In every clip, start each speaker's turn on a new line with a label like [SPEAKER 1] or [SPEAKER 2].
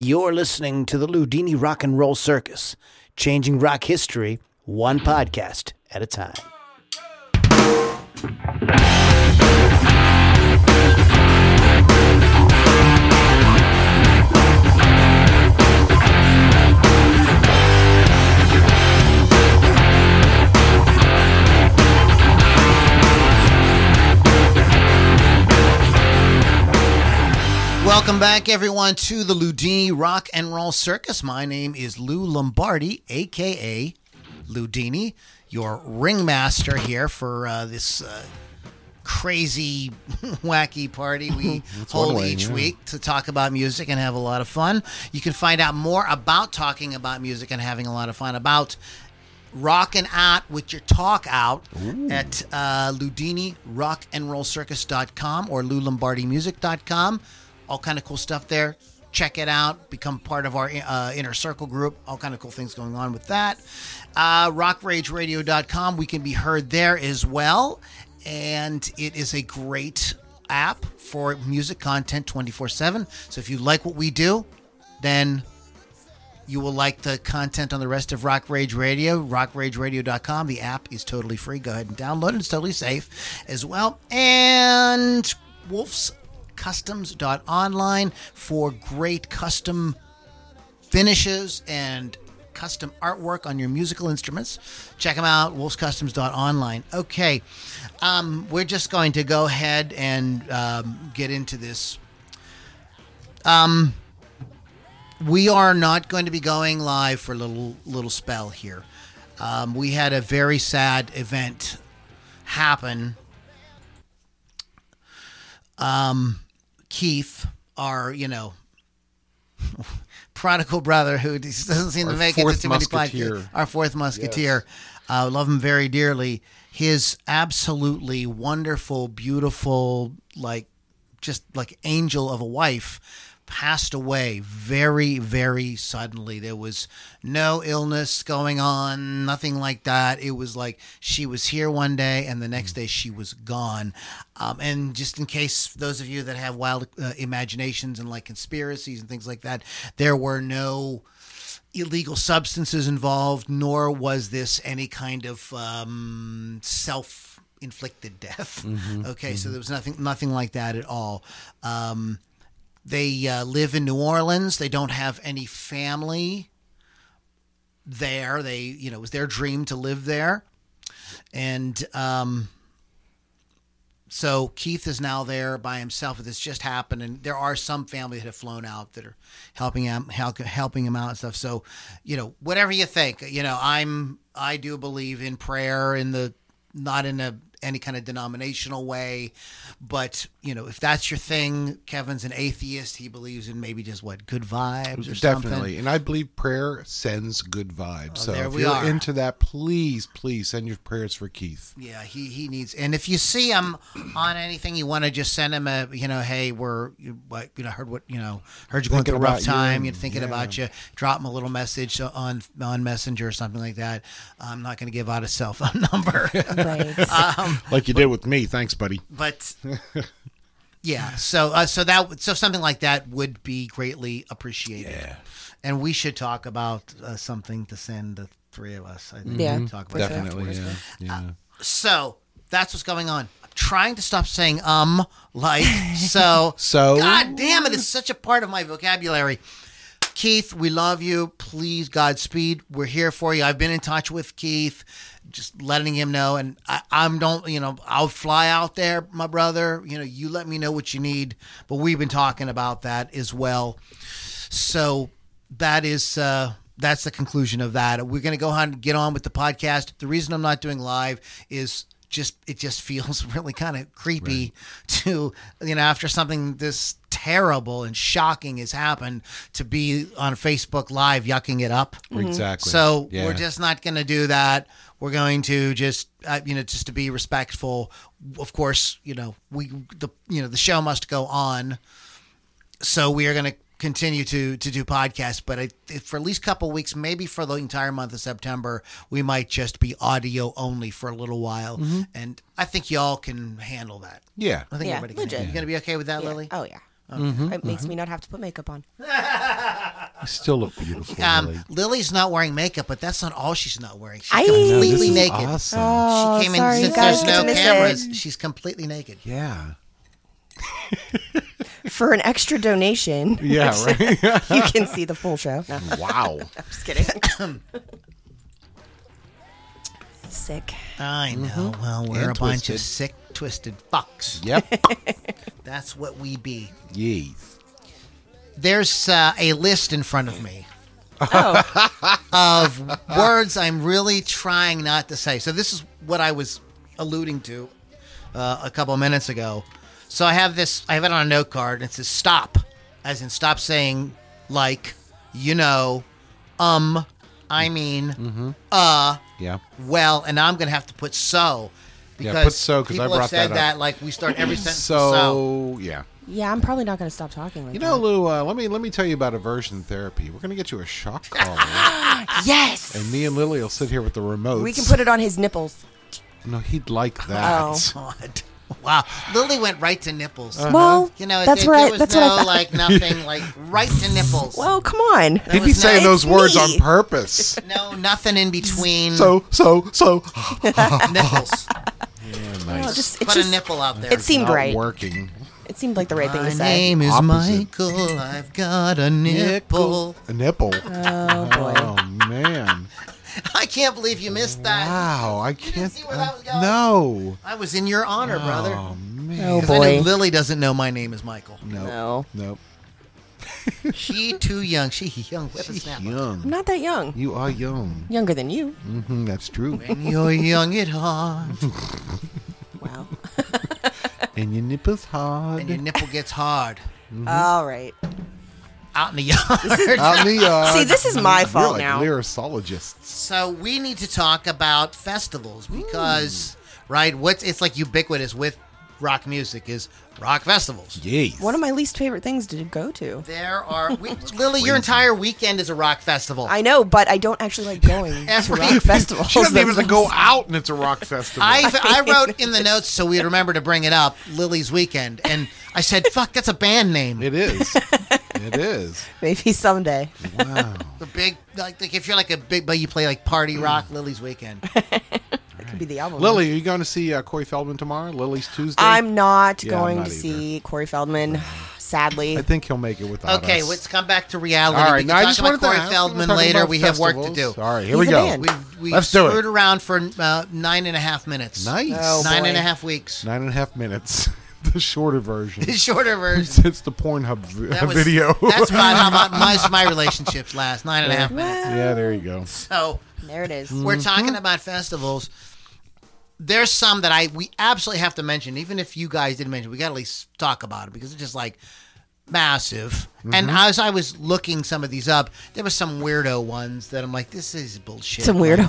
[SPEAKER 1] You're listening to the Ludini Rock and Roll Circus, changing rock history one podcast at a time. Welcome back, everyone, to the Ludini Rock and Roll Circus. My name is Lou Lombardi, aka Ludini, your ringmaster here for uh, this uh, crazy, wacky party we hold
[SPEAKER 2] one way,
[SPEAKER 1] each
[SPEAKER 2] yeah.
[SPEAKER 1] week to talk about music and have a lot of fun. You can find out more about talking about music and having a lot of fun about rocking out with your talk out at uh, Ludini Rock and Roll Circus.com or LouLombardiMusic.com. All kind of cool stuff there. Check it out. Become part of our uh, inner circle group. All kind of cool things going on with that. Uh, RockRageRadio.com. We can be heard there as well. And it is a great app for music content 24 7. So if you like what we do, then you will like the content on the rest of Rock Rage Radio, rockrageradio.com. The app is totally free. Go ahead and download it. It's totally safe as well. And Wolf's Customs.online for great custom finishes and custom artwork on your musical instruments. Check them out, wolfscustoms.online. Okay, um, we're just going to go ahead and um, get into this Um, we are not going to be going live for a little little spell here. Um, we had a very sad event happen. Um, Um, Keith, our you know prodigal brother who just doesn't seem to
[SPEAKER 2] Our
[SPEAKER 1] make it to
[SPEAKER 2] fourth
[SPEAKER 1] too many podcasts,
[SPEAKER 2] musketeer.
[SPEAKER 1] our fourth musketeer, uh, love him very dearly. His absolutely wonderful, beautiful, like just like angel of a wife passed away very very suddenly there was no illness going on nothing like that it was like she was here one day and the next day she was gone um, and just in case those of you that have wild uh, imaginations and like conspiracies and things like that there were no illegal substances involved, nor was this any kind of um, self inflicted death. okay, so there was nothing nothing like that at all. Um, they uh, live in New Orleans. They don't have any family there. They, you know, it was their dream to live there, and um, so Keith is now there by himself. This just happened, and there are some families that have flown out that are helping him, help, helping him out and stuff. So, you know, whatever you think, you know, I'm I do believe in prayer in the not in a any kind of denominational way, but you know, if that's your thing, Kevin's an atheist. He believes in maybe just what good vibes or something. Oh,
[SPEAKER 2] Definitely. And I believe prayer sends good vibes. so
[SPEAKER 1] there
[SPEAKER 2] if
[SPEAKER 1] we
[SPEAKER 2] you're
[SPEAKER 1] are.
[SPEAKER 2] into that, please, please send your prayers for Keith.
[SPEAKER 1] Yeah, he, he needs. And if you see him on anything, you want to just send him a you know, hey, we're you, what, you know heard what you know heard you are going
[SPEAKER 2] Thinking
[SPEAKER 1] through a rough
[SPEAKER 2] about you
[SPEAKER 1] time.
[SPEAKER 2] and-
[SPEAKER 1] You're thinking
[SPEAKER 2] yeah.
[SPEAKER 1] about you. Drop him a little message on on Messenger or something like that. I'm not going to give out a cell phone number,
[SPEAKER 3] Right.
[SPEAKER 2] Like you did with me. Thanks, buddy.
[SPEAKER 1] but yeah. So uh, so that so something like that would be greatly appreciated.
[SPEAKER 2] Yeah.
[SPEAKER 1] And we should talk about uh, something to send the three of us. I think we
[SPEAKER 3] Yeah,
[SPEAKER 1] can talk about that
[SPEAKER 2] Definitely.
[SPEAKER 1] afterwards.
[SPEAKER 2] Yeah. yeah.
[SPEAKER 1] So that's what's going on. I'm trying to stop saying um, like, so.
[SPEAKER 2] So-
[SPEAKER 1] God damn it, it's such a part of my vocabulary. Keith, we love you. Please, Godspeed. We're here for you. I've been in touch with Keith, just letting him know. And I, I'm don't, you know, I'll fly out there, my brother. You know, you let me know what you need. But we've been talking about that as well. So that is uh, that's the conclusion of that. We're gonna go on and get on with the podcast. The reason I'm not doing live is just it just feels really kind of creepy to you know after something this terrible and shocking has happened to be on Facebook Live yucking it up.
[SPEAKER 2] Exactly.
[SPEAKER 1] Uh, mm-hmm. So
[SPEAKER 2] Yeah.
[SPEAKER 1] we're just not going to do that. We're going to just, uh, you know, just to be respectful. Of course, you know, we the you know the show must go on. So we are going to continue to to do podcasts, but I, if for at least a couple weeks, maybe for the entire month of September, we might just be audio only for a little while. And I think y'all can handle that.
[SPEAKER 2] Yeah.
[SPEAKER 1] I think
[SPEAKER 3] Yeah, Mm-hmm.
[SPEAKER 1] everybody can.
[SPEAKER 3] legit. Oh,
[SPEAKER 1] handle it. You going to be okay with that,
[SPEAKER 3] Yeah.
[SPEAKER 1] Lily?
[SPEAKER 3] Oh yeah. It makes me not have to put makeup on.
[SPEAKER 2] I still look beautiful.
[SPEAKER 1] Um,
[SPEAKER 2] Lily.
[SPEAKER 1] Lily's not wearing makeup, but that's not all she's not wearing. She's
[SPEAKER 3] I-
[SPEAKER 2] No, this
[SPEAKER 1] completely
[SPEAKER 2] is
[SPEAKER 1] naked.
[SPEAKER 2] Awesome.
[SPEAKER 3] Oh,
[SPEAKER 1] she came in
[SPEAKER 3] sorry,
[SPEAKER 1] since
[SPEAKER 3] you
[SPEAKER 1] there's
[SPEAKER 3] guys
[SPEAKER 1] no
[SPEAKER 3] didn't miss
[SPEAKER 1] cameras.
[SPEAKER 3] it.
[SPEAKER 1] She's completely naked.
[SPEAKER 2] Yeah.
[SPEAKER 3] For an extra donation,
[SPEAKER 2] Yeah. Right.
[SPEAKER 3] you can see the full show. No,
[SPEAKER 2] wow.
[SPEAKER 3] just kidding. Sick.
[SPEAKER 1] I know. Well, we're
[SPEAKER 2] And
[SPEAKER 1] a bunch
[SPEAKER 2] twisted.
[SPEAKER 1] of sick, twisted fucks.
[SPEAKER 2] Yep.
[SPEAKER 1] That's what we be.
[SPEAKER 2] Yes.
[SPEAKER 1] There's uh, a list in front of me
[SPEAKER 3] Oh,
[SPEAKER 1] of words I'm really trying not to say. So this is what I was alluding to uh, a couple minutes ago. So I have this. I have it on a note card. And it says stop, as in stop saying like, you know, um, I mean,
[SPEAKER 2] Mm-hmm.
[SPEAKER 1] uh,
[SPEAKER 2] Yeah.
[SPEAKER 1] well, and now I'm gonna have to put so.
[SPEAKER 2] Yeah,
[SPEAKER 1] Because
[SPEAKER 2] put so, 'cause I
[SPEAKER 1] people
[SPEAKER 2] brought
[SPEAKER 1] have said
[SPEAKER 2] that up.
[SPEAKER 1] like we start every sentence with so.
[SPEAKER 2] So yeah.
[SPEAKER 3] yeah. I'm probably not going to stop talking. Like
[SPEAKER 2] You know, Lou. Uh, let me let me tell you about aversion therapy. We're gonna get you a shock collar,
[SPEAKER 3] that. yes,
[SPEAKER 2] and me and Lily will sit here with the remotes.
[SPEAKER 3] we can put it on his nipples.
[SPEAKER 2] No, he'd like that.
[SPEAKER 1] God. Wow, Lily went right to nipples.
[SPEAKER 2] Uh-huh.
[SPEAKER 3] Well,
[SPEAKER 1] You know,
[SPEAKER 3] that's
[SPEAKER 1] there,
[SPEAKER 3] where
[SPEAKER 1] there
[SPEAKER 3] I-
[SPEAKER 1] was
[SPEAKER 3] that's
[SPEAKER 1] no
[SPEAKER 3] what I thought.
[SPEAKER 1] like nothing, like right to nipples.
[SPEAKER 3] Well, come on.
[SPEAKER 2] He'd be
[SPEAKER 1] was
[SPEAKER 2] saying
[SPEAKER 1] nice.
[SPEAKER 2] those
[SPEAKER 3] It's
[SPEAKER 2] words
[SPEAKER 3] me.
[SPEAKER 2] on purpose.
[SPEAKER 1] no, nothing in between
[SPEAKER 2] So so so.
[SPEAKER 1] nipples.
[SPEAKER 3] No, just, it
[SPEAKER 1] Put
[SPEAKER 3] just
[SPEAKER 1] a nipple out there.
[SPEAKER 3] it seemed
[SPEAKER 2] Not
[SPEAKER 3] right.
[SPEAKER 2] working.
[SPEAKER 3] It seemed like the right thing
[SPEAKER 1] My
[SPEAKER 3] to say.
[SPEAKER 1] name is
[SPEAKER 2] Opposite.
[SPEAKER 1] Michael. I've got a nipple.
[SPEAKER 2] A nipple.
[SPEAKER 3] Oh boy.
[SPEAKER 2] Oh man!
[SPEAKER 1] I can't believe you missed that.
[SPEAKER 2] Wow, I can't.
[SPEAKER 1] see where that was going?
[SPEAKER 2] no.
[SPEAKER 1] I was in your honor, brother.
[SPEAKER 2] Oh
[SPEAKER 1] 'Cause
[SPEAKER 2] man.
[SPEAKER 3] Oh
[SPEAKER 1] I know
[SPEAKER 3] boy.
[SPEAKER 1] Lily doesn't know my name is Michael.
[SPEAKER 3] No.
[SPEAKER 2] Nope.
[SPEAKER 1] She too young. She young whippersnapper.
[SPEAKER 3] I'm
[SPEAKER 2] Young.
[SPEAKER 3] not that young.
[SPEAKER 2] You are young.
[SPEAKER 3] Younger than you.
[SPEAKER 2] hmm that's true.
[SPEAKER 1] And you're young at heart.
[SPEAKER 3] Wow.
[SPEAKER 2] and your nipple's hard.
[SPEAKER 1] And your nipple gets hard.
[SPEAKER 2] Mm-hmm.
[SPEAKER 3] All right.
[SPEAKER 1] Out in the yard.
[SPEAKER 2] Out in the yard.
[SPEAKER 3] See, this is my
[SPEAKER 2] You're
[SPEAKER 3] fault
[SPEAKER 2] like
[SPEAKER 3] now.
[SPEAKER 2] Lyricologists.
[SPEAKER 1] So we need to talk about festivals because,
[SPEAKER 2] Hmm.
[SPEAKER 1] right? What's it's like ubiquitous with rock music is rock festivals.
[SPEAKER 2] Yes.
[SPEAKER 3] One of my least favorite things to go to.
[SPEAKER 1] There are we, Lily. Your entire weekend is a rock festival.
[SPEAKER 3] I know, but I don't actually like going to
[SPEAKER 1] Every-
[SPEAKER 3] rock festivals.
[SPEAKER 2] She doesn't even go out, and it's a rock festival.
[SPEAKER 1] I, I wrote in the notes so we'd remember to bring it up. Lily's weekend, and I said, "Fuck, that's a band name."
[SPEAKER 2] It is. it is.
[SPEAKER 3] Maybe someday.
[SPEAKER 2] Wow.
[SPEAKER 1] The big like, like if you're like a big but you play like
[SPEAKER 2] Hmm.
[SPEAKER 1] party rock. Lily's weekend.
[SPEAKER 3] It could be the album.
[SPEAKER 2] Lily, are you going to see uh, Corey Feldman tomorrow? Lily's Tuesday.
[SPEAKER 3] I'm not
[SPEAKER 2] Yeah, I'm
[SPEAKER 3] going
[SPEAKER 2] not
[SPEAKER 3] to
[SPEAKER 2] either.
[SPEAKER 3] see Corey Feldman, sadly.
[SPEAKER 2] I think he'll make it without
[SPEAKER 1] Okay,
[SPEAKER 2] us.
[SPEAKER 1] let's come back to reality.
[SPEAKER 2] Oh,
[SPEAKER 1] we
[SPEAKER 2] All right.
[SPEAKER 1] can
[SPEAKER 2] Now I
[SPEAKER 1] talk
[SPEAKER 2] just
[SPEAKER 1] about
[SPEAKER 2] wanted
[SPEAKER 1] Corey
[SPEAKER 2] to ask,
[SPEAKER 1] Feldman
[SPEAKER 2] we're talking
[SPEAKER 1] later.
[SPEAKER 2] about
[SPEAKER 1] We have work to do.
[SPEAKER 2] festivals. All right. Here
[SPEAKER 3] He's
[SPEAKER 2] we
[SPEAKER 3] a
[SPEAKER 2] go.
[SPEAKER 3] man.
[SPEAKER 1] We we
[SPEAKER 2] Let's do it.
[SPEAKER 1] screwed around for uh, nine and a half minutes.
[SPEAKER 2] Nice.
[SPEAKER 3] Oh,
[SPEAKER 1] Nine
[SPEAKER 3] boy.
[SPEAKER 1] and a half weeks.
[SPEAKER 2] Nine and a half minutes. the shorter version.
[SPEAKER 1] The shorter version.
[SPEAKER 2] it's the Pornhub v-
[SPEAKER 1] That was-
[SPEAKER 2] video.
[SPEAKER 1] That's about how my, my, my relationships last. Nine and a half minutes.
[SPEAKER 2] yeah, there you go.
[SPEAKER 1] So
[SPEAKER 3] There it
[SPEAKER 2] Hmm.
[SPEAKER 3] is.
[SPEAKER 2] Mm-hmm.
[SPEAKER 1] we're talking about festivals. There's some that I we absolutely have to mention, even if you guys didn't mention. We got to at least talk about it because it's just like massive.
[SPEAKER 2] Mm-hmm.
[SPEAKER 1] And as I was looking some of these up, there were some weirdo ones that I'm like, this is bullshit.
[SPEAKER 3] Some weirdo.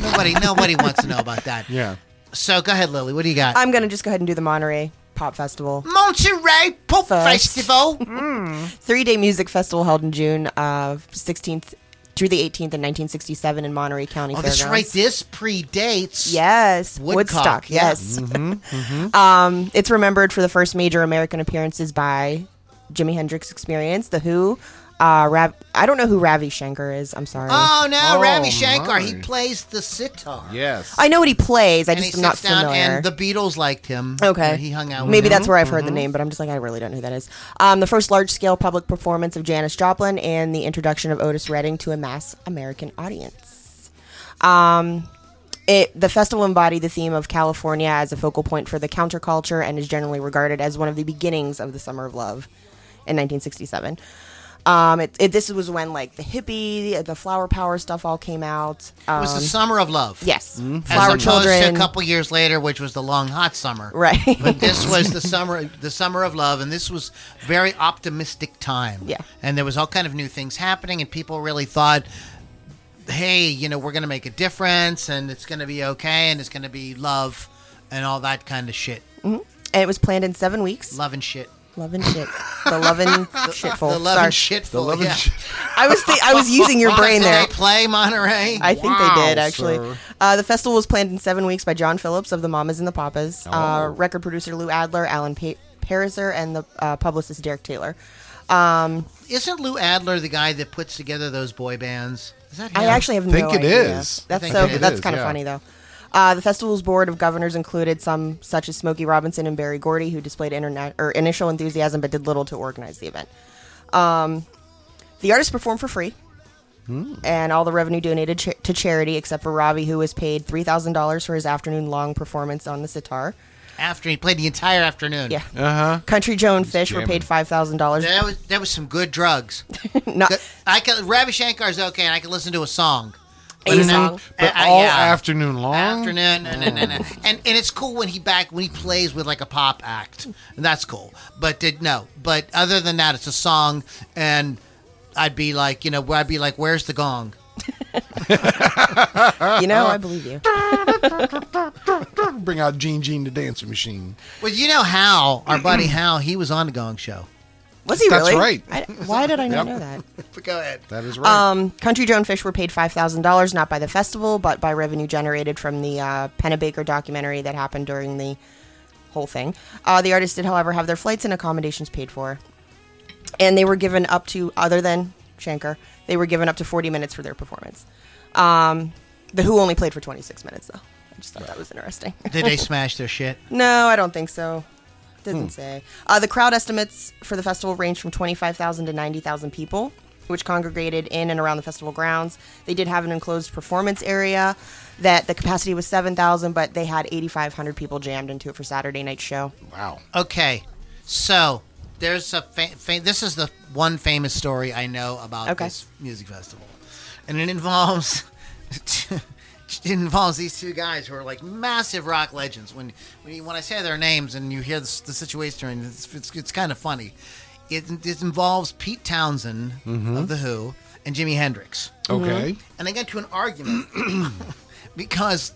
[SPEAKER 1] Nobody, nobody wants to know about that.
[SPEAKER 2] yeah.
[SPEAKER 1] So go ahead, Lily. What do you got?
[SPEAKER 3] I'm going to just go ahead and do the Monterey Pop Festival.
[SPEAKER 1] Monterey Pop
[SPEAKER 3] First.
[SPEAKER 1] Festival. Oh,
[SPEAKER 3] Three day music festival held in June of 16th through the 18th in 1967 in Monterey County.
[SPEAKER 1] Oh, that's right.
[SPEAKER 3] Fairgrounds.
[SPEAKER 1] This predates.
[SPEAKER 3] Yes,
[SPEAKER 1] Woodcock,
[SPEAKER 3] Woodstock.
[SPEAKER 1] yeah. Mm-hmm,
[SPEAKER 3] Yes, Um, it's remembered for the first major American appearances by Jimi Hendrix Experience, The Who. Uh, Rav- I don't know who Ravi Shankar is. I'm sorry.
[SPEAKER 1] Oh no,
[SPEAKER 2] Oh,
[SPEAKER 1] Ravi Shankar. He
[SPEAKER 2] my.
[SPEAKER 1] plays the sitar.
[SPEAKER 2] Yes.
[SPEAKER 3] I know what he plays. I
[SPEAKER 1] And he
[SPEAKER 3] just
[SPEAKER 1] sits
[SPEAKER 3] am not
[SPEAKER 1] down,
[SPEAKER 3] familiar.
[SPEAKER 1] and the Beatles liked him.
[SPEAKER 3] Okay.
[SPEAKER 1] And he hung out. with
[SPEAKER 3] Maybe
[SPEAKER 1] Mm-hmm.
[SPEAKER 3] that's where I've heard the name, but I'm just like, I really don't know who that is. Um, the first large scale public performance of Janis Joplin and the introduction of Otis Redding to a mass American audience. Um, it, the festival embodied the theme of California as a focal point for the counterculture and is generally regarded as one of the beginnings of the Summer of Love in 1967. Um, it, it, this was when like the hippie, the flower power stuff all came out.
[SPEAKER 1] It
[SPEAKER 3] Um,
[SPEAKER 1] was the summer of love.
[SPEAKER 3] yes,
[SPEAKER 1] As
[SPEAKER 3] flower
[SPEAKER 1] opposed
[SPEAKER 3] children,
[SPEAKER 1] to a couple years later, which was the long hot summer.
[SPEAKER 3] right?
[SPEAKER 1] But this was the summer, the summer of love, and this was very optimistic time.
[SPEAKER 3] Yeah.
[SPEAKER 1] and there was all kind of new things happening, and people really thought, "Hey, you know, we're going to make a difference, and it's going to be okay, and it's going to be love, and all that kind of shit,
[SPEAKER 3] and it was planned in seven weeks.
[SPEAKER 1] love and shit,
[SPEAKER 3] Loving shit. The loving shitful.
[SPEAKER 1] the love
[SPEAKER 3] Sorry.
[SPEAKER 1] and shitful,
[SPEAKER 2] the love
[SPEAKER 1] yeah.
[SPEAKER 2] and shit.
[SPEAKER 3] I was th- I was using your
[SPEAKER 1] Did
[SPEAKER 3] brain there.
[SPEAKER 1] they play Monterey?
[SPEAKER 3] I think they did
[SPEAKER 2] Wow,
[SPEAKER 3] actually.
[SPEAKER 2] sir.
[SPEAKER 3] Uh, the festival was planned in seven weeks by John Phillips of the Mamas and the Papas,
[SPEAKER 2] Oh.
[SPEAKER 3] uh, record producer Lou Adler, Alan pa- Pariser, and the uh, publicist Derek Taylor. Um,
[SPEAKER 1] Isn't Lou Adler the guy that puts together those boy bands? Is that him?
[SPEAKER 3] I actually have
[SPEAKER 2] think
[SPEAKER 3] no
[SPEAKER 2] it
[SPEAKER 3] idea.
[SPEAKER 2] is.
[SPEAKER 1] I
[SPEAKER 3] That's
[SPEAKER 1] think
[SPEAKER 3] so.
[SPEAKER 1] it
[SPEAKER 3] that's
[SPEAKER 2] is,
[SPEAKER 3] kind of
[SPEAKER 2] yeah.
[SPEAKER 3] funny though. Uh, the festival's board of governors included some such as Smokey Robinson and Barry Gordy, who displayed interna- or initial enthusiasm but did little to organize the event. Um, the artists performed for free,
[SPEAKER 2] Hmm.
[SPEAKER 3] and all the revenue donated cha- to charity, except for Robbie, who was paid three thousand dollars for his afternoon-long performance on the sitar.
[SPEAKER 1] after he played the entire afternoon.
[SPEAKER 3] Yeah,
[SPEAKER 2] Uh huh.
[SPEAKER 3] Country Joe and Fish were
[SPEAKER 2] jamming.
[SPEAKER 3] paid five thousand dollars.
[SPEAKER 1] That was that was some good drugs.
[SPEAKER 3] Not
[SPEAKER 1] I can Ravi Shankar's okay, and I can listen to a song.
[SPEAKER 3] A
[SPEAKER 1] an
[SPEAKER 3] song.
[SPEAKER 1] af-
[SPEAKER 2] But
[SPEAKER 1] uh, uh,
[SPEAKER 2] all
[SPEAKER 1] yeah.
[SPEAKER 2] afternoon long.
[SPEAKER 1] afternoon, no, no, no, no. and and it's cool when he back when he plays with like a pop act. That's cool. But did no. But other than that, it's a song, and I'd be like, you know, I'd be like, where's the gong?
[SPEAKER 2] uh,
[SPEAKER 3] you know, I believe you.
[SPEAKER 2] Bring out Gene Gene the dancing machine.
[SPEAKER 1] Well, you know Hal, our buddy Hal, he was on the Gong Show.
[SPEAKER 3] Was he
[SPEAKER 2] That's
[SPEAKER 3] really?
[SPEAKER 2] right.
[SPEAKER 3] I, why did I
[SPEAKER 2] Yep.
[SPEAKER 3] not know that?
[SPEAKER 1] But go ahead.
[SPEAKER 2] That is right.
[SPEAKER 3] Um, Country Joe and Fish were paid five thousand dollars, not by the festival, but by revenue generated from the uh, Pennebaker documentary that happened during the whole thing. Uh, the artists did, however, have their flights and accommodations paid for, and they were given up to other than Shankar, they were given up to forty minutes for their performance. Um, the Who only played for twenty six minutes, though. I just thought that was interesting.
[SPEAKER 1] Did they smash their shit?
[SPEAKER 3] No, I don't think so.
[SPEAKER 1] Hmm.
[SPEAKER 3] Doesn't say. Uh, the crowd estimates for the festival range from 25,000 to 90,000 people, which congregated in and around the festival grounds. They did have an enclosed performance area that the capacity was 7,000, but they had 8,500 people jammed into it for Saturday night show.
[SPEAKER 1] Um,
[SPEAKER 2] wow.
[SPEAKER 1] Okay, so there's a fa- fa- this is the one famous story I know about
[SPEAKER 3] Okay.
[SPEAKER 1] this music festival, and it involves it involves these two guys who are like massive rock legends. When when, you, when I say their names and you hear the, s- the situation, and it's it's, it's kind of funny. It, it involves Pete Townsend of the Who and Jimi Hendrix
[SPEAKER 2] Okay.
[SPEAKER 1] and they got to an argument because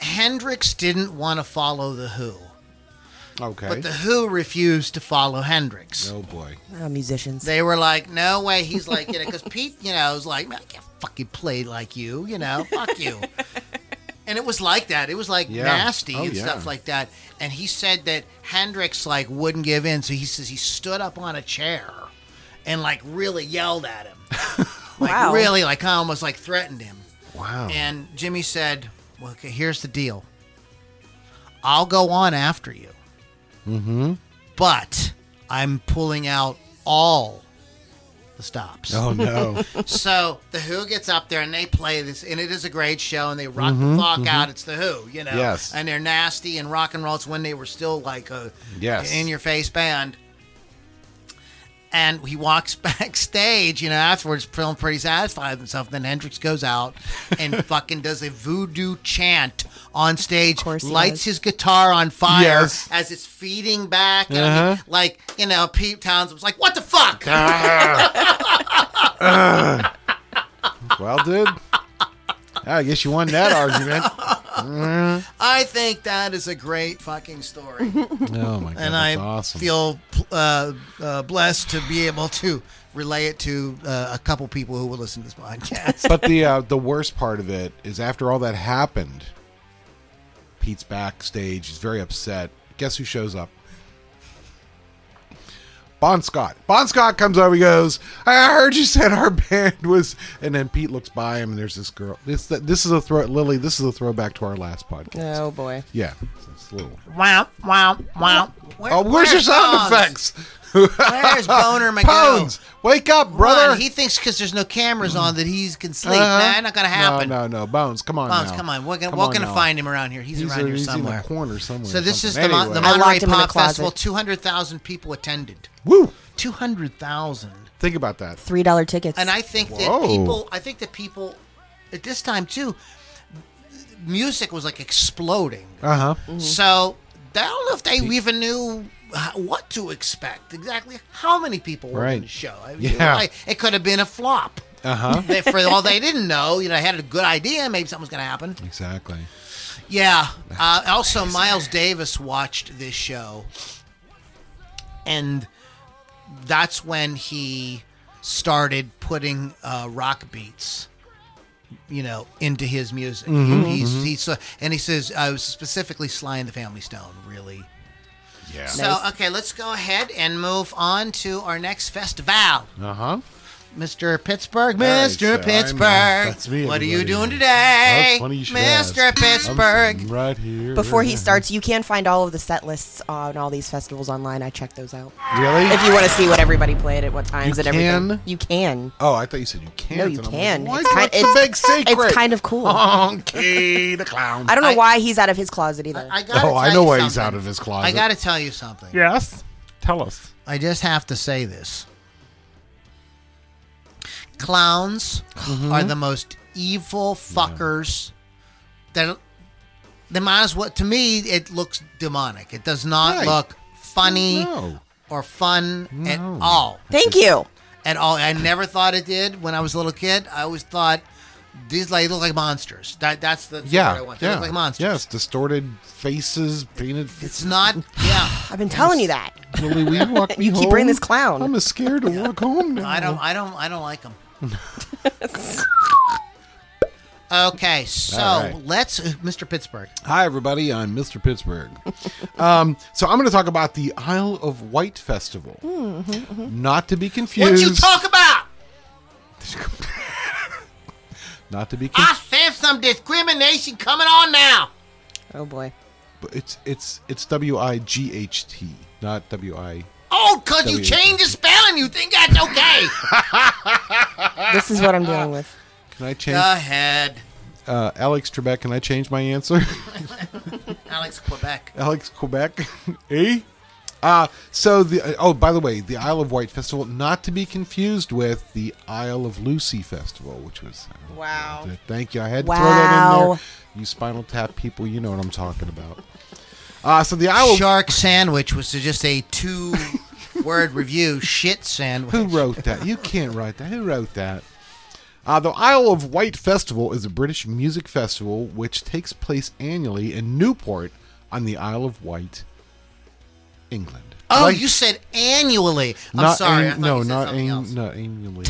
[SPEAKER 1] Hendrix didn't want to follow the Who,
[SPEAKER 2] Okay.
[SPEAKER 1] but the Who refused to follow Hendrix.
[SPEAKER 2] oh boy.
[SPEAKER 3] Uh, musicians.
[SPEAKER 1] They were like, "No way!" He's like, "You know," because Pete, you know, was like, "Man, I can't fucking play like you, you know, fuck you." And it was like that. It was like
[SPEAKER 2] Yeah.
[SPEAKER 1] nasty
[SPEAKER 2] Oh,
[SPEAKER 1] and
[SPEAKER 2] yeah.
[SPEAKER 1] stuff like that. And he said that Hendrix like wouldn't give in, so he says he stood up on a chair and like really yelled at him, like
[SPEAKER 3] Wow.
[SPEAKER 1] really, like almost like threatened him.
[SPEAKER 2] Wow.
[SPEAKER 1] And Jimmy said, well, okay, here's the deal. I'll go on after you. Mm-hmm. But I'm pulling out all the stops.
[SPEAKER 2] oh no.
[SPEAKER 1] So the Who gets up there and they play this, and it is a great show, and they rock the fuck out. It's the Who, you know.
[SPEAKER 2] Mm-hmm, Yes.
[SPEAKER 1] And they're nasty and rock and roll. It's when they were still like a
[SPEAKER 2] Yes.
[SPEAKER 1] in your face band. And he walks backstage, you know, afterwards, feeling pretty satisfied with himself. Then Hendrix goes out and fucking does a voodoo chant on stage,
[SPEAKER 3] course he
[SPEAKER 1] lights
[SPEAKER 3] does.
[SPEAKER 1] his guitar on fire
[SPEAKER 2] Yes. Uh-huh.
[SPEAKER 1] as it's feeding back. And I mean, like, you know, Pete Townsend was like, what the fuck?
[SPEAKER 2] well, dude. I guess you won that argument.
[SPEAKER 1] I think that is a great fucking story, and
[SPEAKER 2] Oh my god,
[SPEAKER 1] I
[SPEAKER 2] that's awesome.
[SPEAKER 1] feel uh, uh, blessed to be able to relay it to uh, a couple people who will listen to this podcast.
[SPEAKER 2] but the uh, the worst part of it is after all that happened, Pete's backstage. He's very upset. Guess who shows up? Bon Scott. Bon Scott comes over. He goes, "I heard you said our band was." And then Pete looks by him, and there's this girl. This this is a throw. Lily, this is a throwback to our last podcast.
[SPEAKER 3] Oh boy.
[SPEAKER 2] Yeah. It's a little-
[SPEAKER 1] wow, wow, wow! Where,
[SPEAKER 2] Oh, where's your
[SPEAKER 1] Bones?
[SPEAKER 2] sound effects?
[SPEAKER 1] Where's Boner McGill?
[SPEAKER 2] Bones, wake up, brother.
[SPEAKER 1] Run. He thinks because there's no cameras on that he can sleep.
[SPEAKER 2] Uh-huh.
[SPEAKER 1] Nah, not gonna happen.
[SPEAKER 2] No, no, no. Bones, come on.
[SPEAKER 1] Bones,
[SPEAKER 2] now.
[SPEAKER 1] come on, we're gonna
[SPEAKER 2] Come
[SPEAKER 1] we're
[SPEAKER 2] on
[SPEAKER 1] gonna
[SPEAKER 2] now.
[SPEAKER 1] find him around here. He's,
[SPEAKER 2] He's,
[SPEAKER 1] around
[SPEAKER 2] a-
[SPEAKER 1] here
[SPEAKER 2] he's in
[SPEAKER 1] somewhere.
[SPEAKER 2] the corner somewhere.
[SPEAKER 1] so
[SPEAKER 2] or
[SPEAKER 1] this is the,
[SPEAKER 2] something.
[SPEAKER 1] Mon-
[SPEAKER 2] anyway.
[SPEAKER 1] the
[SPEAKER 3] I locked
[SPEAKER 1] Monterey
[SPEAKER 3] him in the
[SPEAKER 1] Pop
[SPEAKER 3] closet.
[SPEAKER 1] Festival. Two hundred thousand people attended.
[SPEAKER 2] Woo!
[SPEAKER 1] Two hundred thousand.
[SPEAKER 2] Think about that.
[SPEAKER 3] Three dollar tickets.
[SPEAKER 1] and I think that
[SPEAKER 2] Whoa.
[SPEAKER 1] people, I think that people, at this time too, music was like exploding.
[SPEAKER 2] Uh huh.
[SPEAKER 1] So I don't know if they even knew h- what to expect exactly. How many people were in
[SPEAKER 2] Right.
[SPEAKER 1] the show? I-
[SPEAKER 2] Yeah.
[SPEAKER 1] I- it could have been a flop.
[SPEAKER 2] Uh huh.
[SPEAKER 1] They- For all they didn't know, you know, I had a good idea. Maybe something was going to happen.
[SPEAKER 2] exactly.
[SPEAKER 1] Yeah. Uh, also, Miles Davis watched this show, and that's when he started putting uh, rock beats, you know, into his music.
[SPEAKER 2] Mm-hmm,
[SPEAKER 1] uh, He's, he's, and he says, I was specifically Sly and the Family Stone really
[SPEAKER 2] Yeah.
[SPEAKER 1] So,
[SPEAKER 3] Nice.
[SPEAKER 1] okay, let's go ahead and move on to our next festival.
[SPEAKER 2] Uh huh.
[SPEAKER 1] Mr. Pittsburgh,
[SPEAKER 2] right,
[SPEAKER 1] Mr.
[SPEAKER 2] so I'm-
[SPEAKER 1] Pittsburgh.
[SPEAKER 2] that's me,
[SPEAKER 1] what are you
[SPEAKER 2] everybody.
[SPEAKER 1] doing today?
[SPEAKER 2] That's funny you should
[SPEAKER 1] Mr.
[SPEAKER 2] ask.
[SPEAKER 1] Pittsburgh.
[SPEAKER 2] I'm right here.
[SPEAKER 3] Before
[SPEAKER 1] Mm-hmm.
[SPEAKER 3] he starts, you can find all of the set lists on all these festivals online. I checked those out.
[SPEAKER 2] Really?
[SPEAKER 3] If you want to see what everybody played at what times
[SPEAKER 2] You
[SPEAKER 3] and everything,
[SPEAKER 2] can?
[SPEAKER 3] you can.
[SPEAKER 2] oh, I thought you said you can't.
[SPEAKER 3] No, you
[SPEAKER 2] and I'm
[SPEAKER 3] can.
[SPEAKER 2] Like,
[SPEAKER 3] It's
[SPEAKER 2] Why?
[SPEAKER 3] kind-
[SPEAKER 2] What's the big
[SPEAKER 3] it's- it's
[SPEAKER 2] secret?
[SPEAKER 3] kind of cool.
[SPEAKER 2] Honky the clown.
[SPEAKER 3] I don't know
[SPEAKER 1] I-
[SPEAKER 3] why he's out of his closet either.
[SPEAKER 1] I gotta
[SPEAKER 2] Oh, I
[SPEAKER 1] tell
[SPEAKER 2] know
[SPEAKER 1] you
[SPEAKER 2] why he's
[SPEAKER 1] something.
[SPEAKER 2] out of his closet.
[SPEAKER 1] I got to tell you something.
[SPEAKER 4] Yes. Tell us.
[SPEAKER 1] I just have to say this. Clowns
[SPEAKER 2] Mm-hmm.
[SPEAKER 1] are the most evil fuckers that they might as well to me it looks demonic. It does not
[SPEAKER 2] Right.
[SPEAKER 1] look funny
[SPEAKER 2] No.
[SPEAKER 1] or fun at all.
[SPEAKER 3] Thank you.
[SPEAKER 1] At all. I never thought it did when I was a little kid. I always thought these like look like monsters. That that's the that's
[SPEAKER 2] Yeah.
[SPEAKER 1] what I want. They
[SPEAKER 2] yeah.
[SPEAKER 1] look like monsters.
[SPEAKER 2] Yes. Distorted faces, painted.
[SPEAKER 1] It's not yeah.
[SPEAKER 3] I've been telling you that.
[SPEAKER 2] Willy, will you walk me
[SPEAKER 3] You keep
[SPEAKER 2] home?
[SPEAKER 3] bringing this clown.
[SPEAKER 2] I'm scared to walk home now.
[SPEAKER 1] I don't. I don't. I don't like them. okay, so
[SPEAKER 2] All right.
[SPEAKER 1] let's, Mr. Pittsburgh.
[SPEAKER 2] Hi, everybody. I'm Mr. Pittsburgh. um, so I'm going to talk about the Isle of Wight Festival. Not to be confused.
[SPEAKER 1] What Mm-hmm, you talk about?
[SPEAKER 2] Not to be
[SPEAKER 1] I
[SPEAKER 2] confused.
[SPEAKER 1] sense some discrimination coming on now.
[SPEAKER 3] Oh boy.
[SPEAKER 2] It's it's it's W I G H T, not W I.
[SPEAKER 1] Oh, cause you
[SPEAKER 2] W-
[SPEAKER 1] changed the spelling. You think that's okay?
[SPEAKER 3] This is what I'm dealing with.
[SPEAKER 2] Can I change?
[SPEAKER 1] Go ahead,
[SPEAKER 2] uh, Alex Trebek, can I change my answer?
[SPEAKER 1] Alex Quebec.
[SPEAKER 2] Alex Quebec, eh? Uh, so the oh, by the way, the Isle of Wight Festival, not to be confused with the Isle of Lucy Festival, which was
[SPEAKER 3] Wow.
[SPEAKER 2] Thank you. I had to throw that in
[SPEAKER 3] Wow.
[SPEAKER 2] there. You Spinal Tap people, you know what I'm talking about. Uh, so the Isle. of
[SPEAKER 1] Shark sandwich was just a two-word review. Shit sandwich.
[SPEAKER 2] Who wrote that? You can't write that. Who wrote that? Uh, the Isle of Wight Festival is a British music festival which takes place annually in Newport on the Isle of Wight, England.
[SPEAKER 1] Oh,
[SPEAKER 2] Like-
[SPEAKER 1] you said annually. I'm
[SPEAKER 2] not
[SPEAKER 1] sorry. I
[SPEAKER 2] an-
[SPEAKER 1] thought
[SPEAKER 2] no,
[SPEAKER 1] you said
[SPEAKER 2] not
[SPEAKER 1] something
[SPEAKER 2] an-
[SPEAKER 1] else.
[SPEAKER 2] not annually.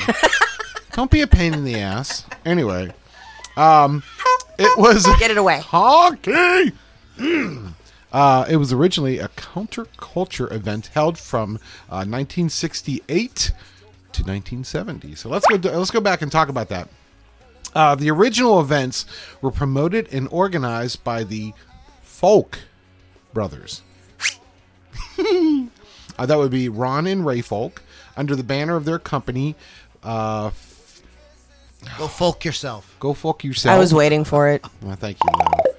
[SPEAKER 2] Don't be a pain in the ass. Anyway, um, it was
[SPEAKER 3] Get it away.
[SPEAKER 2] Honky! Uh, it was originally a counterculture event held from uh, 1968 to 1970. So let's go. Let's go back and talk about that. Uh, the original events were promoted and organized by the Folk Brothers. Uh, that would be Ron and Ray Folk under the banner of their company. Uh,
[SPEAKER 1] Go folk yourself.
[SPEAKER 2] go fuck yourself.
[SPEAKER 3] I was waiting for it.
[SPEAKER 2] Well, thank you. Lou.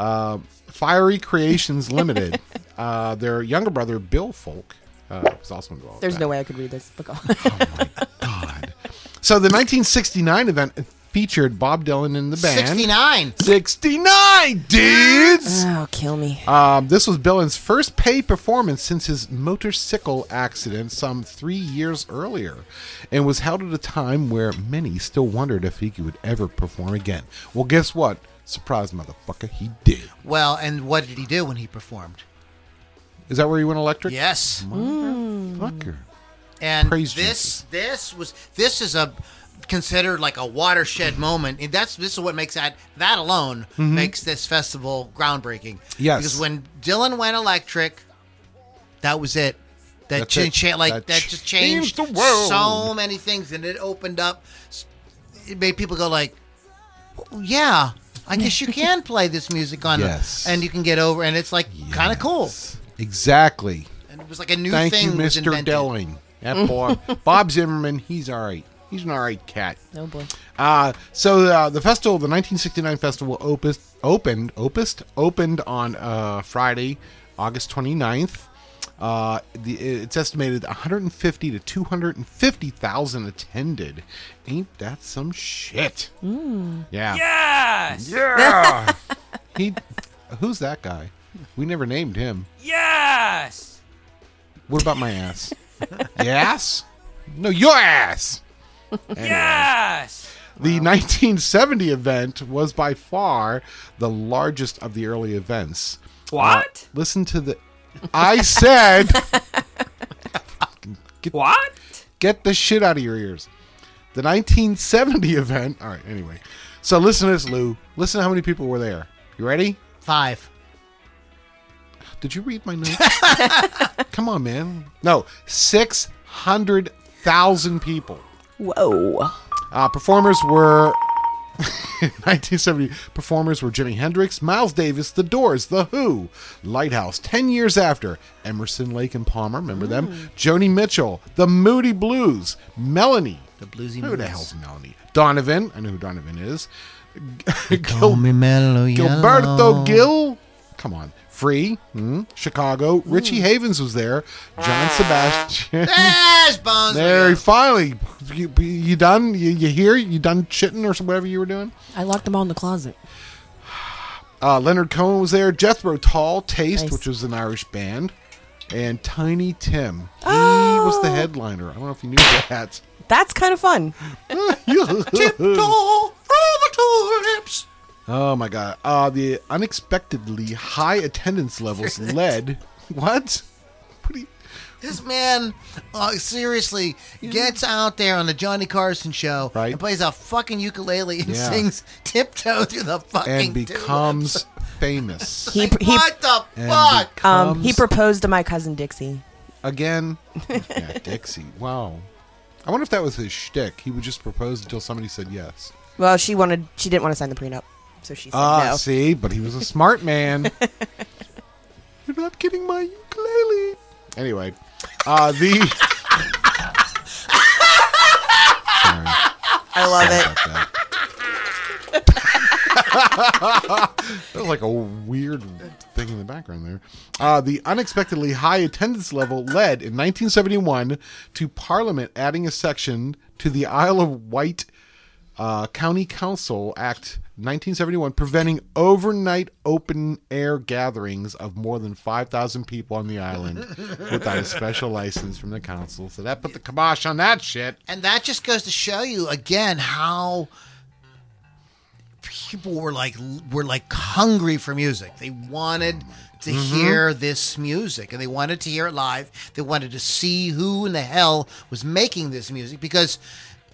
[SPEAKER 2] Uh, Fiery Creations Limited. uh, their younger brother Bill Folk uh, was also involved.
[SPEAKER 3] There's
[SPEAKER 2] no
[SPEAKER 3] no way I could read this. But go.
[SPEAKER 2] God. So the 1969 event featured Bob Dylan in the band.
[SPEAKER 1] Sixty-nine.
[SPEAKER 2] 69 dudes.
[SPEAKER 3] oh, kill me.
[SPEAKER 2] Um, this was Dylan's first paid performance since his motorcycle accident some three years earlier, and was held at a time where many still wondered if he would ever perform again. Well, guess what? Surprise, motherfucker, he did.
[SPEAKER 1] Well, and what did he do when he performed?
[SPEAKER 2] Is that where you went electric?
[SPEAKER 1] Yes. Mm-hmm.
[SPEAKER 2] Fucker.
[SPEAKER 1] And
[SPEAKER 2] Praise
[SPEAKER 1] this
[SPEAKER 2] Jesus.
[SPEAKER 1] this was this is a considered like a watershed moment. And that's this is what makes that that alone makes this festival groundbreaking.
[SPEAKER 2] Mm-hmm. Yes.
[SPEAKER 1] Because when Dylan went electric, that was it. That
[SPEAKER 2] That's
[SPEAKER 1] cha-
[SPEAKER 2] it.
[SPEAKER 1] cha- like that,
[SPEAKER 2] That
[SPEAKER 1] just changed
[SPEAKER 2] changed the world.
[SPEAKER 1] so many things and it opened up s- it made people go like "Oh, yeah, I guess you can play this music on
[SPEAKER 2] Yes.
[SPEAKER 1] and you can get over and it's like kind of cool.
[SPEAKER 2] Exactly.
[SPEAKER 1] And it was like a new
[SPEAKER 2] Thank
[SPEAKER 1] thing
[SPEAKER 2] you,
[SPEAKER 1] was
[SPEAKER 2] Mr.
[SPEAKER 1] invented.
[SPEAKER 2] Delling. That boy. Bob Zimmerman, he's all right. He's an all right cat.
[SPEAKER 3] Oh boy.
[SPEAKER 2] Uh, so uh, the festival, the 1969 festival, opus, opened, opus, opened on uh, Friday, August 29th. Uh, the, it's estimated 150 to 250 thousand attended. Ain't that some shit? Yeah. Yes. Yeah. he, who's that guy? We never named him.
[SPEAKER 5] Yes!
[SPEAKER 2] What about my ass? your ass? No, your ass.
[SPEAKER 5] Yes!
[SPEAKER 2] The 1970 event was by far the largest of the early events. Uh,
[SPEAKER 5] What?
[SPEAKER 2] Listen to the. I said,
[SPEAKER 5] what?
[SPEAKER 2] get the shit out of your ears. The 1970 event. All right, anyway. So listen to this, Lou. Listen to how many people were there. You ready?
[SPEAKER 1] Five.
[SPEAKER 2] Did you read my notes? Come on, man. No, 600,000 people.
[SPEAKER 3] Whoa.
[SPEAKER 2] Uh, performers were. 1970 performers were Jimi Hendrix, Miles Davis, The Doors, The Who, Lighthouse, 10 years after, Emerson, Lake, and Palmer, remember them? Joni Mitchell, The Moody Blues, Melanie.
[SPEAKER 1] The bluesy
[SPEAKER 2] Who the
[SPEAKER 1] moves.
[SPEAKER 2] hell's Melanie? Donovan. I know who Donovan is.
[SPEAKER 1] Call me mellow
[SPEAKER 2] Gilberto
[SPEAKER 1] yellow.
[SPEAKER 2] Gil. Come on. Free. Hmm? Chicago. Richie Havens was there.
[SPEAKER 1] Ah.
[SPEAKER 2] John Sebastian.
[SPEAKER 1] Yes, Bones.
[SPEAKER 2] There, finally. You, you done? You, you here? You done chitting or whatever you were doing?
[SPEAKER 3] I locked them all in the closet.
[SPEAKER 2] Uh, Leonard Cohen was there. Jethro Tull, Taste,
[SPEAKER 3] Nice.
[SPEAKER 2] which was an Irish band. And Tiny Tim. He
[SPEAKER 1] Oh.
[SPEAKER 2] was the headliner. I don't know if you knew that.
[SPEAKER 3] That's kind of fun.
[SPEAKER 1] Tiptoe through the tulips.
[SPEAKER 2] Oh my god. Uh the unexpectedly high attendance levels led what? Pretty
[SPEAKER 1] This man, uh, seriously, gets out there on the Johnny Carson show
[SPEAKER 2] Right.
[SPEAKER 1] and plays a fucking ukulele and
[SPEAKER 2] Yeah.
[SPEAKER 1] sings "Tiptoe Through the Fucking
[SPEAKER 2] and
[SPEAKER 1] Tulips.
[SPEAKER 2] becomes famous.
[SPEAKER 3] He he
[SPEAKER 1] what the
[SPEAKER 2] And
[SPEAKER 1] fuck?
[SPEAKER 3] um he
[SPEAKER 2] becomes-
[SPEAKER 3] proposed to my cousin Dixie.
[SPEAKER 2] again. Yeah, Dixie. Wow. I wonder if that was his shtick. He would just propose until somebody said yes.
[SPEAKER 3] Well, she wanted she didn't want to sign the prenup, so she said
[SPEAKER 2] Ah,
[SPEAKER 3] no.
[SPEAKER 2] see, but he was a smart man. You're not getting my ukulele. Anyway, uh, the. Sorry.
[SPEAKER 3] I love it.
[SPEAKER 2] that. That was like a weird thing in the background there. Uh, the unexpectedly high attendance level led in 1971 to Parliament adding a section to the Isle of Wight uh, County Council Act 1971 preventing overnight open air gatherings of more than 5,000 people on the island without a special license from the council. So that put the kibosh on that shit.
[SPEAKER 1] And that just goes to show you again how people were like were like hungry for music. They wanted to
[SPEAKER 3] Mm-hmm.
[SPEAKER 1] hear this music and they wanted to hear it live. They wanted to see who in the hell was making this music because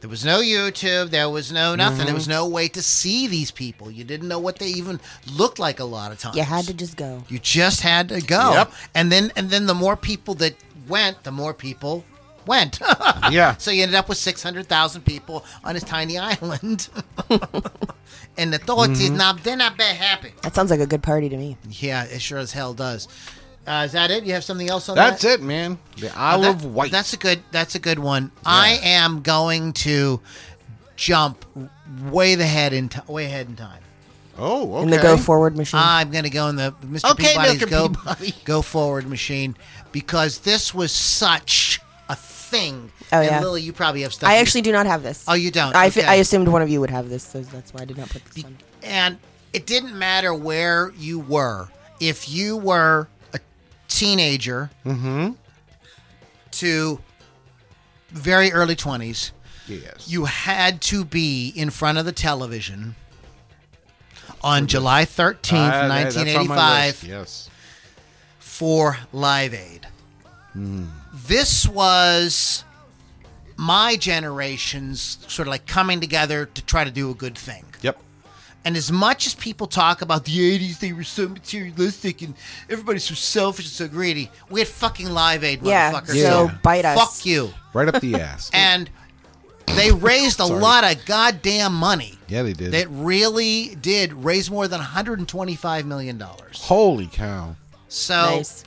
[SPEAKER 1] there was no YouTube, there was no nothing. There
[SPEAKER 3] Mm-hmm.
[SPEAKER 1] was no way to see these people. You didn't know what they even looked like a lot of times.
[SPEAKER 3] You had to just go.
[SPEAKER 1] You just had to go.
[SPEAKER 2] Yep.
[SPEAKER 1] And then and then the more people that went, the more people went.
[SPEAKER 2] Yeah.
[SPEAKER 1] So you ended up with 600,000 people on his tiny island. and the thought is, now they're not very happy.
[SPEAKER 3] That sounds like a good party to me.
[SPEAKER 1] Yeah, it sure as hell does. Uh, is that it? You have something else on
[SPEAKER 2] That's
[SPEAKER 1] that?
[SPEAKER 2] it, man. The Isle of Wight.
[SPEAKER 1] That's a good. That's a good one. I am going to jump way the head in t- way ahead in time.
[SPEAKER 2] oh, okay.
[SPEAKER 3] In the go forward machine.
[SPEAKER 1] I'm going to go in the Mr.
[SPEAKER 2] Okay,
[SPEAKER 1] Peabody's
[SPEAKER 2] Mr.
[SPEAKER 1] Go,
[SPEAKER 2] Peabody.
[SPEAKER 1] go forward machine because this was such a thing.
[SPEAKER 3] Oh,
[SPEAKER 1] and
[SPEAKER 3] yeah.
[SPEAKER 1] Lily, you probably have stuff.
[SPEAKER 3] I
[SPEAKER 1] you-
[SPEAKER 3] actually do not have this.
[SPEAKER 1] Oh, you don't?
[SPEAKER 3] I, fi-
[SPEAKER 1] Okay.
[SPEAKER 3] I assumed one of you would have this, so that's why I did not put this one.
[SPEAKER 1] and it didn't matter where you were. If you were a teenager
[SPEAKER 2] Mm-hmm.
[SPEAKER 1] to very early 20s,
[SPEAKER 2] Yes.
[SPEAKER 1] you had to be in front of the television on July 13th,
[SPEAKER 2] Uh, that- that's on my
[SPEAKER 1] 1985
[SPEAKER 2] list, Yes.
[SPEAKER 1] for Live Aid.
[SPEAKER 2] Hmm.
[SPEAKER 1] This was my generation's sort of like coming together to try to do a good thing.
[SPEAKER 2] Yep.
[SPEAKER 1] And as much as people talk about the 80s, they were so materialistic and everybody's so selfish and so greedy, we had fucking Live Aid,
[SPEAKER 3] Yeah,
[SPEAKER 1] motherfuckers.
[SPEAKER 2] so
[SPEAKER 1] So
[SPEAKER 3] bite us.
[SPEAKER 1] Fuck you.
[SPEAKER 2] Right up the ass.
[SPEAKER 1] And they raised a
[SPEAKER 2] Sorry.
[SPEAKER 1] lot of goddamn money.
[SPEAKER 2] Yeah, they did.
[SPEAKER 1] That really did raise more than $125 million.
[SPEAKER 2] Holy cow.
[SPEAKER 1] So
[SPEAKER 2] oh.
[SPEAKER 3] Nice.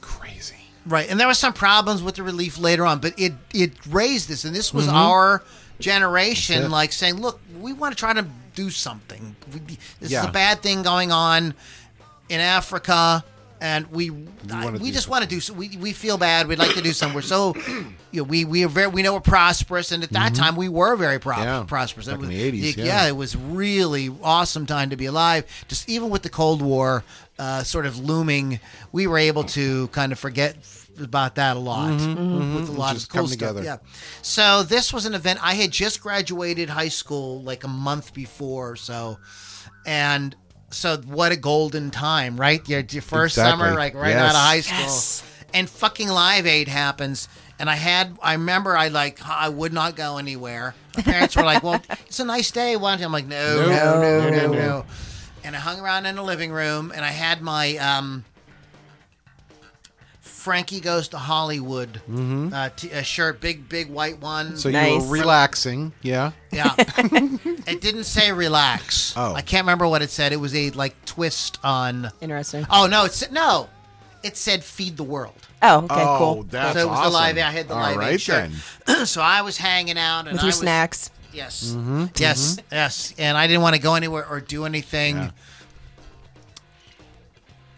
[SPEAKER 2] Crazy.
[SPEAKER 1] Right, and there were some problems with the relief later on, but it it raised this, and this was our generation
[SPEAKER 2] Mm-hmm. That's it.
[SPEAKER 1] like saying, "Look, we want to try to do something. We, this is
[SPEAKER 2] Yeah.
[SPEAKER 1] a bad thing going on in Africa, and we we,
[SPEAKER 2] wanna
[SPEAKER 1] we
[SPEAKER 2] do
[SPEAKER 1] just want to do. so- We we feel bad. We'd like to do something. We're so, you know, we we are very we know we're prosperous, and at that time we were very pro-
[SPEAKER 2] Mm-hmm. Yeah.
[SPEAKER 1] prosperous.
[SPEAKER 2] Back
[SPEAKER 1] It was-
[SPEAKER 2] in the 80s,
[SPEAKER 1] yeah,
[SPEAKER 2] yeah.
[SPEAKER 1] it was really awesome time to be alive. Just even with the Cold War uh, sort of looming, we were able to kind of forget f- about that a lot with a lot
[SPEAKER 2] Mm-hmm, Just
[SPEAKER 1] of cool
[SPEAKER 2] come
[SPEAKER 1] stuff.
[SPEAKER 2] together.
[SPEAKER 1] Yeah. So this was an event. I had just graduated high school like a month before, or so and so what a golden time, right? Your, your first
[SPEAKER 2] Exactly.
[SPEAKER 1] summer, like right
[SPEAKER 2] Yes.
[SPEAKER 1] out of high school,
[SPEAKER 3] Yes.
[SPEAKER 1] and fucking Live Aid happens. And I had, I remember, I like, I would not go anywhere. My parents were like, "Well, it's a nice day, why don't you?" I'm like, "No, no, no, no, no." And I hung around in the living room, and I had my um, Frankie Goes to Hollywood uh, t- a shirt, big, big white one.
[SPEAKER 2] So you
[SPEAKER 3] Nice.
[SPEAKER 2] were relaxing, yeah.
[SPEAKER 1] yeah. it didn't say relax.
[SPEAKER 2] Oh.
[SPEAKER 1] I can't remember what it said. It was a like twist on.
[SPEAKER 3] Interesting.
[SPEAKER 1] Oh, no. It said, no. It said feed the world.
[SPEAKER 3] Oh, okay,
[SPEAKER 2] oh,
[SPEAKER 3] cool.
[SPEAKER 2] that's
[SPEAKER 1] so it was
[SPEAKER 2] awesome.
[SPEAKER 1] the live. I had the
[SPEAKER 2] All
[SPEAKER 1] live
[SPEAKER 2] right,
[SPEAKER 1] aid shirt.
[SPEAKER 2] then.
[SPEAKER 1] so I was hanging out and
[SPEAKER 3] With
[SPEAKER 1] I
[SPEAKER 3] your
[SPEAKER 1] was,
[SPEAKER 3] snacks.
[SPEAKER 1] Yes,
[SPEAKER 2] Mm-hmm.
[SPEAKER 1] yes, yes. And I didn't want to go anywhere or do anything.
[SPEAKER 2] Yeah.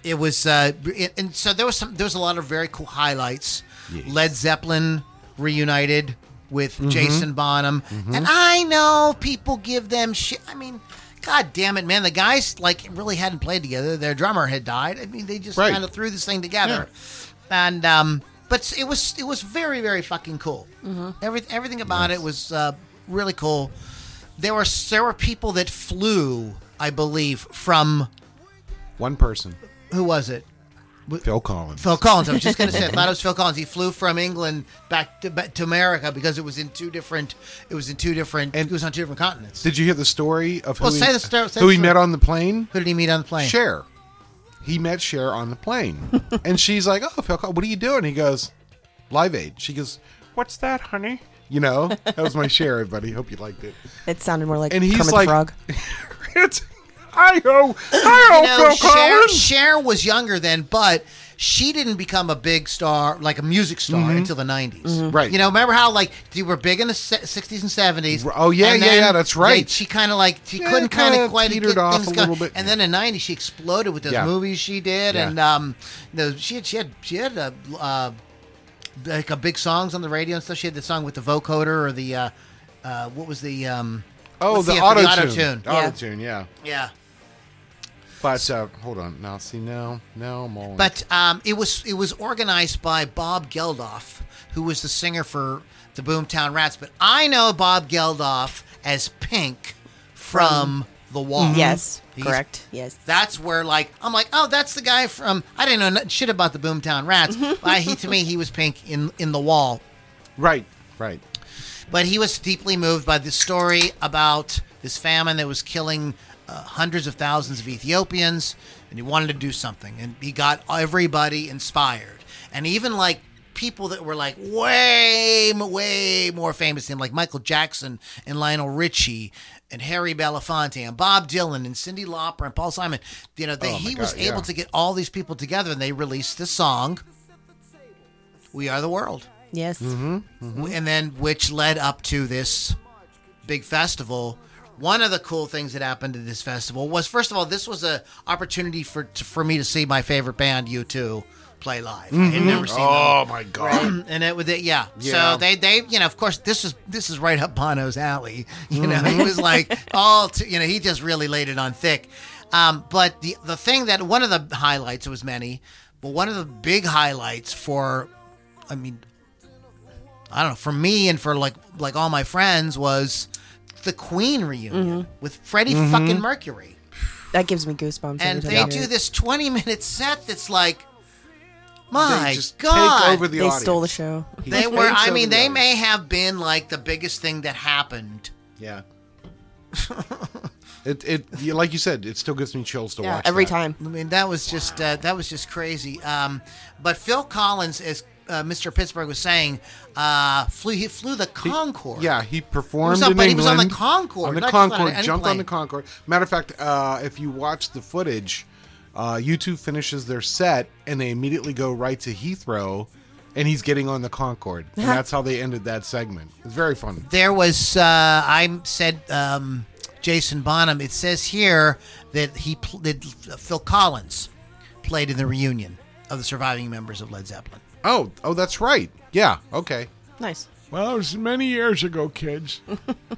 [SPEAKER 1] It was, uh, and- and so there was some. There was a lot of very cool highlights.
[SPEAKER 2] Yes. Mm-hmm.
[SPEAKER 1] Led Zeppelin reunited with Jason Bonham, and I know people give them shit. I mean. God damn it, man! The guys like really hadn't played together. Their drummer had died. I mean, they just
[SPEAKER 2] Right.
[SPEAKER 1] kind of threw this thing together, and um, but it was it was very very fucking cool.
[SPEAKER 2] Mm-hmm.
[SPEAKER 1] Every, everything about it was uh, really cool. There were there were people that flew, I believe, from
[SPEAKER 2] One person,
[SPEAKER 1] who was it?
[SPEAKER 2] Phil Collins.
[SPEAKER 1] Phil Collins. I was just going to say, I thought it was Phil Collins. He flew from England back to, back to America because it was in two different. It was in two different. it was on two different continents.
[SPEAKER 2] Did you hear the story of who
[SPEAKER 1] Well,
[SPEAKER 2] he,
[SPEAKER 1] say the sto- say
[SPEAKER 2] who
[SPEAKER 1] the
[SPEAKER 2] he
[SPEAKER 1] story.
[SPEAKER 2] met on the plane?
[SPEAKER 1] who did he meet on the plane?
[SPEAKER 2] Cher. He met Cher on the plane, and she's like, "Oh, Phil, Collins, what are you doing?" He goes, "Live Aid." She goes, "What's that, honey?" You know, that was my Cher, everybody. Hope you liked it.
[SPEAKER 3] It sounded more like
[SPEAKER 2] And he's
[SPEAKER 3] Kermit
[SPEAKER 2] like,
[SPEAKER 3] the Frog.
[SPEAKER 2] it's, "I ho,
[SPEAKER 1] You
[SPEAKER 2] I ho,
[SPEAKER 1] know,
[SPEAKER 2] Phil
[SPEAKER 1] Cher,
[SPEAKER 2] Collins."
[SPEAKER 1] Cher was younger then, but she didn't become a big star, like a music star, until the 90s.
[SPEAKER 2] Right.
[SPEAKER 1] You know, remember how, like, they were big in the se- 60s and 70s.
[SPEAKER 2] Oh, yeah,
[SPEAKER 1] and
[SPEAKER 2] yeah,
[SPEAKER 1] then
[SPEAKER 2] yeah, that's right.
[SPEAKER 1] they- she kind of, like, she
[SPEAKER 2] Yeah,
[SPEAKER 1] couldn't kind
[SPEAKER 2] kinda
[SPEAKER 1] of quite
[SPEAKER 2] petered
[SPEAKER 1] get
[SPEAKER 2] off
[SPEAKER 1] things
[SPEAKER 2] a
[SPEAKER 1] going.
[SPEAKER 2] little bit,
[SPEAKER 1] And
[SPEAKER 2] yeah.
[SPEAKER 1] then in 90s, she exploded with those
[SPEAKER 2] Yeah.
[SPEAKER 1] movies she did.
[SPEAKER 2] Yeah.
[SPEAKER 1] And, um, you know, she had, she had, she had a, uh, like, a big songs on the radio and stuff. She had the song with the vocoder or the, uh, uh, what was the, um,
[SPEAKER 2] Oh,
[SPEAKER 1] what's
[SPEAKER 2] the,
[SPEAKER 1] the
[SPEAKER 2] auto
[SPEAKER 1] auto-tune.
[SPEAKER 2] tune,
[SPEAKER 3] Yeah.
[SPEAKER 2] auto tune, yeah.
[SPEAKER 1] yeah.
[SPEAKER 2] But uh, hold on, now see now, now I'm all.
[SPEAKER 1] But um, it was it was organized by Bob Geldof, who was the singer for the Boomtown Rats. But I know Bob Geldof as Pink from The Wall.
[SPEAKER 2] mm-hmm.
[SPEAKER 3] Yes,
[SPEAKER 1] He's-
[SPEAKER 3] correct. Yes.
[SPEAKER 1] That's where like I'm like, oh, that's the guy from. I didn't know nut- shit about the Boomtown Rats.
[SPEAKER 3] Mm-hmm.
[SPEAKER 1] uh, he to me he was Pink in in The Wall,
[SPEAKER 2] right, right.
[SPEAKER 1] but he was deeply moved by this story about this famine that was killing uh, hundreds of thousands of Ethiopians, and he wanted to do something, and he got everybody inspired, and even like people that were like way m- way more famous than him, like Michael Jackson and Lionel Richie and Harry Belafonte and Bob Dylan and Cindy Lauper and Paul Simon, you know, they,
[SPEAKER 2] Oh my
[SPEAKER 1] he was
[SPEAKER 2] God,
[SPEAKER 1] able
[SPEAKER 2] yeah.
[SPEAKER 1] to get all these people together, and they released this song, "We Are the World."
[SPEAKER 3] Yes.
[SPEAKER 2] Mm-hmm.
[SPEAKER 1] and then which led up to this big festival. One of the cool things that happened at this festival was, first of all, this was a opportunity for to, for me to see my favorite band, U2, play live. I had never seen
[SPEAKER 2] Oh my god.
[SPEAKER 1] them, and it was yeah.
[SPEAKER 2] Yeah.
[SPEAKER 1] So they they you know of course this is this is right up Bono's alley. You know
[SPEAKER 2] Mm-hmm.
[SPEAKER 1] he was like all t- you know he just really laid it on thick. Um, but the the thing that one of the highlights it was many, but one of the big highlights for, I mean, I don't know, for me and for like like all my friends was the Queen reunion with Freddie
[SPEAKER 2] Mm-hmm.
[SPEAKER 1] fucking Mercury.
[SPEAKER 3] That gives me goosebumps.
[SPEAKER 1] And
[SPEAKER 3] every
[SPEAKER 1] they
[SPEAKER 3] time I hear
[SPEAKER 1] do
[SPEAKER 3] it.
[SPEAKER 1] this 20 minute set that's like,
[SPEAKER 2] They
[SPEAKER 1] my
[SPEAKER 2] just
[SPEAKER 1] God.
[SPEAKER 2] take over the
[SPEAKER 3] They
[SPEAKER 2] audience.
[SPEAKER 3] stole the show.
[SPEAKER 2] He
[SPEAKER 1] they
[SPEAKER 2] takes
[SPEAKER 1] were, I
[SPEAKER 2] over
[SPEAKER 1] mean,
[SPEAKER 2] the
[SPEAKER 1] they
[SPEAKER 2] audience.
[SPEAKER 1] may have been like the biggest thing that happened.
[SPEAKER 2] Yeah. it it you- like you said, it still gives me chills to
[SPEAKER 3] Yeah,
[SPEAKER 2] watch
[SPEAKER 3] every
[SPEAKER 2] that.
[SPEAKER 3] time.
[SPEAKER 1] I mean, that was just uh, that was just crazy. Um, but Phil Collins, as uh, Mr. Pittsburgh was saying, uh, flew he flew the Concorde.
[SPEAKER 2] Yeah, he performed
[SPEAKER 1] He was on-
[SPEAKER 2] in
[SPEAKER 1] but he was
[SPEAKER 2] England.
[SPEAKER 1] on the Concorde,
[SPEAKER 2] On the
[SPEAKER 1] not just on
[SPEAKER 2] Concorde,
[SPEAKER 1] an
[SPEAKER 2] jumped on the
[SPEAKER 1] airplane.
[SPEAKER 2] Concorde. Matter of fact, uh, if you watch the footage, uh, U2 finishes their set and they immediately go right to Heathrow, and he's getting on the Concorde, and that's how they ended that segment. It's very fun.
[SPEAKER 1] there was uh, I said um, Jason Bonham. It says here that he pl- that Phil Collins played in the reunion of the surviving members of Led Zeppelin.
[SPEAKER 2] Oh, oh, that's right. Yeah. Okay.
[SPEAKER 3] Nice.
[SPEAKER 2] Well, it was many years ago, kids.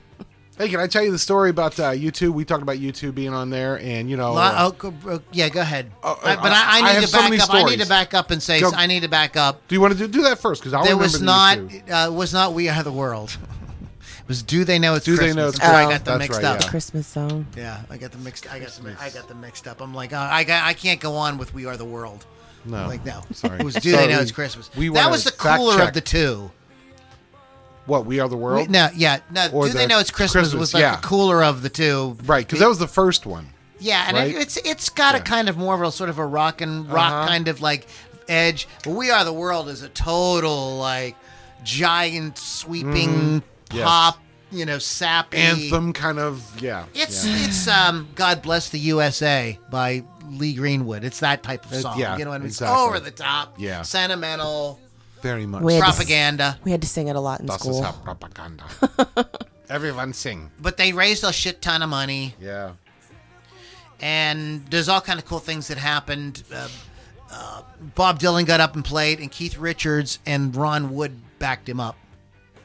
[SPEAKER 2] hey, can I tell you the story about uh, U2? We talked about U2 being on there, and you know,
[SPEAKER 1] Lo-
[SPEAKER 2] uh,
[SPEAKER 1] oh, go- oh, yeah, go ahead.
[SPEAKER 2] Oh,
[SPEAKER 1] I- but I,
[SPEAKER 2] I-
[SPEAKER 1] I
[SPEAKER 2] I
[SPEAKER 1] need
[SPEAKER 2] have
[SPEAKER 1] to
[SPEAKER 2] so
[SPEAKER 1] back
[SPEAKER 2] many
[SPEAKER 1] up. I need
[SPEAKER 2] stories.
[SPEAKER 1] to back up and say
[SPEAKER 2] Go-
[SPEAKER 1] I need to back up.
[SPEAKER 2] do you want to do, do that first? Because I
[SPEAKER 1] There
[SPEAKER 2] remember
[SPEAKER 1] was
[SPEAKER 2] the
[SPEAKER 1] not
[SPEAKER 2] U2.
[SPEAKER 1] uh, was not We Are the World. it was Do They Know It's
[SPEAKER 2] Do They
[SPEAKER 1] Christmas?
[SPEAKER 2] Know It's
[SPEAKER 1] That's where I
[SPEAKER 2] Christmas.
[SPEAKER 1] got them
[SPEAKER 2] That's
[SPEAKER 1] mixed
[SPEAKER 2] right,
[SPEAKER 1] up.
[SPEAKER 2] yeah.
[SPEAKER 3] Christmas song.
[SPEAKER 1] Yeah, I got the mixed. I got the. I got them mixed up. I'm like, uh, I got. I can't go on with "We Are the World."
[SPEAKER 2] No.
[SPEAKER 1] like no.
[SPEAKER 2] Sorry.
[SPEAKER 1] It was "Do
[SPEAKER 2] Sorry.
[SPEAKER 1] They Know It's Christmas."
[SPEAKER 2] We
[SPEAKER 1] that
[SPEAKER 2] wanna
[SPEAKER 1] was the
[SPEAKER 2] fact
[SPEAKER 1] cooler
[SPEAKER 2] check.
[SPEAKER 1] of the two.
[SPEAKER 2] What? We are the
[SPEAKER 1] We-
[SPEAKER 2] world.
[SPEAKER 1] no, yeah, no.
[SPEAKER 2] Or
[SPEAKER 1] "Do They
[SPEAKER 2] the
[SPEAKER 1] Know It's Christmas"
[SPEAKER 2] Christmas,
[SPEAKER 1] was like
[SPEAKER 2] yeah.
[SPEAKER 1] the cooler of the two.
[SPEAKER 2] Right, because that was the first one.
[SPEAKER 1] Yeah, and
[SPEAKER 2] Right? Uh-huh.
[SPEAKER 1] it, it's it's got a kind of more of a sort of a rock and rock kind of like edge. But We Are the World is a total like giant sweeping
[SPEAKER 2] Mm-hmm. yes.
[SPEAKER 1] pop, you know, sappy
[SPEAKER 2] anthem kind of yeah.
[SPEAKER 1] It's
[SPEAKER 2] yeah.
[SPEAKER 1] it's um God Bless the USA by Lee Greenwood. It's that type of song.
[SPEAKER 2] yeah,
[SPEAKER 1] you know what I mean?
[SPEAKER 2] exactly.
[SPEAKER 1] It's over the top.
[SPEAKER 2] Yeah.
[SPEAKER 1] Sentimental
[SPEAKER 2] very much.
[SPEAKER 3] With-
[SPEAKER 1] propaganda.
[SPEAKER 3] We had to sing it a lot in
[SPEAKER 2] Das ist
[SPEAKER 3] school.
[SPEAKER 2] ja propaganda. Everyone sing.
[SPEAKER 1] But they raised a shit ton of money.
[SPEAKER 2] Yeah.
[SPEAKER 1] and there's all kind of cool things that happened. Uh, uh, Bob Dylan got up and played, and Keith Richards and Ron Wood backed him up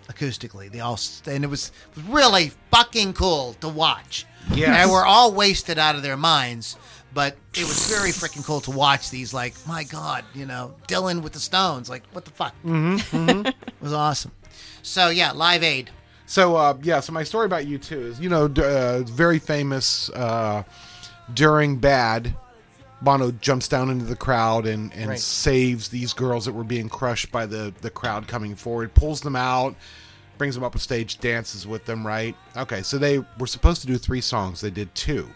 [SPEAKER 1] acoustically. They all and it was really fucking cool to watch.
[SPEAKER 2] Yes.
[SPEAKER 1] and we're all wasted out of their minds, but it was very freaking cool to watch these. Like, my God, you know, Dylan with the Stones. Like, what the fuck? Mm-hmm, it was awesome. So yeah, Live Aid.
[SPEAKER 2] So uh, yeah, so my story about you too is you know d- uh, very famous uh, during Bad. Bono jumps down into the crowd and, and
[SPEAKER 1] Right.
[SPEAKER 2] saves these girls that were being crushed by the, the crowd coming forward, pulls them out, brings them up on stage, dances with them, right? Okay, so they were supposed to do three songs. They did two.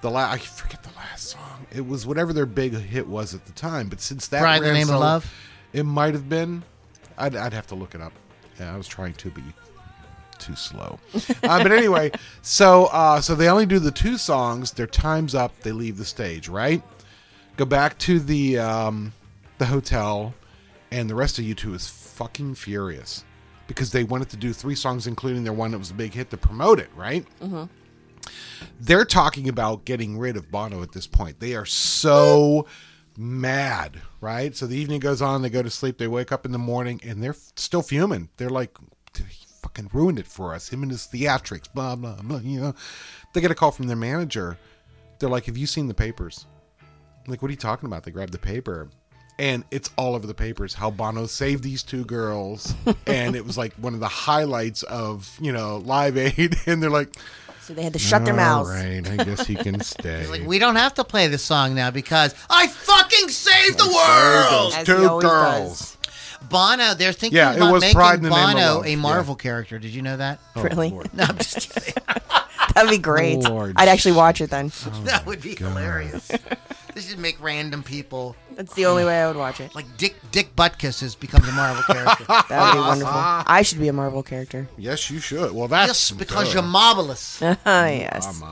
[SPEAKER 2] The la- I forget the last song. It was whatever their big hit was at the time, but since that
[SPEAKER 1] Pride in the
[SPEAKER 2] ran
[SPEAKER 1] Name of
[SPEAKER 2] so-
[SPEAKER 1] Love?
[SPEAKER 2] it might have been. I'd, I'd have to look it up. Yeah, I was trying to, but you too slow. uh, but anyway, so uh, so they only do the two songs. Their time's up. They leave the stage. Right. Go back to the um, the hotel, and the rest of you two is fucking furious because they wanted to do three songs, including their one that was a big hit to promote it. Right. Mm-hmm. They're talking about getting rid of Bono at this point. They are so mad, right? So the evening goes on, they go to sleep, they wake up in the morning, and they're f- still fuming. They're like, he fucking ruined it for us. Him and his theatrics, blah, blah, blah. You know, they get a call from their manager. They're like, Have you seen the papers? I'm like, what are you talking about? They grab the paper. And it's all over the papers how Bono saved these two girls. and it was like one of the highlights of, you know, Live Aid. And they're like,
[SPEAKER 3] So they had to shut their mouths.
[SPEAKER 2] All right, I guess he can stay.
[SPEAKER 1] Like, we don't have to play this song now because I fucking saved the world.
[SPEAKER 3] As
[SPEAKER 2] Two
[SPEAKER 3] he always
[SPEAKER 2] girls.
[SPEAKER 1] Bono, they're thinking
[SPEAKER 2] Yeah, it
[SPEAKER 1] about
[SPEAKER 2] was
[SPEAKER 1] making
[SPEAKER 2] Pride in the Name of
[SPEAKER 1] Bono
[SPEAKER 2] Love,
[SPEAKER 1] a
[SPEAKER 2] yeah.
[SPEAKER 1] Marvel character. Did you know that?
[SPEAKER 3] does. Really?
[SPEAKER 1] No, I'm just kidding.
[SPEAKER 3] That'd be great.
[SPEAKER 2] Oh, Lord.
[SPEAKER 3] I'd actually watch it then.
[SPEAKER 1] that would be hilarious. This should make random people
[SPEAKER 3] That's the only way I would watch it.
[SPEAKER 1] like Dick Dick Butkus has become a Marvel character.
[SPEAKER 3] That would be wonderful. I should be a Marvel character.
[SPEAKER 2] Yes, you should. Well, that's
[SPEAKER 1] yes, because you're marvelous.
[SPEAKER 3] Ah, yes.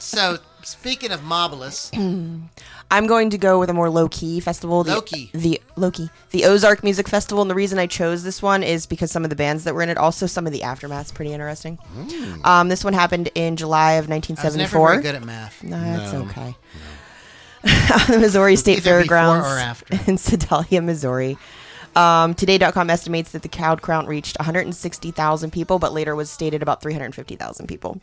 [SPEAKER 1] So speaking of marvelous,
[SPEAKER 3] I'm going to go with a more low key festival. The,
[SPEAKER 1] Low-key.
[SPEAKER 3] The Loki. The Ozark Music Festival. And the reason I chose this one is because some of the bands that were in it, also some of the aftermath's pretty interesting. Um, this one happened in July of
[SPEAKER 1] Mm. I was never very
[SPEAKER 3] 1974.
[SPEAKER 1] good at math.
[SPEAKER 3] No, that's okay. On the Missouri State
[SPEAKER 1] Either before
[SPEAKER 3] Fairgrounds
[SPEAKER 1] or after.
[SPEAKER 3] in Sedalia, Missouri. Um, Today.com estimates that the crowd count reached 160,000 people, but later was stated about 350,000 people.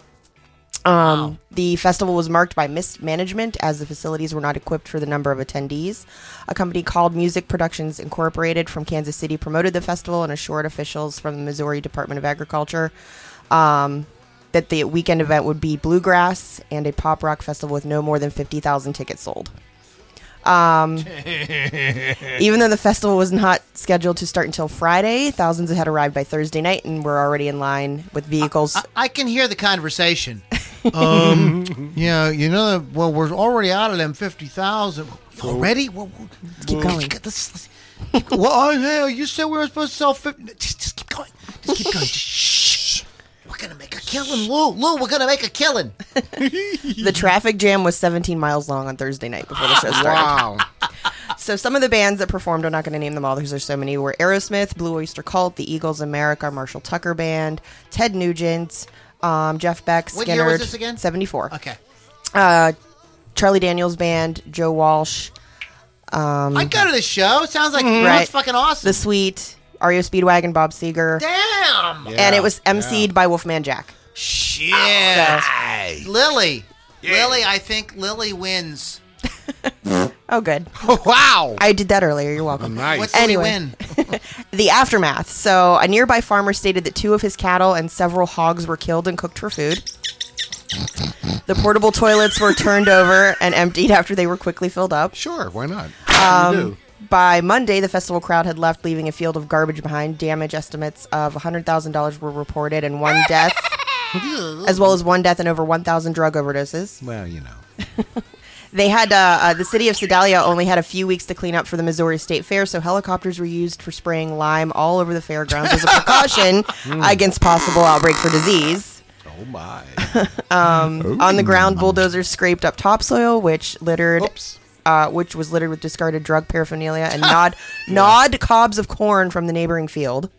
[SPEAKER 3] Um, The festival was marked by mismanagement as the facilities were not equipped for the number of attendees. A company called Music Productions Incorporated from Kansas City promoted the festival and assured officials from the Missouri Department of Agriculture um, that the weekend event would be bluegrass and a pop rock festival with no more than 50,000 tickets sold. Um, even though the festival was not scheduled to start until Friday, thousands had arrived by Thursday night and were already in line with vehicles.
[SPEAKER 1] I, I can hear the conversation. um, yeah, you know, well, we're already out of them fifty thousand already. Well, well,
[SPEAKER 3] keep going.
[SPEAKER 1] let's- let's- well, oh, hell, you said we were supposed to sell fifty. Just, just keep going. Just keep going. Just shh. We're gonna make a killing, Lou. Lou, we're gonna make a killing.
[SPEAKER 3] the traffic jam was 17 miles long on Thursday night before the show started.
[SPEAKER 2] wow.
[SPEAKER 3] So some of the bands that performed, I'm not going to name them all because there's so many, were Aerosmith, Blue Oyster Cult, The Eagles, America, Marshall Tucker Band, Ted Nugent, um, Jeff Beck,
[SPEAKER 1] What
[SPEAKER 3] Skinner.
[SPEAKER 1] year was this again?
[SPEAKER 3] 74.
[SPEAKER 1] Okay,
[SPEAKER 3] Uh, Charlie Daniels Band, Joe Walsh,
[SPEAKER 1] I'd go to the show. Sounds like sounds
[SPEAKER 3] Mm-hmm. Right.
[SPEAKER 1] fucking awesome.
[SPEAKER 3] The Sweet, Ario Speedwagon, Bob Seger.
[SPEAKER 1] Damn.
[SPEAKER 2] Yeah,
[SPEAKER 3] And it was emceed by Wolfman Jack.
[SPEAKER 1] Shit.
[SPEAKER 3] So-
[SPEAKER 1] Lily. Lily, I think Lily wins.
[SPEAKER 3] Oh, good.
[SPEAKER 2] yeah. wow.
[SPEAKER 3] I did that earlier. You're welcome.
[SPEAKER 2] nice.
[SPEAKER 1] What's Lily
[SPEAKER 3] Anyway.
[SPEAKER 1] win?
[SPEAKER 3] The aftermath. So, a nearby farmer stated that two of his cattle and several hogs were killed and cooked for food. The portable toilets were turned over and emptied after they were quickly filled up.
[SPEAKER 2] sure. Why not? Um, do.
[SPEAKER 3] By Monday, the festival crowd had left, leaving a field of garbage behind. Damage estimates of $100,000 were reported and one death, as well as one death and over 1,000 drug overdoses.
[SPEAKER 2] Well, you know.
[SPEAKER 3] They had uh, uh, the city of Sedalia only had a few weeks to clean up for the Missouri State Fair, so helicopters were used for spraying lime all over the fairgrounds as a precaution against possible outbreak for disease.
[SPEAKER 2] Oh my!
[SPEAKER 3] On the ground, bulldozers scraped up topsoil, which littered,
[SPEAKER 2] Oops.
[SPEAKER 3] uh, which was littered with discarded drug paraphernalia and gnawed, gnawed cobs of corn from the neighboring field.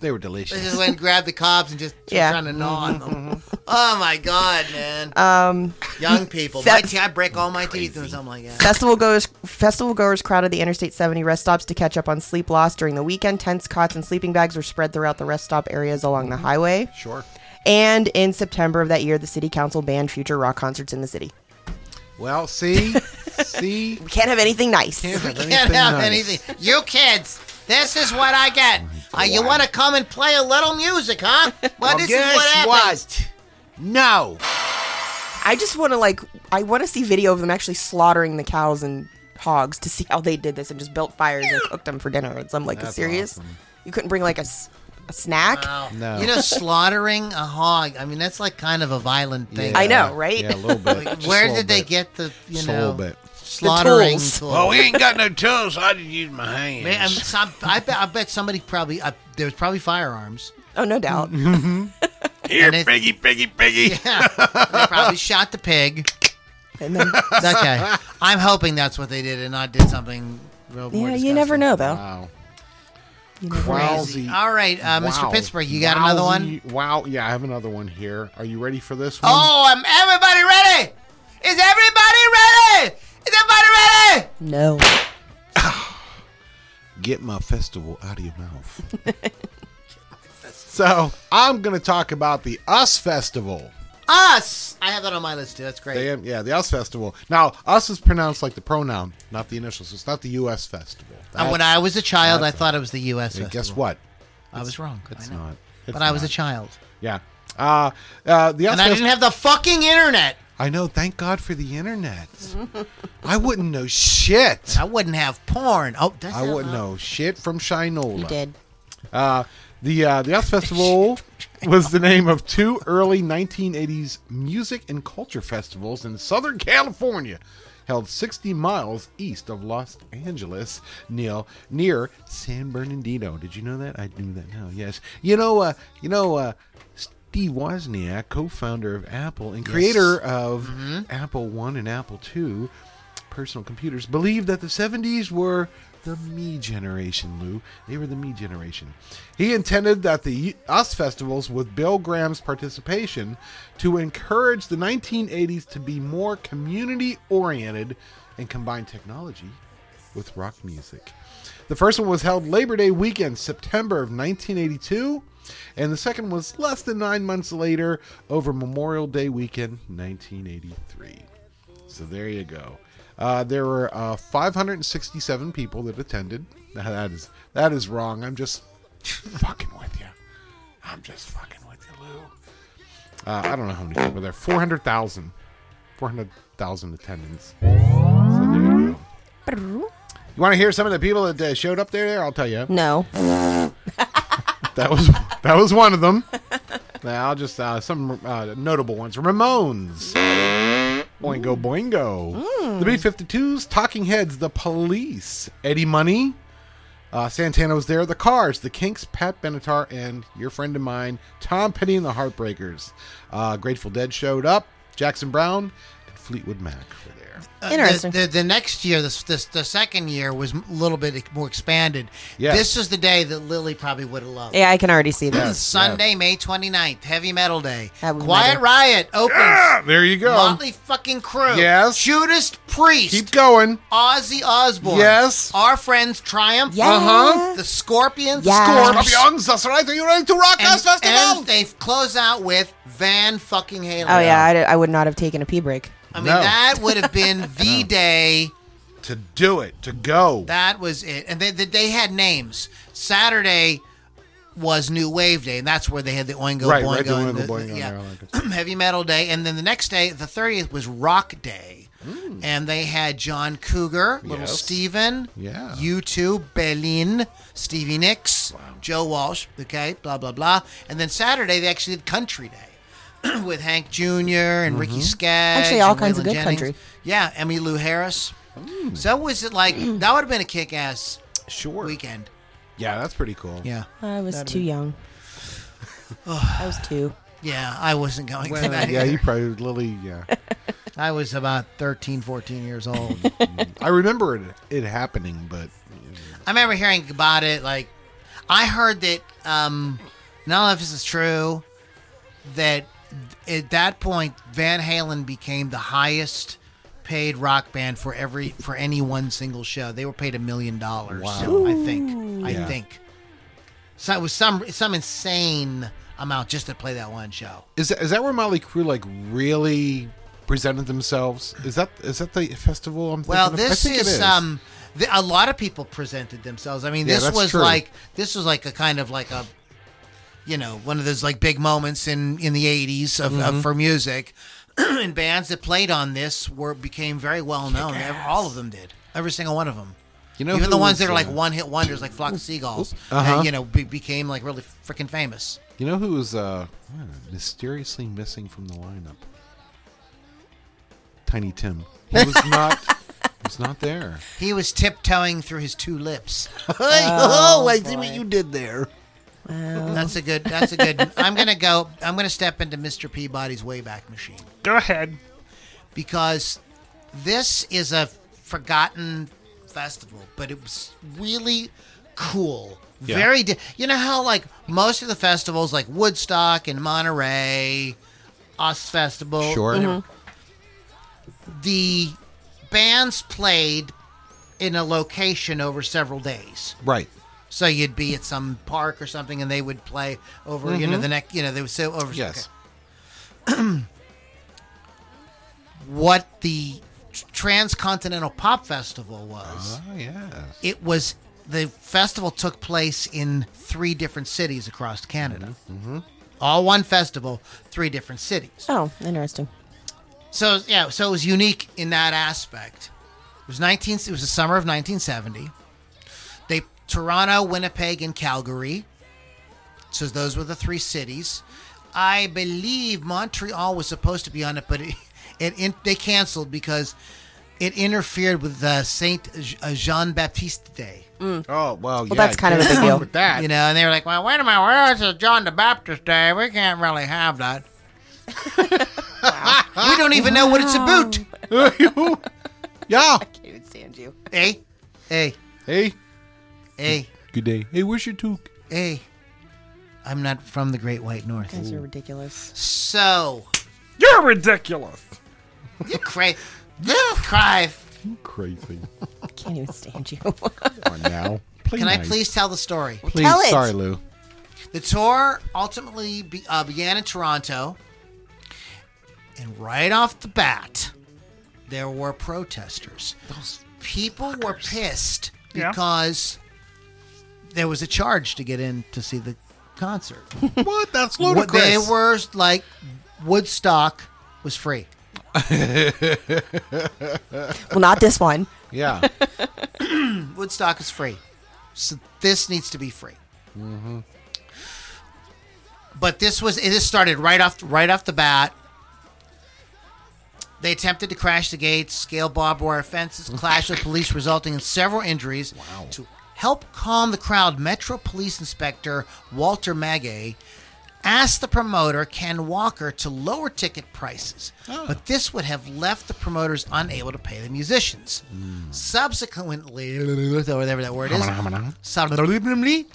[SPEAKER 2] They were
[SPEAKER 1] They
[SPEAKER 2] delicious.
[SPEAKER 1] just went and grabbed the cobs and just
[SPEAKER 3] Yeah. Mm-hmm.
[SPEAKER 1] trying to gnaw on them. oh my god, man! Um, young people, my
[SPEAKER 3] that's-
[SPEAKER 1] te- I break all my teeth or something like that.
[SPEAKER 3] Festival goers, festival goers crowded the Interstate 70 rest stops to catch up on sleep lost during the weekend. Tents, cots, and sleeping bags were spread throughout the rest stop areas along the highway.
[SPEAKER 2] Sure.
[SPEAKER 3] And in September of that year, the city council banned future rock concerts in the city.
[SPEAKER 2] Well, see, see,
[SPEAKER 3] We can't have anything nice.
[SPEAKER 2] can't have
[SPEAKER 1] Can't have
[SPEAKER 2] nice.
[SPEAKER 1] anything. You kids, this is what I get.
[SPEAKER 2] Mm-hmm.
[SPEAKER 1] Uh, you want to come and play a little music, huh? Well, this is what happens.
[SPEAKER 2] No.
[SPEAKER 3] I just want to like, I want to see video of them actually slaughtering the cows and hogs to see how they did this and just built fires and cooked them for dinner. And so I'm like,
[SPEAKER 2] That's
[SPEAKER 3] serious?
[SPEAKER 2] awesome.
[SPEAKER 3] You couldn't bring like a, s- a snack?
[SPEAKER 1] Wow.
[SPEAKER 2] No.
[SPEAKER 1] Oh. You know, slaughtering a hog. I mean, that's like kind of a violent thing.
[SPEAKER 3] I know, right?
[SPEAKER 2] Yeah, a little bit. Just a
[SPEAKER 1] Where
[SPEAKER 2] little
[SPEAKER 1] did they
[SPEAKER 2] bit.
[SPEAKER 1] get the you
[SPEAKER 2] Just a
[SPEAKER 1] know
[SPEAKER 2] little bit. Oh,
[SPEAKER 1] slaughtering
[SPEAKER 3] tools.
[SPEAKER 1] tool?
[SPEAKER 4] Well, we ain't got no tools, so I just use my hands.
[SPEAKER 1] Man, I'm- some, I, bet, I bet somebody probably uh, there was probably firearms.
[SPEAKER 3] Oh, no doubt.
[SPEAKER 4] Here,
[SPEAKER 1] and if-
[SPEAKER 4] piggy, piggy, piggy.
[SPEAKER 1] Yeah, they probably shot the pig.
[SPEAKER 3] And then,
[SPEAKER 1] Okay, I'm hoping that's what they did and not did something real. more
[SPEAKER 3] yeah, you never
[SPEAKER 1] disgusting.
[SPEAKER 3] know though.
[SPEAKER 2] Wow.
[SPEAKER 3] You never know.
[SPEAKER 2] Crazy.
[SPEAKER 1] All right, uh, Mr.
[SPEAKER 2] Wow.
[SPEAKER 1] Pittsburgh, you got another one?
[SPEAKER 2] Wowzy- Wow. Yeah, I have another one here. Are you ready for this one?
[SPEAKER 1] Oh, um, everybody ready? Is everybody ready? Is everybody ready?
[SPEAKER 3] No.
[SPEAKER 2] Get my festival out of your mouth. so I'm going to talk about the US Festival.
[SPEAKER 1] Us. I have that on my list too. That's great.
[SPEAKER 2] They, yeah, the US Festival. Now, us is pronounced like the pronoun, not the initials. It's not the US Festival.
[SPEAKER 1] And when I was a child, I thought it was the U.S.
[SPEAKER 2] That's-
[SPEAKER 1] festival.
[SPEAKER 2] guess what?
[SPEAKER 1] I was wrong.
[SPEAKER 2] It's
[SPEAKER 1] I know.
[SPEAKER 2] not. It's
[SPEAKER 1] but I was a
[SPEAKER 2] not.
[SPEAKER 1] child,
[SPEAKER 2] Yeah. Uh, uh, the US
[SPEAKER 1] and I
[SPEAKER 2] Festival.
[SPEAKER 1] didn't have the fucking internet.
[SPEAKER 2] I know. Thank God for the internet. I wouldn't know shit.
[SPEAKER 1] I wouldn't have porn. Oh, that's
[SPEAKER 2] I wouldn't know shit from Shinola.
[SPEAKER 3] You did.
[SPEAKER 2] Uh, the uh, the Us Festival was the name of two early 1980s music and culture festivals in Southern California, held 60 miles east of Los Angeles, near near San Bernardino. Did you know that? I knew that now. Yes. You know. Uh, you know. Uh, Steve Wozniak, co-founder of Apple and creator of Apple One and Apple Two, personal computers believed that the 70s were the me generation, Lou. They were the me generation. He intended that the US festivals, with Bill Graham's participation, to encourage the 1980s to be more community oriented and combine technology with rock music. The first one was held Labor Day weekend, September of 1982, and the second was less than nine months later over Memorial Day weekend, 1983. So there you go. Uh, there were uh, 567 people that attended. Now, that is that is wrong. I'm just fucking with you. I'm just fucking with you, Lou. Uh, I don't know how many people there. 400,000. 400,000 attendants. So there you go. You want to hear some of the people that uh, showed up there? I'll tell you.
[SPEAKER 3] No.
[SPEAKER 2] That was that was one of them. Now, I'll just uh, some uh, notable ones: Ramones, Boingo Boingo,
[SPEAKER 1] Mm.
[SPEAKER 2] the B-52s, Talking Heads, The Police, Eddie Money, uh, Santana was there, The Cars, The Kinks, Pat Benatar, and your friend of mine, Tom Petty and the Heartbreakers. Uh, Grateful Dead showed up, Jackson Brown, and Fleetwood Mac were there.
[SPEAKER 1] Uh,
[SPEAKER 3] Interesting.
[SPEAKER 1] The, the, the next year, the, the, the second year was a little bit more expanded.
[SPEAKER 2] Yes.
[SPEAKER 1] This is the day that Lily probably would have loved.
[SPEAKER 3] Yeah, I can already see this.
[SPEAKER 1] Sunday, May 29th, Heavy Metal Day.
[SPEAKER 3] That would be
[SPEAKER 1] Quiet
[SPEAKER 3] my day.
[SPEAKER 1] Riot opens.
[SPEAKER 2] there you go.
[SPEAKER 1] Motley fucking crew.
[SPEAKER 2] Yes.
[SPEAKER 1] Judas Priest.
[SPEAKER 2] Keep going.
[SPEAKER 1] Ozzy Osbourne.
[SPEAKER 2] Yes.
[SPEAKER 1] Our friends Triumph.
[SPEAKER 3] Yeah. Uh-huh.
[SPEAKER 1] The Scorpions.
[SPEAKER 3] Yeah.
[SPEAKER 1] Scorps.
[SPEAKER 2] Scorpions, that's right. Are you ready to rock
[SPEAKER 1] And,
[SPEAKER 2] us, festival?
[SPEAKER 1] and they close out with Van fucking Halen.
[SPEAKER 3] Oh yeah, I, d- I would not have taken a pee break.
[SPEAKER 1] I mean,
[SPEAKER 2] No.
[SPEAKER 1] that would have been the day.
[SPEAKER 2] to do it, to go.
[SPEAKER 1] That was it. And they, they, they had names. Saturday was New Wave Day, and that's where they had the Oingo
[SPEAKER 2] Right,
[SPEAKER 1] Boingo.
[SPEAKER 2] right, the
[SPEAKER 1] and
[SPEAKER 2] Oingo Boingo, yeah, I
[SPEAKER 1] Heavy Metal Day. And then the next day, the 30th, was Rock Day. And they had John Cougar, Little
[SPEAKER 2] Mm. Yes.
[SPEAKER 1] Steven,
[SPEAKER 2] Yeah.
[SPEAKER 1] U2, Berlin, Stevie Nicks, Joe Walsh, okay, blah, blah, blah. And then Saturday, they actually did Country Day. with Hank Jr. and
[SPEAKER 2] Mm-hmm.
[SPEAKER 1] Ricky Skaggs.
[SPEAKER 3] Actually, all
[SPEAKER 1] and
[SPEAKER 3] kinds of
[SPEAKER 1] Waylon
[SPEAKER 3] good
[SPEAKER 1] Jennings.
[SPEAKER 3] country. Hmm.
[SPEAKER 1] Yeah, Emmy Lou Harris. So that was it like that would have been a kick ass
[SPEAKER 2] Sure.
[SPEAKER 1] weekend.
[SPEAKER 2] Yeah, that's pretty cool.
[SPEAKER 1] Yeah.
[SPEAKER 3] I was too young. I was two.
[SPEAKER 1] Yeah, I wasn't going to that.
[SPEAKER 2] yeah,
[SPEAKER 1] either.
[SPEAKER 2] you probably Lily. Yeah,
[SPEAKER 1] I was about 13, 14 years old.
[SPEAKER 2] I remember it, it happening, but
[SPEAKER 1] I remember hearing about it. Like, I heard that. Um, and I don't know if this is true. That at that point, Van Halen became the highest paid rock band for every for any one single show. They were paid a million dollars. I think. I
[SPEAKER 2] Yeah.
[SPEAKER 1] think. So it was some some insane amount just to play that one show.
[SPEAKER 2] is that, is that where Molly Crew like really presented themselves? Is that is that the festival? I'm
[SPEAKER 1] Well,
[SPEAKER 2] thinking of? I
[SPEAKER 1] this
[SPEAKER 2] think it
[SPEAKER 1] is, um, th- a lot of people presented themselves. I mean,
[SPEAKER 2] Yeah,
[SPEAKER 1] this
[SPEAKER 2] that's
[SPEAKER 1] was
[SPEAKER 2] true.
[SPEAKER 1] like this was like a kind of like a, you know, one of those like big moments in in the '80s of,
[SPEAKER 2] Mm-hmm.
[SPEAKER 1] of for music, and bands that played on this were became very well known. Ev- All of them did. Every single one of them.
[SPEAKER 2] You know
[SPEAKER 1] even
[SPEAKER 2] who
[SPEAKER 1] the ones
[SPEAKER 2] was,
[SPEAKER 1] that are like
[SPEAKER 2] uh,
[SPEAKER 1] one hit wonders, like Flock of Seagulls,
[SPEAKER 2] Uh-huh.
[SPEAKER 1] that, you know, be- became like really freaking famous.
[SPEAKER 2] You know who was uh, mysteriously missing from the lineup? Tiny Tim. He was not. he was not there.
[SPEAKER 1] He was tiptoeing through his two lips.
[SPEAKER 2] Oh, I see what you did there.
[SPEAKER 1] That's a good. That's a good. I'm gonna go. I'm gonna step into Mr. Peabody's Wayback Machine. Go ahead. Because this is a forgotten festival, but it was really cool. Very. Di- you know how like most of the festivals, like Woodstock and Monterey, Us Festival,
[SPEAKER 2] Sure.
[SPEAKER 1] mm-hmm. the bands played in a location over several days.
[SPEAKER 2] Right.
[SPEAKER 1] So you'd be at some park or something, and they would play over, you know, the next, you know, they would say over.
[SPEAKER 2] Yes.
[SPEAKER 1] okay. What the Transcontinental Pop Festival was,
[SPEAKER 2] Oh yes.
[SPEAKER 1] it was the festival took place in three different cities across Canada. Mm-hmm. All one festival, three different cities.
[SPEAKER 3] Oh, interesting.
[SPEAKER 1] So yeah, so it was unique in that aspect. It was nineteen. It was the summer of nineteen seventy. They Toronto, Winnipeg, and Calgary. So those were the three cities. I believe Montreal was supposed to be on it, but it, it in, they canceled because it interfered with the Saint uh, Jean Baptiste Day.
[SPEAKER 2] Oh well. yeah,
[SPEAKER 3] that's kind of a
[SPEAKER 2] can't
[SPEAKER 3] big
[SPEAKER 2] go
[SPEAKER 3] deal.
[SPEAKER 2] With that.
[SPEAKER 1] You know, and they were like, "Well, wait a minute, where is it John the Baptist Day? We can't really have that. we don't even know what it's about."
[SPEAKER 2] yeah.
[SPEAKER 3] Can't even stand you.
[SPEAKER 1] Hey, hey,
[SPEAKER 2] Hey.
[SPEAKER 1] hey,
[SPEAKER 2] Good day. Hey, where's your toque?
[SPEAKER 1] hey. I'm not from the Great White North.
[SPEAKER 3] Guys are ridiculous.
[SPEAKER 1] So,
[SPEAKER 6] You're ridiculous.
[SPEAKER 1] you cry. You cry.
[SPEAKER 2] Crazy.
[SPEAKER 3] I can't even stand you.
[SPEAKER 2] Come on now. Play
[SPEAKER 1] Can I
[SPEAKER 2] nice.
[SPEAKER 1] please tell the story?
[SPEAKER 2] Please.
[SPEAKER 3] Tell it.
[SPEAKER 2] Sorry, Lou.
[SPEAKER 1] The tour ultimately be, uh, began in Toronto, and right off the bat, there were protesters. Those people were pissed
[SPEAKER 6] Yeah.
[SPEAKER 1] because there was a charge to get in to see the concert.
[SPEAKER 2] What? That's
[SPEAKER 1] What
[SPEAKER 2] ludicrous.
[SPEAKER 1] they were like, Woodstock was free.
[SPEAKER 3] well, not this one.
[SPEAKER 2] Yeah.
[SPEAKER 1] Woodstock is free. So this needs to be free. But this was it. Just started right off right off the bat. They attempted to crash the gates, scale barbed wire fences, clash with police, resulting in several injuries. Wow. To help calm the crowd, Metro Police Inspector Walter Magay asked the promoter Ken Walker to lower ticket prices, but this would have left the promoters unable to pay the musicians. Subsequently, whatever that word is, subsequently,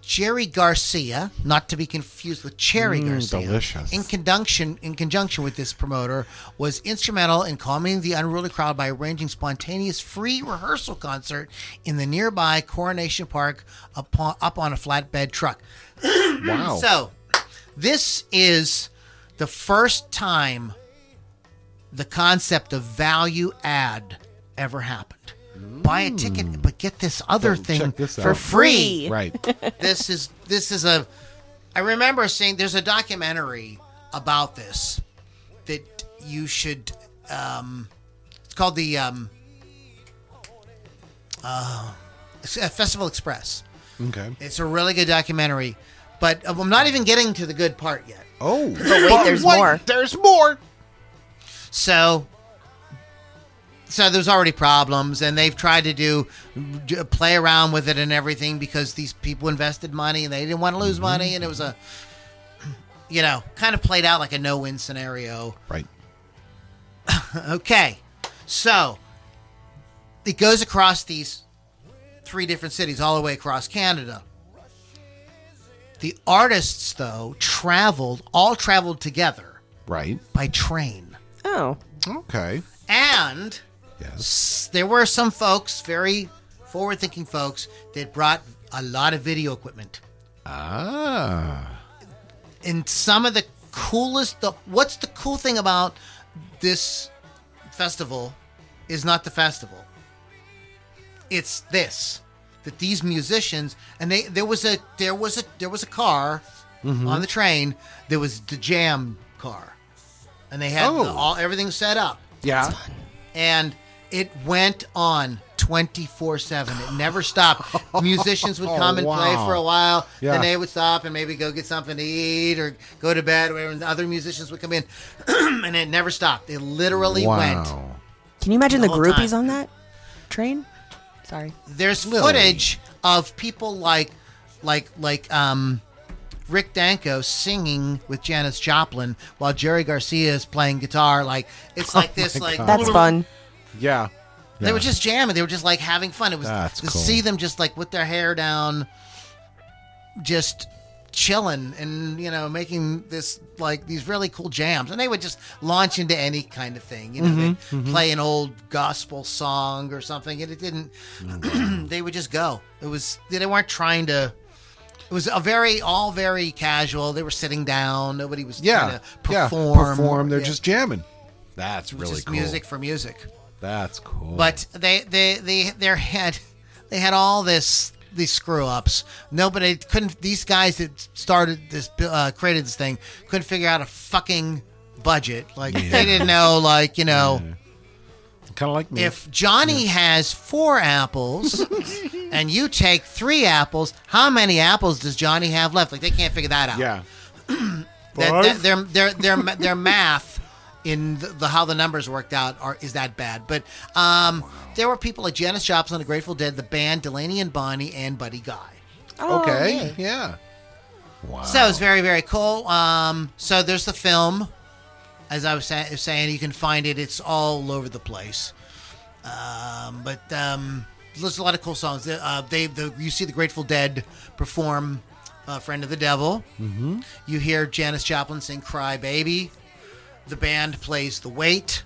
[SPEAKER 1] Jerry Garcia, not to be confused with Cherry Garcia,
[SPEAKER 2] Mm, delicious.
[SPEAKER 1] in conjunction in conjunction with this promoter, was instrumental in calming the unruly crowd by arranging spontaneous free rehearsal concert in the nearby Coronation Park upon, up on a flatbed truck.
[SPEAKER 2] Wow.
[SPEAKER 1] So, this is the first time the concept of value add ever happened. Buy a ticket, but get this other
[SPEAKER 2] Mm. Well,
[SPEAKER 1] thing
[SPEAKER 2] check this
[SPEAKER 1] for
[SPEAKER 2] out.
[SPEAKER 1] free.
[SPEAKER 2] right.
[SPEAKER 1] This is this is a. I remember seeing there's a documentary about this that you should. Um, it's called the um, uh, Festival Express.
[SPEAKER 2] Okay.
[SPEAKER 1] It's a really good documentary, but I'm not even getting to the good part yet.
[SPEAKER 2] Oh,
[SPEAKER 3] wait, there's more.
[SPEAKER 2] There's more.
[SPEAKER 1] So, so there's already problems, and they've tried to do d- play around with it and everything because these people invested money and they didn't want to lose money, and it was a, you know, kind of played out like a no-win scenario.
[SPEAKER 2] Right.
[SPEAKER 1] Okay, so it goes across these three different cities all the way across Canada. The artists, though, traveled all traveled together
[SPEAKER 2] Right.
[SPEAKER 1] by train,
[SPEAKER 3] Oh,
[SPEAKER 2] Okay.
[SPEAKER 1] and
[SPEAKER 2] Yes.
[SPEAKER 1] s- there were some folks, very forward-thinking folks, that brought a lot of video equipment.
[SPEAKER 2] Ah.
[SPEAKER 1] And some of the coolest, the what's the cool thing about this festival is not the festival. It's this that these musicians and they there was a there was a there was a car on the train. There was the jam car, and they had the-
[SPEAKER 2] Oh.
[SPEAKER 1] all everything set up.
[SPEAKER 2] Yeah.
[SPEAKER 1] and it went on 24 7 it never stopped musicians would come and play
[SPEAKER 2] Oh, Wow.
[SPEAKER 1] for a while
[SPEAKER 2] Yeah.
[SPEAKER 1] then they would stop and maybe go get something to eat or go to bed or and other musicians would come in and it never stopped it literally went
[SPEAKER 2] Wow.
[SPEAKER 3] can you imagine the,
[SPEAKER 1] whole
[SPEAKER 3] groupies
[SPEAKER 1] time.
[SPEAKER 3] on that train? Sorry.
[SPEAKER 1] there's footage of people like like like um Rick Danko singing with Janis Joplin while Jerry Garcia is playing guitar like it's
[SPEAKER 2] Oh
[SPEAKER 1] like this like
[SPEAKER 3] That's fun.
[SPEAKER 2] Yeah.
[SPEAKER 1] They were just jamming. They were just like having fun. It was
[SPEAKER 2] That's
[SPEAKER 1] to
[SPEAKER 2] cool.
[SPEAKER 1] see them just like with their hair down, just chilling and you know making this like these really cool jams. And they would just launch into any kind of thing. You know,
[SPEAKER 2] Mm-hmm,
[SPEAKER 1] they'd play an old gospel song or something, and it didn't.
[SPEAKER 2] Oh,
[SPEAKER 1] they would just go. It was they weren't trying to. It was a very all very casual. They were sitting down. Nobody was
[SPEAKER 2] Yeah.
[SPEAKER 1] trying to
[SPEAKER 2] Yeah.
[SPEAKER 1] perform.
[SPEAKER 2] Perform. They're
[SPEAKER 1] Yeah.
[SPEAKER 2] just jamming. That's
[SPEAKER 1] It was
[SPEAKER 2] really
[SPEAKER 1] just
[SPEAKER 2] cool.
[SPEAKER 1] music for music
[SPEAKER 2] That's cool.
[SPEAKER 1] but they they they their head they had all this these screw ups nobody couldn't these guys that started this uh, created this thing couldn't figure out a fucking budget like they didn't know like you know
[SPEAKER 2] kind of like me.
[SPEAKER 1] if johnny has four apples and you take three apples how many apples does johnny have left like they can't figure that out
[SPEAKER 2] yeah.
[SPEAKER 1] that, that- their their their ma- their math in the, the how the numbers worked out are is that bad. But um, there were people like Janis Joplin, The Grateful Dead, the band Delaney and Bonnie, and Buddy Guy.
[SPEAKER 3] Oh,
[SPEAKER 1] Oh,
[SPEAKER 2] Okay. Yeah. Wow.
[SPEAKER 1] So it was very very cool. Um, so there's the film. As I was sa- saying, you can find it. It's all over the place. Um, but um, there's a lot of cool songs. Uh, they the, you see the Grateful Dead perform uh, "Friend of the Devil." Mm-hmm. You hear Janis Joplin sing "Cry Baby." The band plays "The Wait."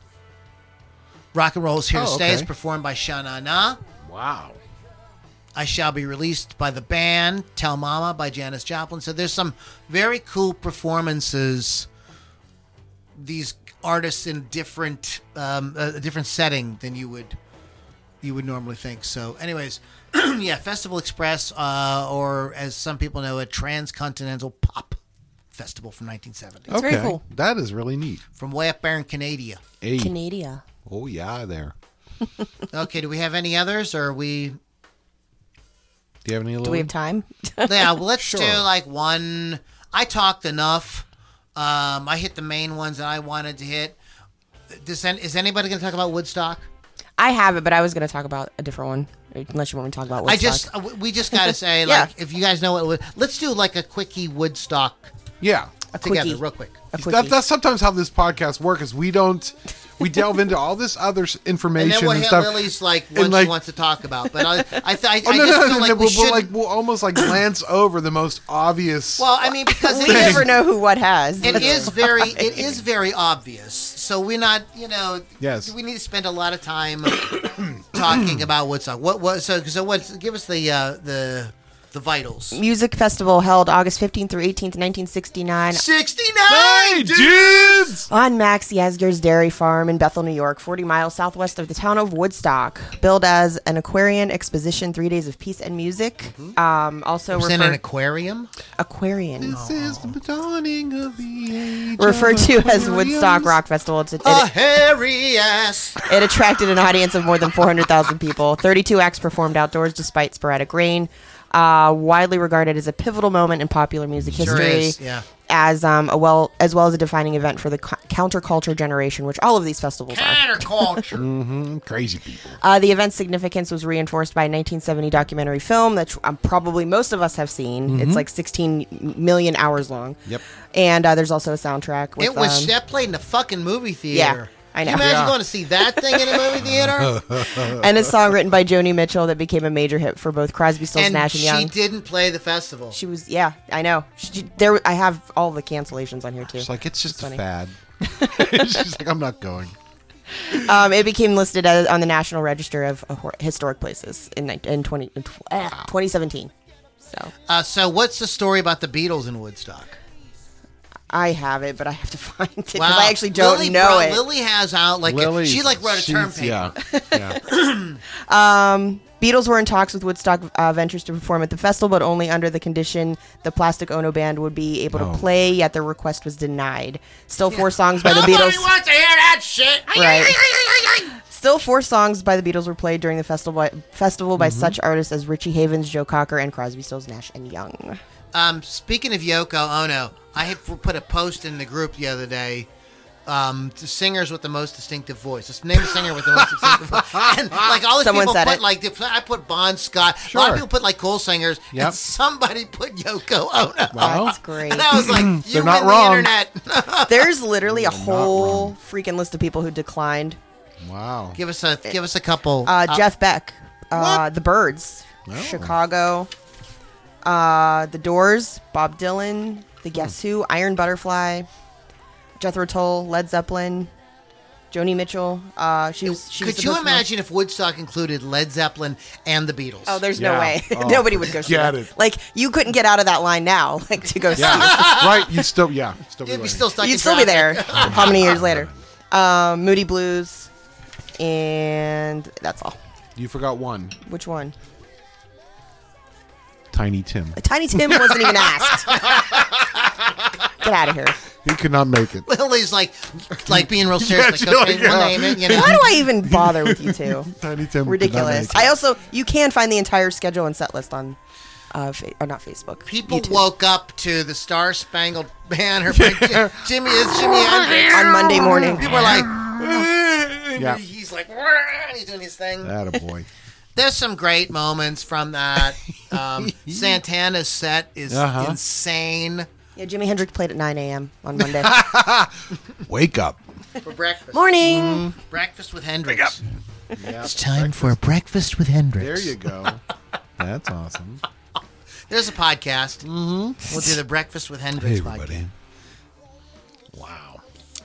[SPEAKER 1] Rock and Roll's Here
[SPEAKER 2] Oh,
[SPEAKER 1] to Stay is
[SPEAKER 2] okay.
[SPEAKER 1] performed by Sha Na.
[SPEAKER 2] wow.
[SPEAKER 1] I Shall Be Released by the band, Tell Mama by Janis Joplin. So there's some very cool performances. These artists in different um, a a different setting than you would you would normally think. So, anyways, yeah, Festival Express, uh, or as some people know, a transcontinental pop festival from 1970,
[SPEAKER 3] It's
[SPEAKER 2] okay.
[SPEAKER 3] very cool.
[SPEAKER 2] That is really neat.
[SPEAKER 1] from way up there in Canada.
[SPEAKER 2] Hey.
[SPEAKER 3] Canada.
[SPEAKER 2] oh yeah. There.
[SPEAKER 1] Okay, do we have any others, or are we
[SPEAKER 2] Do you have any?
[SPEAKER 3] Do we have time?
[SPEAKER 1] yeah, well, let's do
[SPEAKER 2] Sure.
[SPEAKER 1] like one. I talked enough. Um, I hit the main ones that I wanted to hit. Does an, is anybody going to talk about Woodstock?
[SPEAKER 3] I have it, but I was going to talk about a different one. Unless you want me to talk about
[SPEAKER 1] I
[SPEAKER 3] Woodstock.
[SPEAKER 1] just uh, we just got to say
[SPEAKER 3] Yeah.
[SPEAKER 1] like if you guys know what Wood- let's do like a quickie Woodstock
[SPEAKER 2] yeah.
[SPEAKER 1] together
[SPEAKER 3] quickie.
[SPEAKER 1] real quick.
[SPEAKER 3] a
[SPEAKER 2] That,
[SPEAKER 3] quickie.
[SPEAKER 2] that's sometimes how this podcast works. Is we don't we delve into all this other s-
[SPEAKER 1] And
[SPEAKER 2] information
[SPEAKER 1] then
[SPEAKER 2] and,
[SPEAKER 1] we'll hit
[SPEAKER 2] stuff.
[SPEAKER 1] Lily's like
[SPEAKER 2] And,
[SPEAKER 1] what
[SPEAKER 2] like-
[SPEAKER 1] she wants to talk about. But I I, th- I,
[SPEAKER 2] Oh,
[SPEAKER 1] I
[SPEAKER 2] no,
[SPEAKER 1] just
[SPEAKER 2] no,
[SPEAKER 1] feel like
[SPEAKER 2] no, no,
[SPEAKER 1] we
[SPEAKER 2] we'll, we'll,
[SPEAKER 1] should.
[SPEAKER 2] like we'll almost like glance over the most obvious.
[SPEAKER 1] well, I mean because
[SPEAKER 3] we
[SPEAKER 1] it is-
[SPEAKER 3] never know who what has.
[SPEAKER 1] it is very it is very obvious so we're not you know
[SPEAKER 2] Yes.
[SPEAKER 1] we need to spend a lot of time talking about woodstock what was so so what's give us the uh the the vitals
[SPEAKER 3] Music festival held August 15th through 18th, 1969,
[SPEAKER 1] 69
[SPEAKER 2] dudes!
[SPEAKER 3] on Max Yasger's Dairy Farm in Bethel, New York, 40 miles southwest of the town of Woodstock. Billed as an Aquarian exposition, three days of peace and music. Um, also
[SPEAKER 1] was in Mm-hmm. an
[SPEAKER 3] referred
[SPEAKER 1] aquarium
[SPEAKER 3] Aquarian.
[SPEAKER 2] This is the dawning of the age.
[SPEAKER 3] Referred
[SPEAKER 2] of
[SPEAKER 3] to
[SPEAKER 2] Aquarius.
[SPEAKER 3] as Woodstock Rock Festival. It's, it,
[SPEAKER 1] a hairy ass
[SPEAKER 3] It attracted an audience of more than 400,000 people. 32 acts performed outdoors despite sporadic rain. uh, widely regarded as a pivotal moment in popular music
[SPEAKER 1] Sure
[SPEAKER 3] history.
[SPEAKER 1] is, yeah.
[SPEAKER 3] As um, a well as well as a defining event for the cu- counterculture generation, which all of these festivals are.
[SPEAKER 1] Counterculture.
[SPEAKER 2] Crazy people.
[SPEAKER 3] Uh, the event's significance was reinforced by a 1970 documentary film that um, probably most of us have seen. It's like 16 million hours long.
[SPEAKER 2] Mm-hmm. Yep.
[SPEAKER 3] And uh, there's also a soundtrack. With,
[SPEAKER 1] it was
[SPEAKER 3] um,
[SPEAKER 1] that played in a fucking movie
[SPEAKER 3] Yeah,
[SPEAKER 1] theater.
[SPEAKER 3] I
[SPEAKER 1] Can
[SPEAKER 3] know.
[SPEAKER 1] you imagine
[SPEAKER 3] Yeah.
[SPEAKER 1] going to see that thing in a movie theater?
[SPEAKER 3] and a song written by Joni Mitchell that became a major hit for both Crosby, Stills,
[SPEAKER 1] and
[SPEAKER 3] Nash, and
[SPEAKER 1] she
[SPEAKER 3] Young.
[SPEAKER 1] didn't play the festival.
[SPEAKER 3] she was, yeah, I know. She, there, I have all the cancellations on here too.
[SPEAKER 2] It's like it's just
[SPEAKER 3] funny.
[SPEAKER 2] a fad. She's like, I'm not going.
[SPEAKER 3] Um, it became listed as, on the National Register of Hor- Historic Places in, nine- in, 20, in tw- eh, 2017. So
[SPEAKER 1] Uh, so, what's the story about the Beatles in Woodstock?
[SPEAKER 3] I have it, but I have to find it because
[SPEAKER 1] Wow.
[SPEAKER 3] I actually don't
[SPEAKER 1] Lily
[SPEAKER 3] know
[SPEAKER 1] brought-
[SPEAKER 3] it.
[SPEAKER 1] Lily has out like
[SPEAKER 2] Lily,
[SPEAKER 1] a, she like wrote a term
[SPEAKER 2] she's-
[SPEAKER 1] paper.
[SPEAKER 2] Yeah, yeah.
[SPEAKER 3] Beatles were in talks with Woodstock uh, Ventures to perform at the festival, but only under the condition the Plastic Ono Band would be able to play. Yet their request was denied. Still four songs by the Beatles.
[SPEAKER 1] wants to hear that shit.
[SPEAKER 3] Right. Still four songs by the Beatles were played during the festival festival by such artists as Richie Havens, Joe Cocker, and Crosby, Stills, Nash and Young.
[SPEAKER 1] Um, speaking of Yoko Ono, I had put a post in the group the other day. Um, the singers with the most distinctive voice. Let's name a singer with the most distinctive voice. And like all these
[SPEAKER 3] Someone
[SPEAKER 1] people
[SPEAKER 3] said
[SPEAKER 1] put
[SPEAKER 3] it.
[SPEAKER 1] like the- I put Bon Scott. A lot
[SPEAKER 2] Sure.
[SPEAKER 1] of people put like cool singers.
[SPEAKER 2] Yep.
[SPEAKER 1] And somebody put Yoko Ono.
[SPEAKER 2] Wow.
[SPEAKER 3] That's great.
[SPEAKER 1] And I was like, you
[SPEAKER 2] They're
[SPEAKER 1] win
[SPEAKER 2] not
[SPEAKER 1] the
[SPEAKER 2] wrong.
[SPEAKER 1] internet.
[SPEAKER 3] There's literally a whole freaking list of people who declined.
[SPEAKER 2] Wow.
[SPEAKER 1] give us a give us a couple.
[SPEAKER 3] Uh, Jeff Beck, uh, The Birds,
[SPEAKER 1] Oh.
[SPEAKER 3] Chicago, uh, The Doors, Bob Dylan, The
[SPEAKER 1] Hmm.
[SPEAKER 3] Guess Who, Iron Butterfly, Jethro Tull, Led Zeppelin, Joni Mitchell. Uh, she was. She was
[SPEAKER 1] Could you
[SPEAKER 3] supposed to-
[SPEAKER 1] imagine if Woodstock included Led Zeppelin and the Beatles?
[SPEAKER 3] Oh, there's
[SPEAKER 2] Yeah.
[SPEAKER 3] no way.
[SPEAKER 2] Oh,
[SPEAKER 3] Nobody would go see
[SPEAKER 2] forget
[SPEAKER 3] that.
[SPEAKER 2] it.
[SPEAKER 3] Like you couldn't get out of that line now, like to go
[SPEAKER 2] Yeah.
[SPEAKER 3] see. it.
[SPEAKER 2] right. You still. Yeah. Still. be
[SPEAKER 1] You'd be
[SPEAKER 2] waiting.
[SPEAKER 1] still stuck. in
[SPEAKER 3] You'd still be there.
[SPEAKER 1] traffic.
[SPEAKER 3] How many years later? Um, Moody Blues, and that's all.
[SPEAKER 2] You forgot one.
[SPEAKER 3] Which one?
[SPEAKER 2] Tiny Tim.
[SPEAKER 3] Tiny Tim wasn't even asked. Get out of here.
[SPEAKER 2] He could not make it.
[SPEAKER 1] Lily's like, like being real serious.
[SPEAKER 2] Yeah,
[SPEAKER 1] like, okay,
[SPEAKER 2] Julia.
[SPEAKER 1] we'll name it. You know.
[SPEAKER 3] Why do I even bother with you two?
[SPEAKER 2] Tiny Tim.
[SPEAKER 3] Ridiculous.
[SPEAKER 2] Could not make
[SPEAKER 3] I
[SPEAKER 2] it.
[SPEAKER 3] also you can find the entire schedule and set list on, uh, fa- or not Facebook.
[SPEAKER 1] People
[SPEAKER 3] YouTube.
[SPEAKER 1] woke up to the Star Spangled Banner. by Jim- Jimmy is Jimmy Hendrix.
[SPEAKER 3] on Monday morning.
[SPEAKER 1] People are like,
[SPEAKER 2] Yeah.
[SPEAKER 1] he's like, and he's doing his thing.
[SPEAKER 2] That boy.
[SPEAKER 1] There's some great moments from that. Um, Santana's set is
[SPEAKER 2] Uh-huh.
[SPEAKER 1] insane
[SPEAKER 3] Yeah, Jimi Hendrix played at 9 a.m. on Monday
[SPEAKER 2] Wake up.
[SPEAKER 1] for breakfast.
[SPEAKER 3] morning.
[SPEAKER 2] Mm-hmm.
[SPEAKER 1] Breakfast with Hendrix. It's time for breakfast with Hendrix.
[SPEAKER 2] There you go. That's awesome.
[SPEAKER 1] There's a podcast. Mm-hmm. We'll do the Breakfast with Hendrix podcast.
[SPEAKER 2] Wow.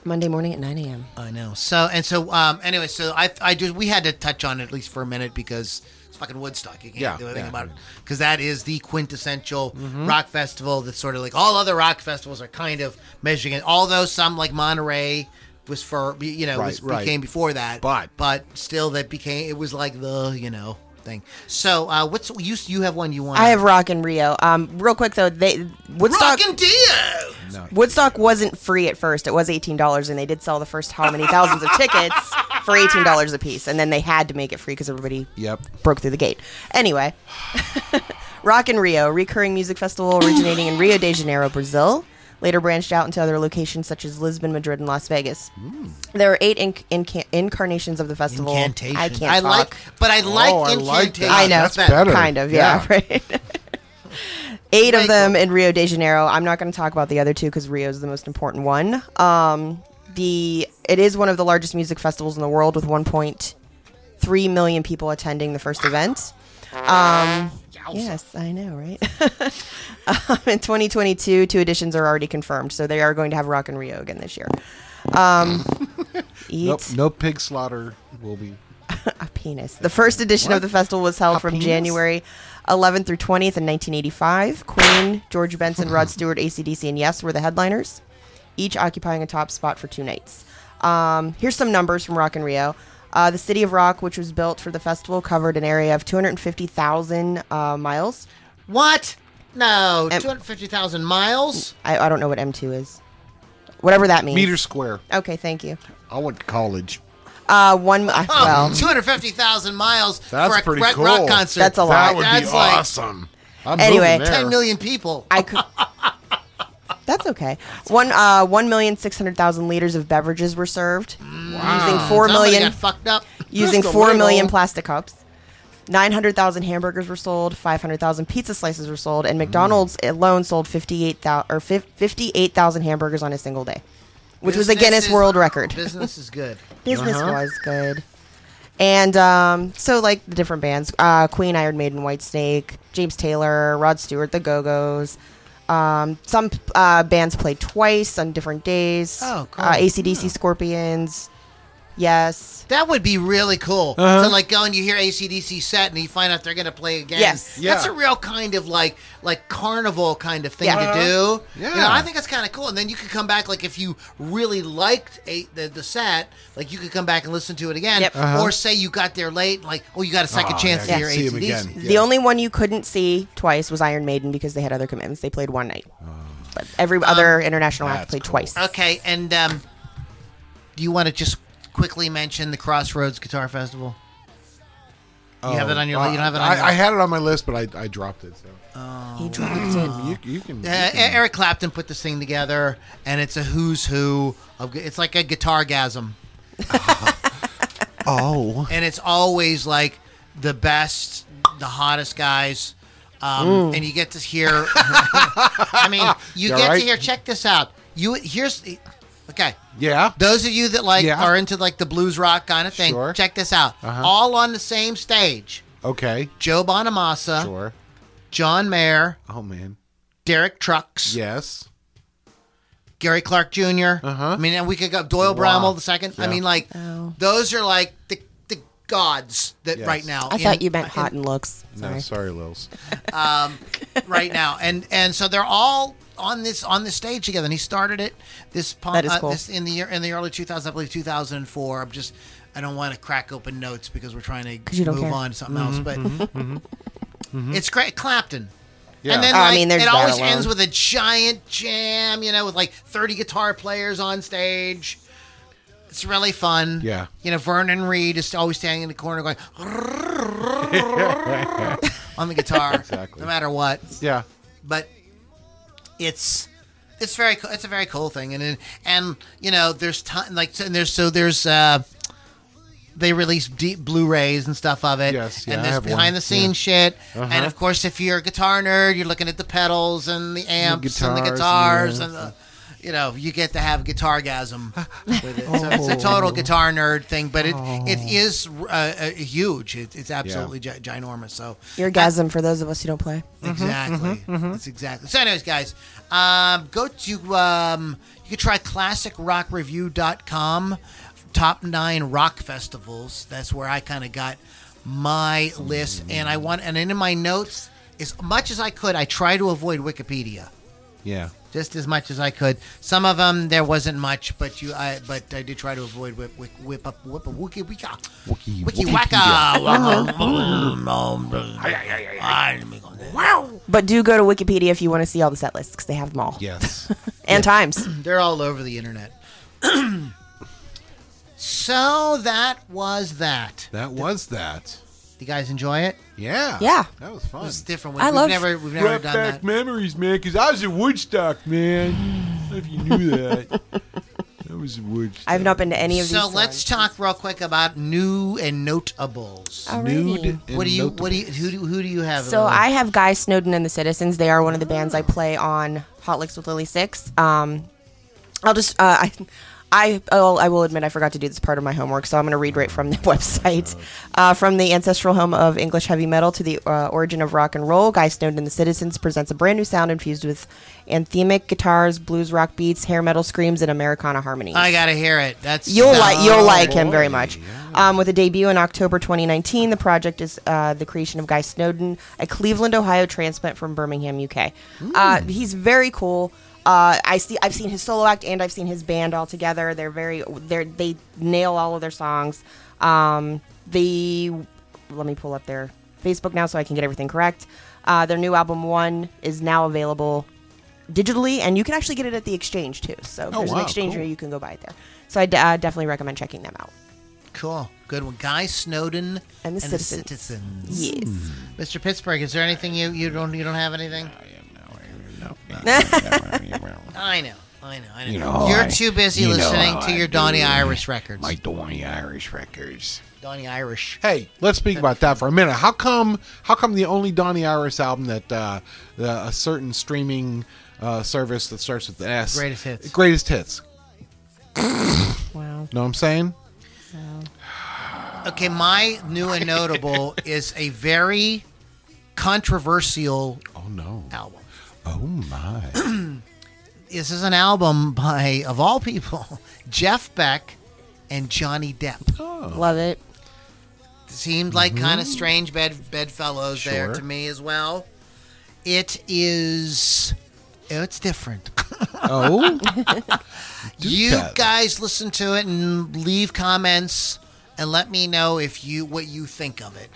[SPEAKER 3] Monday morning at 9 a.m.
[SPEAKER 1] I know. So and so. Um. Anyway, so I I just we had to touch on it at least for a minute because it's fucking Woodstock. You can't
[SPEAKER 2] Yeah,
[SPEAKER 1] do anything
[SPEAKER 2] yeah. Mm-hmm.
[SPEAKER 1] about it because that is the quintessential rock festival. That's sort of like all other rock festivals are kind of measuring it. Although some like Monterey was for you know was,
[SPEAKER 2] Right, right.
[SPEAKER 1] became before that.
[SPEAKER 2] But-
[SPEAKER 1] but still that became it was like the you know thing. So uh, what's you you have one you want?
[SPEAKER 3] I have Rock in Rio. Um, real quick though, they Woodstock.
[SPEAKER 1] Rockin' Dio.
[SPEAKER 3] Woodstock wasn't free at first. It was eighteen dollars, and they did sell the first how many thousands of tickets for eighteen dollars a piece, and then they had to make it free because everybody
[SPEAKER 2] Yep.
[SPEAKER 3] broke through the gate. Anyway, Rock in Rio, recurring music festival originating in Rio de Janeiro, Brazil. Later branched out into other locations such as Lisbon, Madrid, and Las Vegas.
[SPEAKER 1] Hmm.
[SPEAKER 3] There are eight inc- inca- incarnations of the festival.
[SPEAKER 1] Incantation.
[SPEAKER 3] I can't
[SPEAKER 1] I like,
[SPEAKER 3] talk.
[SPEAKER 1] but I like
[SPEAKER 2] Oh, I like
[SPEAKER 1] incantation.
[SPEAKER 2] that.
[SPEAKER 3] I know.
[SPEAKER 2] That's better.
[SPEAKER 3] Kind of, yeah.
[SPEAKER 2] Yeah.
[SPEAKER 3] right. Eight
[SPEAKER 1] Michael.
[SPEAKER 3] of them in Rio de Janeiro. I'm not going to talk about the other two because Rio is the most important one. Um, the it is one of the largest music festivals in the world with 1.3 million people attending the first event. Um, yes, I know, right? um, in 2022, two editions are already confirmed, so they are going to have Rock and Rio again this year. Um, eat
[SPEAKER 2] Nope. No pig slaughter will be.
[SPEAKER 3] a penis. The first edition of the festival was held from
[SPEAKER 2] penis?
[SPEAKER 3] January 11th through 20th in 1985. Queen, George Benson, Rod Stewart, ACDC, and Yes were the headliners, each occupying a top spot for two nights. Um, here's some numbers from Rock and Rio. Uh, the city of Rock, which was built for the festival, covered an area of 250,000 uh, miles.
[SPEAKER 1] What? No,
[SPEAKER 3] Um,
[SPEAKER 1] 250,000 miles?
[SPEAKER 3] I, I don't know what M2 is, whatever that means.
[SPEAKER 2] Meter square.
[SPEAKER 3] Okay, thank you.
[SPEAKER 2] I went to college.
[SPEAKER 3] Uh, one. Uh,
[SPEAKER 1] Oh,
[SPEAKER 3] well,
[SPEAKER 1] 250,000 miles
[SPEAKER 2] That's
[SPEAKER 1] for a
[SPEAKER 2] pretty
[SPEAKER 1] rock,
[SPEAKER 2] cool.
[SPEAKER 1] rock concert.
[SPEAKER 3] That's a lot. That
[SPEAKER 2] would
[SPEAKER 1] That's
[SPEAKER 2] be
[SPEAKER 1] like,
[SPEAKER 2] awesome. I'm
[SPEAKER 3] Anyway.
[SPEAKER 2] moving there.
[SPEAKER 1] 10 million people.
[SPEAKER 3] I could. That's okay. One uh, one million six hundred thousand liters of beverages were served using four
[SPEAKER 1] Somebody
[SPEAKER 3] million
[SPEAKER 1] got fucked up.
[SPEAKER 3] using
[SPEAKER 2] Just a
[SPEAKER 3] four million
[SPEAKER 2] little.
[SPEAKER 3] plastic cups. 900,000 hamburgers were sold, 500,000 pizza slices were sold, and McDonald's
[SPEAKER 1] Mm.
[SPEAKER 3] alone sold 58,000 or fif- 58,000 hamburgers on a single day, which was a
[SPEAKER 1] Business
[SPEAKER 3] Guinness
[SPEAKER 1] is-
[SPEAKER 3] World Record.
[SPEAKER 1] Business is good.
[SPEAKER 3] Business was good. And um, so, like the different bands uh, Queen, Iron Maiden, White Snake, James Taylor, Rod Stewart, The Go Go's. Um, some uh, bands played twice on different days.
[SPEAKER 1] Oh, cool.
[SPEAKER 3] Uh, ACDC, Scorpions. Yes.
[SPEAKER 1] That would be really cool.
[SPEAKER 2] Uh-huh.
[SPEAKER 1] To like go and you hear ACDC set and you find out they're going to play again.
[SPEAKER 3] Yes.
[SPEAKER 1] That's
[SPEAKER 2] Yeah.
[SPEAKER 1] a real kind of like like carnival kind of thing
[SPEAKER 3] Yeah.
[SPEAKER 1] to do. You know,
[SPEAKER 2] Yeah.
[SPEAKER 1] I think that's kind of cool. And then you could come back like if you really liked a, the, the set, like you could come back and listen to it again.
[SPEAKER 3] Yep. Uh-huh.
[SPEAKER 1] Or say you got there late, like oh you got a second
[SPEAKER 2] Oh,
[SPEAKER 1] chance
[SPEAKER 2] yeah,
[SPEAKER 1] to
[SPEAKER 2] you
[SPEAKER 1] hear
[SPEAKER 2] see 'em
[SPEAKER 1] ACDC.
[SPEAKER 2] again.
[SPEAKER 3] The
[SPEAKER 2] Yeah.
[SPEAKER 3] only one you couldn't see twice was Iron Maiden because they had other commitments. They played one night. But every other international act
[SPEAKER 2] that's
[SPEAKER 3] played
[SPEAKER 2] cool.
[SPEAKER 3] twice.
[SPEAKER 1] Okay, and um, do you want to just quickly mention the Crossroads Guitar Festival? You have it on your. li- you don't have it on.
[SPEAKER 2] Oh, I,
[SPEAKER 1] your Oh.
[SPEAKER 2] I had it on my list, but I, I dropped it. So
[SPEAKER 3] He dropped it.
[SPEAKER 2] you, you can. you
[SPEAKER 1] uh, E-
[SPEAKER 2] can-
[SPEAKER 1] Eric Clapton put this thing together, and it's a who's who of. gu- It's like a guitar gasm, eh.
[SPEAKER 2] oh,
[SPEAKER 1] and it's always like the best, the hottest guys. Um, and you get to hear. I mean, you
[SPEAKER 2] You
[SPEAKER 1] get
[SPEAKER 2] alright?
[SPEAKER 1] to hear. Check this out. You here's, okay.
[SPEAKER 2] yeah.
[SPEAKER 1] Those of you that like
[SPEAKER 2] Yeah.
[SPEAKER 1] are into like the blues rock kind of thing,
[SPEAKER 2] Sure. Uh-huh.
[SPEAKER 1] check this out. All on the same stage.
[SPEAKER 2] okay.
[SPEAKER 1] Joe Bonamassa,
[SPEAKER 2] Sure.
[SPEAKER 1] John Mayer,
[SPEAKER 2] Oh man.
[SPEAKER 1] Derek Trucks,
[SPEAKER 2] Yes.
[SPEAKER 1] Gary Clark junior I mean, and we could go Doyle Bramwell the second. I
[SPEAKER 2] Uh-huh. Yeah.
[SPEAKER 1] mean, like
[SPEAKER 3] Oh.
[SPEAKER 1] those are like the the gods that
[SPEAKER 2] Yes.
[SPEAKER 1] right now.
[SPEAKER 3] I
[SPEAKER 1] in-
[SPEAKER 3] thought you meant hot in looks.
[SPEAKER 2] No,
[SPEAKER 3] Sorry.
[SPEAKER 2] sorry, Lils.
[SPEAKER 1] right now, and and so they're all on this on this stage together. And he started it this, pon-
[SPEAKER 3] That is
[SPEAKER 1] uh,
[SPEAKER 3] cool.
[SPEAKER 1] this in the year in the early 2000s, I believe 2004. I'm just I don't want to crack open notes because we're trying to
[SPEAKER 3] you don't
[SPEAKER 1] move
[SPEAKER 3] care.
[SPEAKER 1] on to something
[SPEAKER 2] Mm-hmm,
[SPEAKER 1] else. But it's great, Clapton.
[SPEAKER 2] Yeah.
[SPEAKER 1] And then
[SPEAKER 3] Oh, I
[SPEAKER 1] like,
[SPEAKER 3] mean, there's
[SPEAKER 1] it
[SPEAKER 3] that
[SPEAKER 1] always
[SPEAKER 3] alone.
[SPEAKER 1] ends with a giant jam, you know, with like 30 guitar players on stage. It's really fun.
[SPEAKER 2] Yeah.
[SPEAKER 1] You know, Vernon Reed is always standing in the corner going on the guitar,
[SPEAKER 2] Exactly.
[SPEAKER 1] no matter what
[SPEAKER 2] Yeah.
[SPEAKER 1] but it's it's very co- it's a very cool thing and and, and you know there's ton, like so- and there's so there's uh they release deep Blu-rays and stuff of it,
[SPEAKER 2] Yes, yeah,
[SPEAKER 1] and
[SPEAKER 2] Uh-huh. I
[SPEAKER 1] there's
[SPEAKER 2] have one,
[SPEAKER 1] behind the scenes shit, and of course, if you're a guitar nerd, you're looking at the pedals and the amps and the guitars,
[SPEAKER 2] guitars,
[SPEAKER 1] and the, you know, you get to have guitargasm with it. So
[SPEAKER 2] Oh.
[SPEAKER 1] it's a total guitar nerd thing, but it it is uh, uh, huge. It, it's absolutely gi- ginormous. So
[SPEAKER 3] Your gasm for those of us who don't play.
[SPEAKER 1] Exactly. That's exactly. So, anyways, guys, um, go to um, you can try classicrockreview.com, top nine rock festivals. That's where I kind of got my list, and I want and in my notes as much as I could, I try to avoid Wikipedia
[SPEAKER 2] Yeah.
[SPEAKER 1] just as much as I could. Some of them there wasn't much, but you I but I did try to avoid whip whip whip up whip a wiki wika
[SPEAKER 2] Wiki-
[SPEAKER 1] wiki waka. Wow.
[SPEAKER 3] But do go to Wikipedia if you want to see all the set lists because they have them all.
[SPEAKER 2] Yes.
[SPEAKER 3] And times.
[SPEAKER 1] They're all over the internet. so that was that.
[SPEAKER 2] that was that.
[SPEAKER 1] You guys enjoy it?
[SPEAKER 2] Yeah.
[SPEAKER 3] Yeah.
[SPEAKER 2] That was fun.
[SPEAKER 1] It's different. We,
[SPEAKER 3] I
[SPEAKER 1] have
[SPEAKER 3] love-
[SPEAKER 1] never we've never done that.
[SPEAKER 2] memories, man, because I was at Woodstock, man. If you knew that. that was Woodstock.
[SPEAKER 3] I've not been to any of these.
[SPEAKER 1] So let's talk real quick about new and notables.
[SPEAKER 2] Nude.
[SPEAKER 1] what do you what do you who do, who do you have?
[SPEAKER 3] um, So
[SPEAKER 1] Lily?
[SPEAKER 3] I have Guy Snowden and the Citizens. They are one of the bands I play on Hot Licks with Lily Six. Um, I'll just uh, I. I, oh, I will admit I forgot to do this part of my homework, so I'm going to read right from the website. Uh, from the ancestral home of English heavy metal to the uh, origin of rock and roll, Guy Snowden and the Citizens presents a brand new sound infused with anthemic guitars, blues rock beats, hair metal screams, and Americana harmonies.
[SPEAKER 1] I gotta hear it. That's
[SPEAKER 3] You'll
[SPEAKER 1] that's-
[SPEAKER 3] like you'll like him very much. Um, with a debut in October 2019, the project is uh, the creation of Guy Snowden, a Cleveland, Ohio transplant from Birmingham, UK. Uh, he's very cool. Uh, I see. I've seen his solo act and I've seen his band all together. They're very. They they nail all of their songs. Um, the let me pull up their Facebook now so I can get everything correct. Uh, their new album one is now available digitally, and you can actually get it at the exchange too. So if
[SPEAKER 2] Oh,
[SPEAKER 3] there's
[SPEAKER 2] wow,
[SPEAKER 3] an exchange
[SPEAKER 2] cool.
[SPEAKER 3] where you can go buy it there. So I d- uh, definitely recommend checking them out.
[SPEAKER 1] Cool. Good one. Guy Snowden
[SPEAKER 3] And the Citizens.
[SPEAKER 1] Citizens.
[SPEAKER 3] Yes.
[SPEAKER 2] Hmm.
[SPEAKER 1] Mr. Pittsburgh, is there anything you, you don't you don't have anything? I know. I know. I know.
[SPEAKER 4] You know,
[SPEAKER 1] You're
[SPEAKER 4] I-
[SPEAKER 1] too busy
[SPEAKER 4] you know
[SPEAKER 1] listening
[SPEAKER 4] how
[SPEAKER 1] to
[SPEAKER 4] I
[SPEAKER 1] your Donny
[SPEAKER 4] do.
[SPEAKER 1] Irish records.
[SPEAKER 4] My Donny Irish records.
[SPEAKER 1] Donny Irish.
[SPEAKER 2] Hey, let's speak about that for a minute. How come? How come the only Donny Iris album that uh, the, a certain streaming uh, service that starts with an S
[SPEAKER 1] Greatest hits.
[SPEAKER 2] greatest hits?
[SPEAKER 3] Wow.
[SPEAKER 2] Know what I'm saying?
[SPEAKER 1] Okay, my new and notable is a very controversial
[SPEAKER 2] Oh no!
[SPEAKER 1] album.
[SPEAKER 2] Oh my!
[SPEAKER 1] This is an album by, of all people, Jeff Beck and Johnny Depp.
[SPEAKER 2] Oh.
[SPEAKER 3] Love it.
[SPEAKER 1] Seemed like kind of strange bed bedfellows there
[SPEAKER 2] Sure.
[SPEAKER 1] to me as well. It is. It's different.
[SPEAKER 2] Oh,
[SPEAKER 1] you
[SPEAKER 2] that.
[SPEAKER 1] guys listen to it and leave comments and let me know if you what you think of it.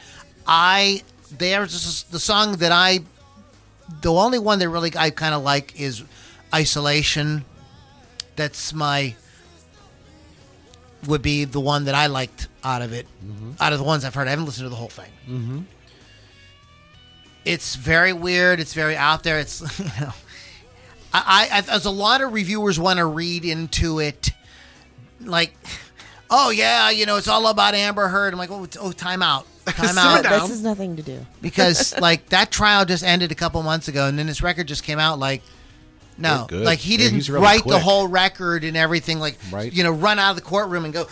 [SPEAKER 1] I there's this- the song that I the only one that really I kind of like is Isolation. That's my would be the one that I liked out of it. Out of the ones I've heard, I haven't listened to the whole thing. Mm-hmm. It's very weird. It's very out there. It's you know, I, I as a lot of reviewers want to read into it, like, oh yeah, you know, it's all about Amber Heard. I'm like, oh, it's- oh time out, time out,
[SPEAKER 3] This has nothing to do.
[SPEAKER 1] because like that trial just ended a couple months ago, and then this record just came out. Like, no,
[SPEAKER 2] Good, good.
[SPEAKER 1] like he
[SPEAKER 2] Yeah,
[SPEAKER 1] didn't
[SPEAKER 2] he's really
[SPEAKER 1] write the
[SPEAKER 2] quick.
[SPEAKER 1] whole record and everything. Like,
[SPEAKER 2] Right.
[SPEAKER 1] you know, run out of the courtroom and go.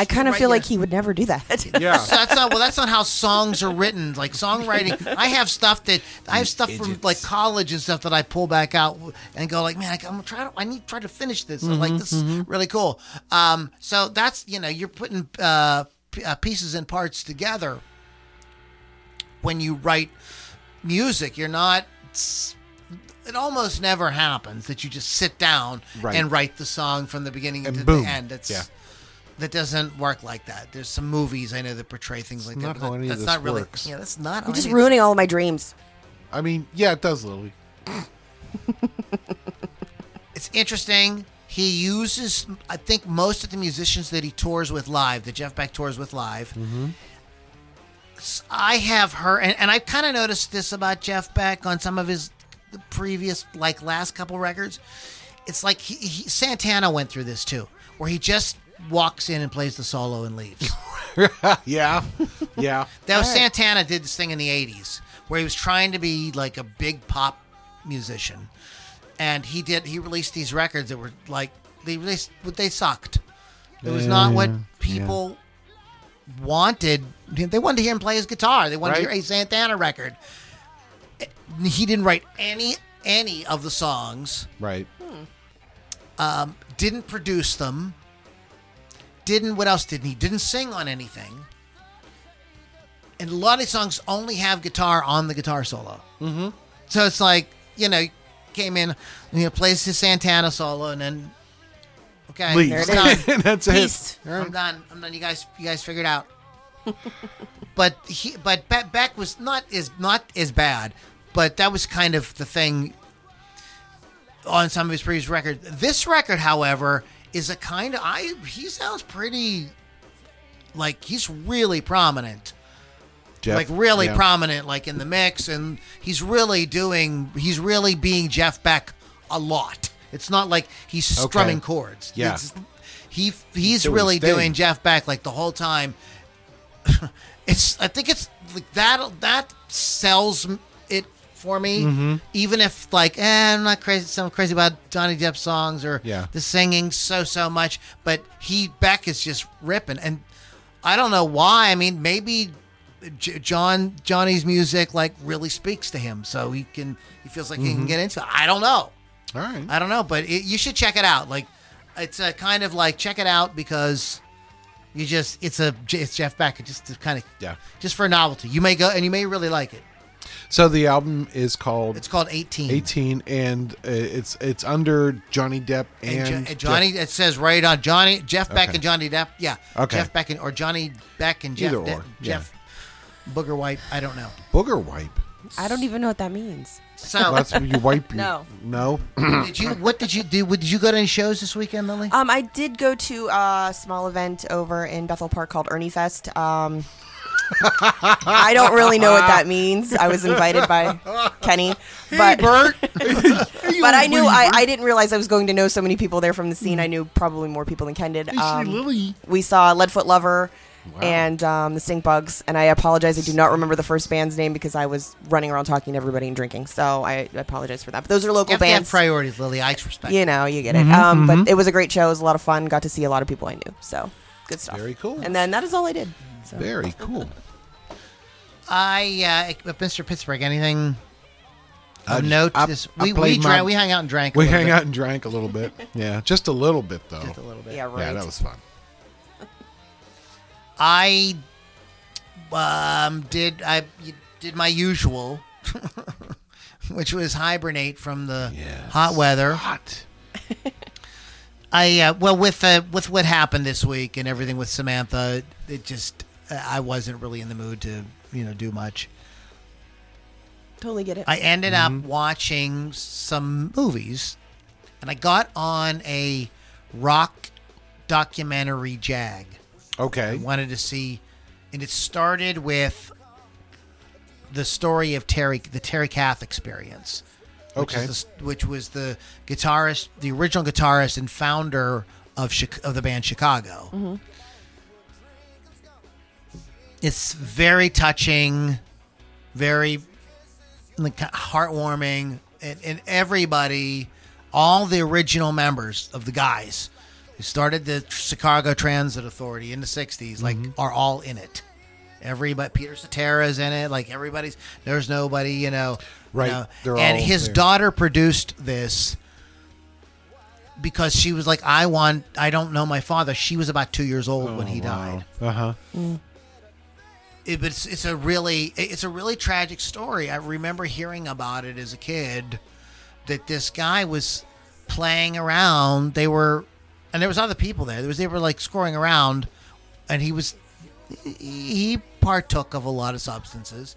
[SPEAKER 3] I kind of
[SPEAKER 1] Right here.
[SPEAKER 3] feel like he would never do that.
[SPEAKER 2] yeah.
[SPEAKER 1] So that's not well. That's not how songs are written. Like songwriting, I have stuff that I have stuff from like college and stuff that I pull back out and go like, man, I, I'm trying. I need to try to finish this. I'm
[SPEAKER 2] Mm-hmm,
[SPEAKER 1] like this is really cool. Um, so that's you know you're putting uh, p- uh, pieces and parts together when you write music. You're not. s- It almost never happens that you just sit down
[SPEAKER 2] Right.
[SPEAKER 1] and write the song from the beginning
[SPEAKER 2] And
[SPEAKER 1] to
[SPEAKER 2] boom.
[SPEAKER 1] the end. It's
[SPEAKER 2] Yeah.
[SPEAKER 1] that doesn't work like that. There's some movies I know that portray things like
[SPEAKER 2] not
[SPEAKER 1] that.
[SPEAKER 2] how
[SPEAKER 1] but
[SPEAKER 2] any of
[SPEAKER 1] that's
[SPEAKER 2] this
[SPEAKER 1] not really.
[SPEAKER 2] works.
[SPEAKER 1] Yeah, that's not. how
[SPEAKER 3] You're just
[SPEAKER 1] any-
[SPEAKER 3] ruining all of my dreams.
[SPEAKER 2] I mean, yeah, it does, Lily.
[SPEAKER 1] It's interesting. He uses, I think, most of the musicians that he tours with live, that Jeff Beck tours with live.
[SPEAKER 2] Mm-hmm.
[SPEAKER 1] S- I have heard, and, and I've kind of noticed this about Jeff Beck on some of his previous, like last couple records. It's like he, he, Santana went through this too, where he just walks in and plays the solo and leaves.
[SPEAKER 2] Yeah, yeah.
[SPEAKER 1] That was Santana did this thing in the '80s where he was trying to be like a big pop musician, and he did. He released these records that were like they released, but they sucked. It was not what people wanted. They wanted to hear him play his guitar. They wanted to
[SPEAKER 2] Right.
[SPEAKER 1] hear a Santana record. He didn't write any any of the songs
[SPEAKER 2] Right.
[SPEAKER 1] didn't produce them. Didn't what else didn't he? Didn't sing on anything. And a lot of these songs only have guitar on the guitar solo. Mm-hmm. So it's like you know, came in, you know, plays his Santana solo, and then okay,
[SPEAKER 2] Leave.
[SPEAKER 3] There it
[SPEAKER 1] it's done.
[SPEAKER 2] That's it.
[SPEAKER 3] Peace.
[SPEAKER 1] I'm done. I'm done. You guys, you guys figured out. but he, but Be- Beck was not as not as bad, but that was kind of the thing on some of his previous records. This record, however, is a kind of I. He sounds pretty like he's really prominent
[SPEAKER 2] Jeff,
[SPEAKER 1] like really
[SPEAKER 2] yeah.
[SPEAKER 1] prominent like in the mix and he's really doing he's really being jeff beck a lot it's not like he's strumming chords
[SPEAKER 2] Yeah.
[SPEAKER 1] It's- he he's
[SPEAKER 2] doing
[SPEAKER 1] really
[SPEAKER 2] his thing.
[SPEAKER 1] doing jeff beck like the whole time it's i think it's like that that sells m- it for me even if like eh, i'm not crazy so crazy about johnny depp songs or
[SPEAKER 2] Yeah.
[SPEAKER 1] the singing so so much but he beck is just ripping and i don't know why i mean maybe J- john johnny's music like really speaks to him so he can he feels like he can get into it i don't know
[SPEAKER 2] All right.
[SPEAKER 1] I don't know, but it, you should check it out. Like, it's a kind of like check it out because you just it's a it's Jeff Beck. It just to kind of
[SPEAKER 2] Yeah.
[SPEAKER 1] just for novelty. You may go and you may really like it.
[SPEAKER 2] So the album is called
[SPEAKER 1] It's called Eighteen.
[SPEAKER 2] 18, and uh, it's it's under Johnny Depp and,
[SPEAKER 1] And, Jo- and
[SPEAKER 2] Jeff-
[SPEAKER 1] Johnny, it says right on Johnny Jeff Beck
[SPEAKER 2] Okay.
[SPEAKER 1] and Johnny Depp. Yeah,
[SPEAKER 2] Okay.
[SPEAKER 1] Jeff Beck and or Johnny Beck and Jeff
[SPEAKER 2] Either
[SPEAKER 1] De-
[SPEAKER 2] or, yeah.
[SPEAKER 1] Jeff Booger White. I don't know.
[SPEAKER 2] Booger Wipe.
[SPEAKER 3] I don't even know what that means.
[SPEAKER 1] So,
[SPEAKER 2] That's when you wipe. you-
[SPEAKER 3] No.
[SPEAKER 2] No.
[SPEAKER 1] did you? What did you do? Did you go to any shows this weekend, Lily?
[SPEAKER 3] Um, I did go to a small event over in Bethel Park called Ernie Fest. Um, I don't really know what that means. I was invited by Kenny, but
[SPEAKER 2] Bert.
[SPEAKER 3] but I knew I, I didn't realize I was going to know so many people there from the scene. I knew probably more people than Ken did. Um,
[SPEAKER 2] Lily.
[SPEAKER 3] we saw Leadfoot Lover and um, the Stink Bugs, and I apologize. I do not remember the first band's name because I was running around talking to everybody and drinking. So I, I apologize for that. But those are local
[SPEAKER 1] You have to have
[SPEAKER 3] bands.
[SPEAKER 1] priorities, Lily. I respect.
[SPEAKER 3] you know, you get it. um, But it was a great show. It was a lot of fun. Got to see a lot of people I knew. So good stuff.
[SPEAKER 2] Very cool.
[SPEAKER 3] And then that is all I did. So.
[SPEAKER 2] Very cool.
[SPEAKER 1] I, uh, Mr. Pittsburgh, anything
[SPEAKER 2] I
[SPEAKER 1] of
[SPEAKER 2] just-
[SPEAKER 1] note?
[SPEAKER 2] I-
[SPEAKER 1] This-
[SPEAKER 2] I
[SPEAKER 1] we we,
[SPEAKER 2] played my-
[SPEAKER 1] drank, we hung out and drank. a
[SPEAKER 2] We
[SPEAKER 1] little
[SPEAKER 2] hang
[SPEAKER 1] bit.
[SPEAKER 2] out and drank a little bit. Yeah, just a little bit though.
[SPEAKER 1] a little bit.
[SPEAKER 3] Yeah, right.
[SPEAKER 2] Yeah, that was fun.
[SPEAKER 1] I um, did I y- did my usual, which was hibernate from the
[SPEAKER 2] Yes.
[SPEAKER 1] hot weather.
[SPEAKER 2] Hot.
[SPEAKER 1] I uh, well with uh, with what happened this week and everything with Samantha, it just uh, I wasn't really in the mood to you know do much.
[SPEAKER 3] Totally get it.
[SPEAKER 1] I ended up watching some movies, and I got on a rock documentary jag.
[SPEAKER 2] Okay.
[SPEAKER 1] Wanted to see, and it started with the story of Terry, the Terry Kath experience. Which
[SPEAKER 2] Okay.
[SPEAKER 1] is the, which was the guitarist, the original guitarist and founder of Chi- of the band Chicago. It's very touching, very like, ki- heartwarming, and, and everybody, all the original members of the guys who started the Chicago Transit Authority in the '60s, like,
[SPEAKER 2] Mm-hmm.
[SPEAKER 1] are all in it. Everybody, Peter Cetera's in it. Like everybody's, there's nobody, you know.
[SPEAKER 2] Right,
[SPEAKER 1] no.
[SPEAKER 2] they're
[SPEAKER 1] and
[SPEAKER 2] all
[SPEAKER 1] his
[SPEAKER 2] there.
[SPEAKER 1] daughter produced this because she was like, "I want, I don't know my father." She was about two years old when he died
[SPEAKER 2] Uh huh.
[SPEAKER 1] it, it's it's a really it's a really tragic story. I remember hearing about it as a kid that this guy was playing around. They were and there was other people there. There was they were like scoring around, and he was he partook of a lot of substances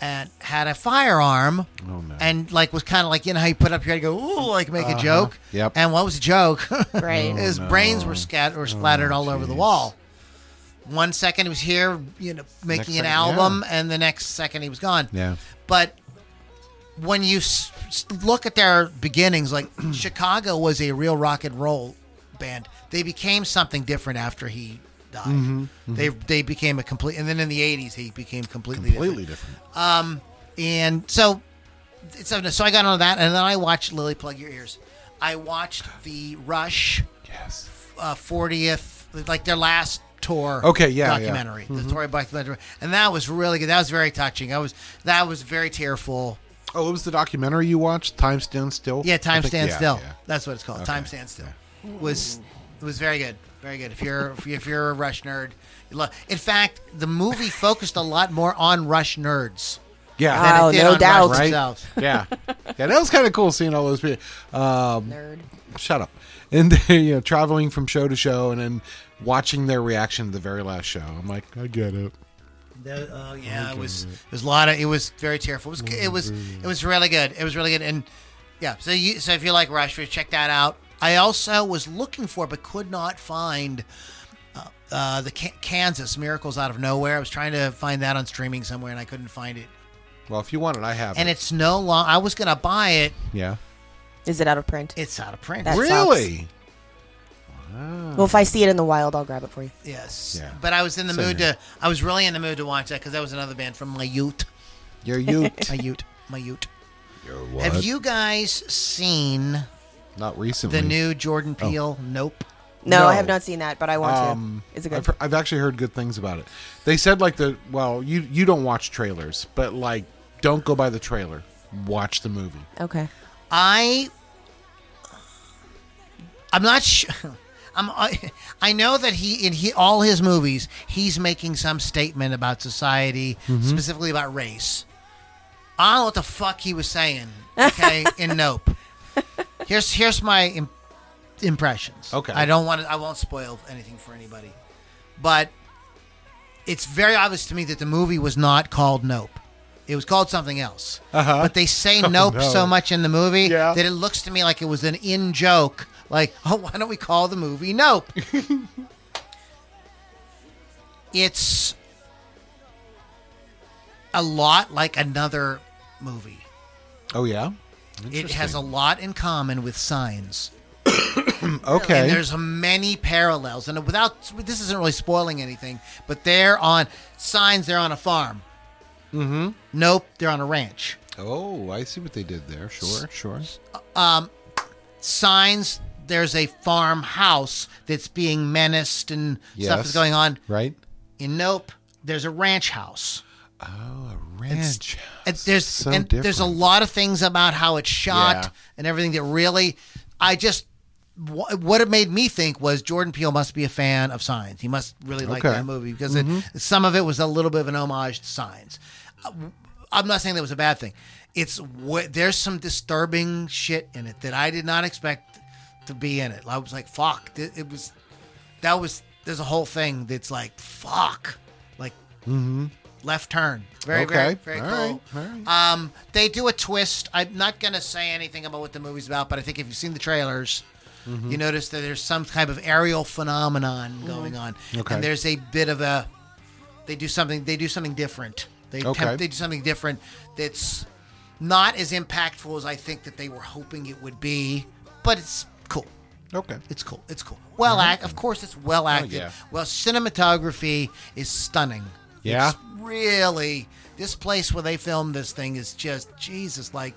[SPEAKER 1] and had a firearm
[SPEAKER 2] Mm-hmm. Oh, no. Uh-huh.
[SPEAKER 1] and like was kind of like you know how you put up your head and go ooh like make a joke
[SPEAKER 2] Yep. Oh,
[SPEAKER 1] and what was the joke
[SPEAKER 3] Right.
[SPEAKER 1] his
[SPEAKER 2] no. Oh,
[SPEAKER 1] brains were scattered or splattered all over the
[SPEAKER 2] jeez.
[SPEAKER 1] wall one second he was here, you know, making
[SPEAKER 2] Next
[SPEAKER 1] an
[SPEAKER 2] second,
[SPEAKER 1] album, and the next second he was gone.
[SPEAKER 2] Yeah.
[SPEAKER 1] But when you s- s- look at their beginnings, like Chicago was a real rock and roll band. They became something different after he died.
[SPEAKER 2] Mm-hmm,
[SPEAKER 1] They they became a complete, and then in the eighties he became completely
[SPEAKER 2] Completely different.
[SPEAKER 1] and so so, so I got on that, and then I watched Lily plug your ears. I watched the Rush
[SPEAKER 2] Yes.
[SPEAKER 1] uh, 40th, like their last tour.
[SPEAKER 2] Okay, yeah, Mm-hmm. yeah.
[SPEAKER 1] documentary, the tour documentary, and that was really good. That was very touching. I was that was very tearful.
[SPEAKER 2] Oh, it was the documentary you watched, Time Stands Still.
[SPEAKER 1] Yeah, time
[SPEAKER 2] I think-
[SPEAKER 1] stands
[SPEAKER 2] yeah,
[SPEAKER 1] still.
[SPEAKER 2] yeah.
[SPEAKER 1] That's what it's called. Time stands still. Was was very good, very good. If you're if, you, if you're a Rush nerd, you lo- in fact, the movie focused a lot more on Rush nerds
[SPEAKER 2] Yeah.
[SPEAKER 1] than
[SPEAKER 3] Oh,
[SPEAKER 1] it did
[SPEAKER 3] no
[SPEAKER 1] on
[SPEAKER 3] doubt.
[SPEAKER 1] Rush
[SPEAKER 2] Right?
[SPEAKER 1] themselves.
[SPEAKER 2] yeah. Yeah, that was kind of cool seeing all those people. Um,
[SPEAKER 3] Nerd.
[SPEAKER 2] shut up. And they, you know, traveling from show to show, and then watching their reaction to the very last show. I'm like, I get it.
[SPEAKER 1] The- oh yeah, it was it was a lot of it was very tearful. It was it was it was really good. It was really good, and yeah. So you so if you like Rush, you check that out. I also was looking for but could not find uh, uh, the Ka- Kansas Miracles Out of Nowhere. I was trying to find that on streaming somewhere and I couldn't find it.
[SPEAKER 2] Well, if you want it, I have
[SPEAKER 1] And
[SPEAKER 2] it.
[SPEAKER 1] it's no long. I was gonna buy it.
[SPEAKER 2] Yeah.
[SPEAKER 3] Is it out of print?
[SPEAKER 1] It's out of print.
[SPEAKER 3] That sucks.
[SPEAKER 2] really?
[SPEAKER 3] well, if I see it in the wild, I'll grab it for you.
[SPEAKER 1] Yes.
[SPEAKER 2] Yeah.
[SPEAKER 1] But I was in the
[SPEAKER 2] Same
[SPEAKER 1] mood
[SPEAKER 2] here.
[SPEAKER 1] to. I was really in the mood to watch that because that was another band from my youth.
[SPEAKER 2] You're you.
[SPEAKER 1] My youth. My youth.
[SPEAKER 4] You're what?
[SPEAKER 1] Have you guys seen?
[SPEAKER 2] Not recently.
[SPEAKER 1] The new Jordan Peele. Nope.
[SPEAKER 3] No,
[SPEAKER 2] No.
[SPEAKER 3] I have not seen that, but I want
[SPEAKER 2] Um,
[SPEAKER 3] to. Is it
[SPEAKER 2] I've,
[SPEAKER 3] good?
[SPEAKER 2] he- I've actually heard good things about it. They said like the well, you you don't watch trailers, but like don't go by the trailer. Watch the movie.
[SPEAKER 3] okay.
[SPEAKER 1] I. I'm not sure. I'm. I, I know that he in he all his movies he's making some statement about society, specifically about race. I don't know what the fuck he was saying. Okay, in Nope. Here's here's my im- impressions.
[SPEAKER 2] Okay.
[SPEAKER 1] I don't want to. I won't spoil anything for anybody, but it's very obvious to me that the movie was not called Nope. It was called something else. Uh-huh. But they say nope so much in the movie
[SPEAKER 2] Oh, Yeah.
[SPEAKER 1] that it looks to me like it was an in joke. Like, oh, why don't we call the movie Nope? it's a lot like another movie.
[SPEAKER 2] Oh yeah.
[SPEAKER 1] It has a lot in common with signs.
[SPEAKER 2] Okay.
[SPEAKER 1] And there's many parallels. And without this isn't really spoiling anything, but they're on signs. They're on a farm. Mm-hmm. Nope, they're on a ranch.
[SPEAKER 2] oh, I see what they did there. Sure, sure.
[SPEAKER 1] Signs. There's a farmhouse that's being menaced and stuff
[SPEAKER 2] Yes.
[SPEAKER 1] is going on.
[SPEAKER 2] Right.
[SPEAKER 1] In Nope, there's a ranch house.
[SPEAKER 2] Oh, a ranch.
[SPEAKER 1] And there's
[SPEAKER 2] so
[SPEAKER 1] and there's a
[SPEAKER 2] different.
[SPEAKER 1] lot of things about how it's shot
[SPEAKER 2] Yeah.
[SPEAKER 1] and everything that really, I just. wh- What it made me think was Jordan Peele must be a fan of Signs. He must really like
[SPEAKER 2] Okay. Mm-hmm.
[SPEAKER 1] that movie because it, some of it was a little bit of an homage to Signs. Uh, I'm not saying that was a bad thing. It's wh- there's some disturbing shit in it that I did not expect to be in it. I was like, fuck. Th- It was that was there's a whole thing that's like fuck, like left turn. Very very
[SPEAKER 2] Mm-hmm. Okay.
[SPEAKER 1] very
[SPEAKER 2] All
[SPEAKER 1] cool.
[SPEAKER 2] right. All right.
[SPEAKER 1] Um, they do a twist. I'm not going to say anything about what the movie's about, but I think if you've seen the trailers,
[SPEAKER 2] Mm-hmm.
[SPEAKER 1] you notice that there's some type of aerial phenomenon going on,
[SPEAKER 2] Okay.
[SPEAKER 1] and there's a bit of a. They do something. They do something different. They attempt-
[SPEAKER 2] Okay.
[SPEAKER 1] they do something different that's not as impactful as I think that they were hoping it would be, but it's cool.
[SPEAKER 2] Okay.
[SPEAKER 1] It's cool. It's cool. Well act. Of course, it's well acted.
[SPEAKER 2] Mm-hmm. Oh, yeah.
[SPEAKER 1] Well, cinematography is stunning.
[SPEAKER 2] Yeah?
[SPEAKER 1] It's really, this place where they filmed this thing is just Jesus. Like,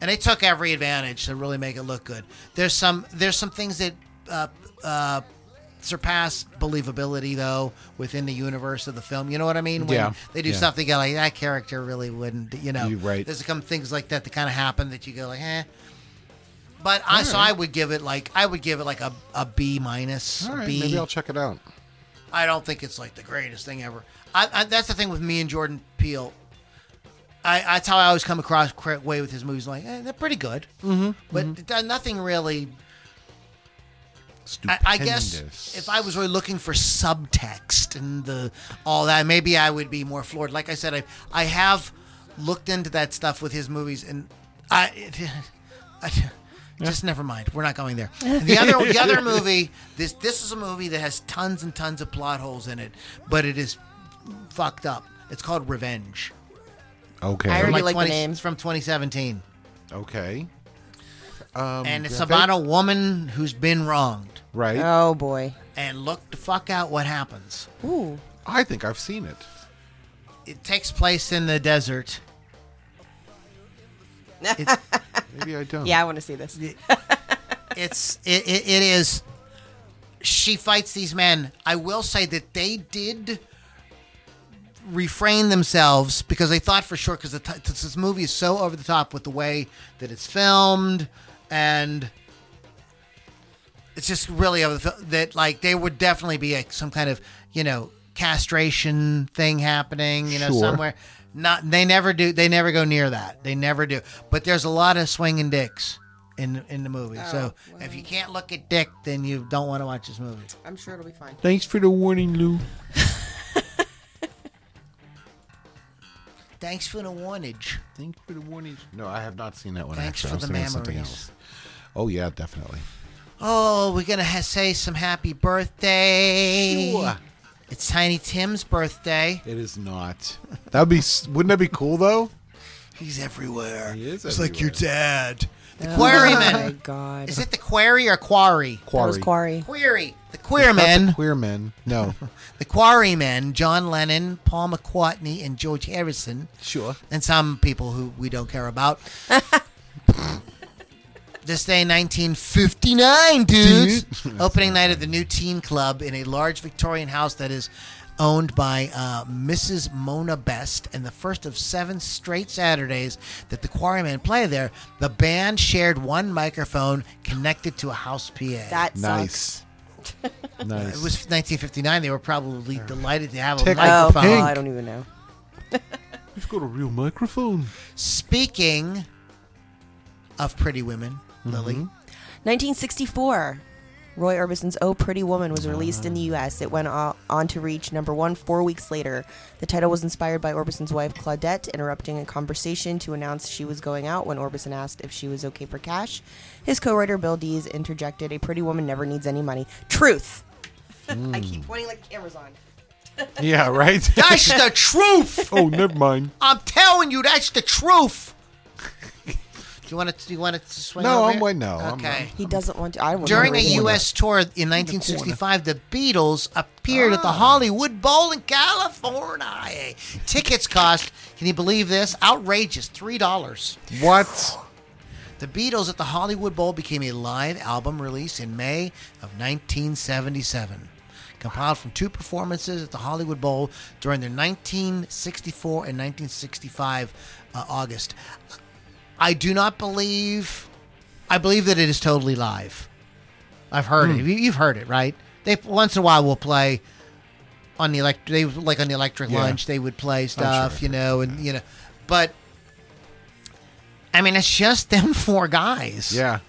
[SPEAKER 1] and they took every advantage to really make it look good. There's some. There's some things that uh, uh, surpass believability though within the universe of the film. You know what I mean? When
[SPEAKER 2] Yeah.
[SPEAKER 1] They do
[SPEAKER 2] Yeah.
[SPEAKER 1] something you're like that character really wouldn't. You know.
[SPEAKER 2] You're right.
[SPEAKER 1] There's some things like that that kind of happen that you go like, eh. But I so I would give it like I would give it like a, a B minus.
[SPEAKER 2] All
[SPEAKER 1] a
[SPEAKER 2] right.
[SPEAKER 1] B.
[SPEAKER 2] Maybe I'll check it out.
[SPEAKER 1] I don't think it's like the greatest thing ever. I, I, that's the thing with me and Jordan Peele. I, that's how I always come across correct way with his movies. Like eh, they're pretty good, mm-hmm, but th- nothing really. I, I guess
[SPEAKER 2] Stupendous.
[SPEAKER 1] if I was really looking for subtext and the all that, maybe I would be more floored. Like I said, I I have looked into that stuff with his movies, and I. I just never mind. We're not going there. And the other, the other movie. This, this is a movie that has tons and tons of plot holes in it, but it is fucked up. It's called Revenge.
[SPEAKER 2] Okay.
[SPEAKER 3] I already
[SPEAKER 1] Like
[SPEAKER 3] like the
[SPEAKER 1] 20
[SPEAKER 3] name.
[SPEAKER 1] It's from 2017,
[SPEAKER 2] okay. Um,
[SPEAKER 1] and it's
[SPEAKER 2] okay.
[SPEAKER 1] about a woman who's been wronged.
[SPEAKER 2] right.
[SPEAKER 3] Oh boy.
[SPEAKER 1] And look the fuck out what happens.
[SPEAKER 3] Ooh.
[SPEAKER 2] I think I've seen it.
[SPEAKER 1] It takes place in the desert.
[SPEAKER 2] Maybe I don't.
[SPEAKER 3] Yeah, I want to see this.
[SPEAKER 1] It's it, it, it is. She fights these men. I will say that they did refrain themselves because they thought for sure because this movie is so over the top with the way that it's filmed and it's just really over the, that like there would definitely be a, some kind of you know castration thing happening you know
[SPEAKER 2] Sure.
[SPEAKER 1] somewhere not they never do they never go near that they never do but there's a lot of swinging dicks in in the movie so if you can't look at dick then you don't want to watch this movie
[SPEAKER 3] I'm sure it'll be fine.
[SPEAKER 2] Thanks for the warning, Lou.
[SPEAKER 1] thanks for the warnage
[SPEAKER 2] Thanks for the warning. No, I have not seen that one.
[SPEAKER 1] Thanks
[SPEAKER 2] actually.
[SPEAKER 1] for
[SPEAKER 2] I was
[SPEAKER 1] the
[SPEAKER 2] thinking of something
[SPEAKER 1] memories.
[SPEAKER 2] else. Oh yeah, definitely.
[SPEAKER 1] oh we're gonna ha- say some happy birthday
[SPEAKER 2] Sure.
[SPEAKER 1] it's tiny tim's birthday
[SPEAKER 2] It is not. That'd be. s- Wouldn't that be cool though?
[SPEAKER 1] he's everywhere
[SPEAKER 2] He is
[SPEAKER 1] He's
[SPEAKER 2] everywhere.
[SPEAKER 1] dad the
[SPEAKER 3] Oh my
[SPEAKER 1] quarryman
[SPEAKER 3] god.
[SPEAKER 1] Is it the quarry or quarry?
[SPEAKER 3] That was Quarry.
[SPEAKER 1] Query. The queer
[SPEAKER 2] Not the
[SPEAKER 1] men,
[SPEAKER 2] Queer men. No.
[SPEAKER 1] the quarry men, John Lennon, Paul McCartney, and George Harrison,
[SPEAKER 2] sure.
[SPEAKER 1] and some people who we don't care about. this day, 1959, dudes. Opening night of the new teen club in a large Victorian house that is owned by uh, Mrs. Mona Best. And the first of seven straight Saturdays that the Quarrymen play there, the band shared one microphone connected to a house PA.
[SPEAKER 3] That sucks.
[SPEAKER 2] Nice. nice.
[SPEAKER 1] It was 1959. They were probably delighted to have a
[SPEAKER 2] Tick.
[SPEAKER 3] Oh,
[SPEAKER 1] microphone.
[SPEAKER 3] well, I don't even know.
[SPEAKER 2] You've got a real microphone.
[SPEAKER 3] Mm-hmm.
[SPEAKER 1] Speaking of pretty women, Lily,
[SPEAKER 3] 1964. Roy Orbison's "Oh Pretty Woman" was released in the U.S. It went o- on to reach number one four weeks later. The title was inspired by Orbison's wife Claudette interrupting a conversation to announce she was going out. When Orbison asked if she was okay for cash, his co-writer Bill Dees interjected, "A pretty woman never needs any money." Truth. I keep pointing like the camera's on.
[SPEAKER 2] Yeah, right?
[SPEAKER 1] That's the truth.
[SPEAKER 2] oh, never mind.
[SPEAKER 1] I'm telling you, that's the truth. Do you want to? Do you want to swing?
[SPEAKER 2] No,
[SPEAKER 1] over
[SPEAKER 2] I'm
[SPEAKER 1] here?
[SPEAKER 2] wait- no, I'm-
[SPEAKER 1] Okay.
[SPEAKER 3] He doesn't want to. I don't
[SPEAKER 1] During a
[SPEAKER 3] want to-
[SPEAKER 1] U.S. tour in 1965, the Beatles appeared at the
[SPEAKER 2] Ah.
[SPEAKER 1] Hollywood Bowl in California. Tickets cost, can you believe this? Outrageous, $3.
[SPEAKER 2] What?
[SPEAKER 1] The Beatles at the Hollywood Bowl became a live album release in May of 1977, compiled from two performances at the Hollywood Bowl during their 1964 and 1965 uh, August. I do not believe. I believe that it is totally live. I've heard
[SPEAKER 2] Hmm.
[SPEAKER 1] it. You- You've heard it, right? They once in a while will play on the elect. They like on the electric
[SPEAKER 2] Yeah.
[SPEAKER 1] lunch. They would play stuff, you know, and you know, but. I mean, it's just them four guys.
[SPEAKER 2] Yeah.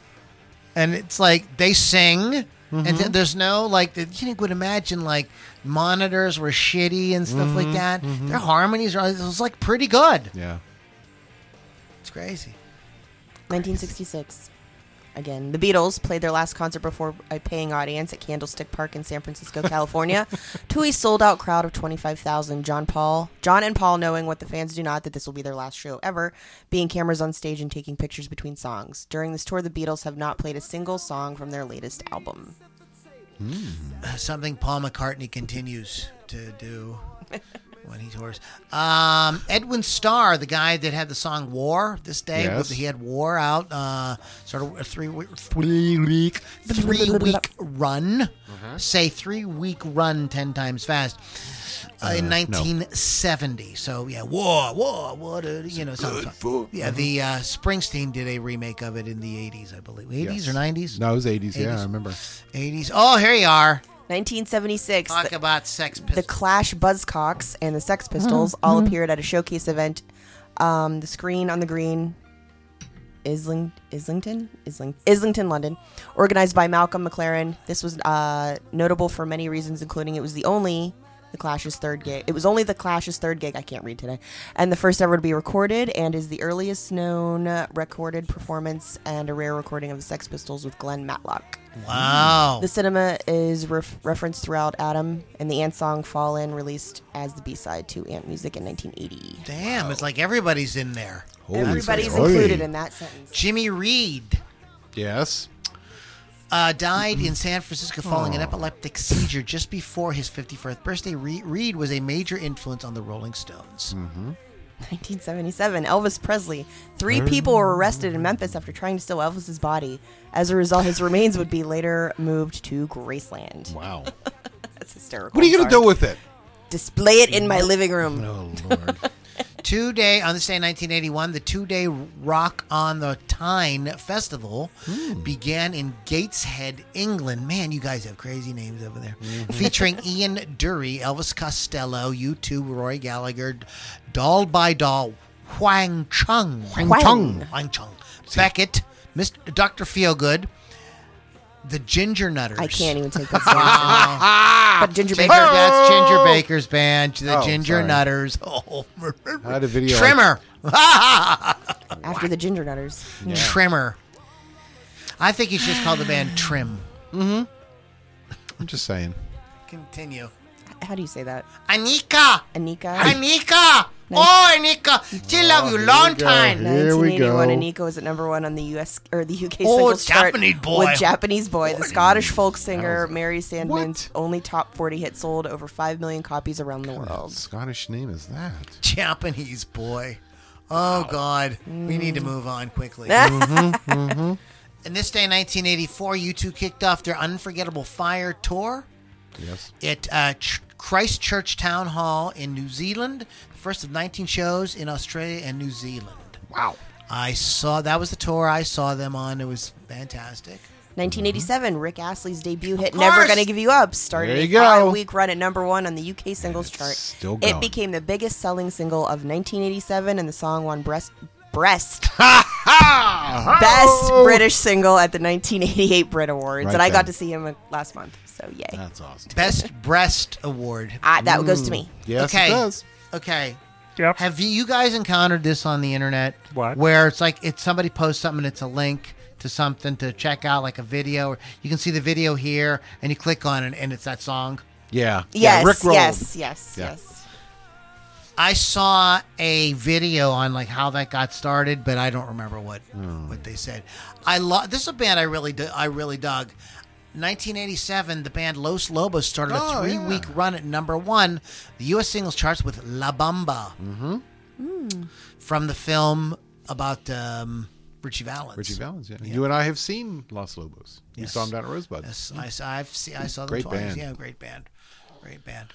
[SPEAKER 1] And it's like they sing, and th- there's no, like, the, you would imagine, like, monitors were shitty and stuff like that. Their harmonies are, it was, like, pretty good.
[SPEAKER 2] Yeah.
[SPEAKER 1] It's crazy.
[SPEAKER 3] 1966. Again, the Beatles played their last concert before a paying audience at Candlestick Park in San Francisco, California, to a sold-out crowd of 25,000. John Paul, John and Paul, knowing what the fans do not, that this will be their last show ever, being cameras on stage and taking pictures between songs. During this tour, the Beatles have not played a single song from their latest album.
[SPEAKER 1] Something Paul McCartney continues to do when he tours. Um, Edwin Starr, the guy that had the song War this day,
[SPEAKER 2] Yes.
[SPEAKER 1] he had War out, uh, sort of a three week, three week, three week run.
[SPEAKER 2] Uh-huh.
[SPEAKER 1] Say three week run 10 times fast. Uh, in 1970, so yeah, war, war, war, uh, you know, something. yeah. The uh, Springsteen did a remake of it in the 80s, I believe, 80s or 90s,
[SPEAKER 2] No, it was 80s. Yeah,
[SPEAKER 1] 80s.
[SPEAKER 2] I remember.
[SPEAKER 1] 80s. Oh, here you are.
[SPEAKER 3] 1976.
[SPEAKER 1] Talk
[SPEAKER 3] the-
[SPEAKER 1] about Sex
[SPEAKER 3] The
[SPEAKER 1] Pistols.
[SPEAKER 3] Clash, Buzzcocks, and the Sex Pistols all appeared at a showcase event. Um, the screen on the green, Isling, Islington, Isling, Islington, London, organized by Malcolm McLaren. This was uh, notable for many reasons, including it was the only the Clash's third gig. It was only the Clash's third gig. I can't read today, and the first ever to be recorded, and is the earliest known uh, recorded performance and a rare recording of the Sex Pistols with Glenn Matlock.
[SPEAKER 1] wow.
[SPEAKER 3] The cinema is ref- referenced throughout Adam, and the Ant song Fall In released as the B side to Ant Music in 1980.
[SPEAKER 1] Damn, it's like everybody's in there.
[SPEAKER 2] Holy
[SPEAKER 3] Everybody's
[SPEAKER 2] moly.
[SPEAKER 3] included in that sentence.
[SPEAKER 1] Jimmy Reed
[SPEAKER 2] Yes.
[SPEAKER 1] uh, died in San Francisco following an epileptic seizure just before his 54th birthday. Re- Reed was a major influence on the Rolling Stones.
[SPEAKER 3] 1977, Elvis Presley. Three people were arrested in Memphis after trying to steal Elvis's body. As a result, his remains would be later moved to Graceland.
[SPEAKER 2] Wow.
[SPEAKER 3] That's hysterical.
[SPEAKER 2] What are you going
[SPEAKER 3] I'm
[SPEAKER 2] to do
[SPEAKER 3] sorry.
[SPEAKER 2] with it?
[SPEAKER 3] Display it in my living room.
[SPEAKER 2] Oh, Lord.
[SPEAKER 1] Two day, on this day in 1981, the two day Rock on the Tyne Festival began in Gateshead, England. Man, you guys have crazy names over there. Featuring Ian Dury, Elvis Costello, U2, Roy Gallagher, Doll by Doll, Huang Chung.
[SPEAKER 3] Whang.
[SPEAKER 1] Wang Chung. Beckett, Mr. Dr. Feelgood, the Ginger Nutters.
[SPEAKER 3] I can't even Oh! take this. seriously.
[SPEAKER 1] Wow.
[SPEAKER 3] but Ginger
[SPEAKER 1] Ginger,
[SPEAKER 3] Baker.
[SPEAKER 1] that's Ginger Baker's band, the
[SPEAKER 2] Oh,
[SPEAKER 1] Ginger
[SPEAKER 2] sorry.
[SPEAKER 1] Nutters. Oh,
[SPEAKER 2] I had a video.
[SPEAKER 1] Trimmer.
[SPEAKER 3] After the Ginger Nutters.
[SPEAKER 1] Trimmer. I think you should just call the band Trim.
[SPEAKER 2] I'm just saying.
[SPEAKER 1] Continue.
[SPEAKER 3] How do you say that?
[SPEAKER 1] Anika.
[SPEAKER 3] Anika?
[SPEAKER 1] Anika. Oh, Anika. She love you long
[SPEAKER 2] go.
[SPEAKER 1] time.
[SPEAKER 2] Here we
[SPEAKER 3] 1981,
[SPEAKER 2] go.
[SPEAKER 3] and Nico was at number one on the U.S. or the U.K.
[SPEAKER 1] Oh,
[SPEAKER 3] singles chart
[SPEAKER 1] Japanese boy.
[SPEAKER 3] with "Japanese Boy," the Scottish folk singer Mary Sandman's
[SPEAKER 2] What?
[SPEAKER 3] only top 40 hit, sold over five million copies around the
[SPEAKER 2] What
[SPEAKER 3] world.
[SPEAKER 2] Scottish name is that?
[SPEAKER 1] Japanese boy. Oh, God. We need to move on quickly. And this day in 1984, U2 kicked off their Unforgettable Fire tour.
[SPEAKER 2] Yes.
[SPEAKER 1] at uh, Ch- Christchurch Town Hall in New Zealand. The first of 19 shows in Australia and New Zealand.
[SPEAKER 2] Wow.
[SPEAKER 1] I saw that was the tour I saw them on. It was fantastic.
[SPEAKER 3] 1987, Rick Astley's debut hit
[SPEAKER 1] Of
[SPEAKER 3] "Never
[SPEAKER 1] course.
[SPEAKER 3] Gonna Give You Up"
[SPEAKER 2] There
[SPEAKER 3] started a
[SPEAKER 2] you go.
[SPEAKER 3] five-week run at number one on the U.K. singles
[SPEAKER 2] it's
[SPEAKER 3] chart.
[SPEAKER 2] still
[SPEAKER 3] It
[SPEAKER 2] going.
[SPEAKER 3] became the biggest-selling single of 1987, and the song won breast, Breast. Best British single at the 1988 Brit Awards.
[SPEAKER 2] Right
[SPEAKER 3] and I got
[SPEAKER 2] then.
[SPEAKER 3] to see him uh, last month. So, yay.
[SPEAKER 2] That's awesome.
[SPEAKER 1] Best breast award.
[SPEAKER 3] Ah, that goes
[SPEAKER 2] Mm.
[SPEAKER 3] to me.
[SPEAKER 2] Yes,
[SPEAKER 1] okay.
[SPEAKER 2] it does.
[SPEAKER 1] Okay.
[SPEAKER 6] Yep.
[SPEAKER 1] Have you, you guys encountered this on the internet?
[SPEAKER 6] What?
[SPEAKER 1] Where it's like it's somebody posts something and it's a link to something to check out, like a video. Or you can see the video here, and you click on it, and it's that song.
[SPEAKER 2] Yeah.
[SPEAKER 3] Yes,
[SPEAKER 2] Yeah, Rick rolled.
[SPEAKER 3] yes, yes,
[SPEAKER 2] Yeah.
[SPEAKER 3] yes.
[SPEAKER 1] I saw a video on like how that got started, but I don't remember what
[SPEAKER 2] Hmm.
[SPEAKER 1] what they said. I lo- this is a band I really d- I really dug. 1987, the band Los Lobos started a
[SPEAKER 2] Oh,
[SPEAKER 1] three week run at number one, the U.S. singles charts with La Bamba
[SPEAKER 2] Mm-hmm.
[SPEAKER 1] Hmm. from the film about um, Richie Valens.
[SPEAKER 2] Richie Valens. Yeah. You and I have seen Los Lobos. You
[SPEAKER 1] Yes.
[SPEAKER 2] saw him down at Rosebud.
[SPEAKER 1] Yes, I, s- I've see, I saw them
[SPEAKER 2] Great
[SPEAKER 1] twice.
[SPEAKER 2] band.
[SPEAKER 1] Yeah, great band, great band.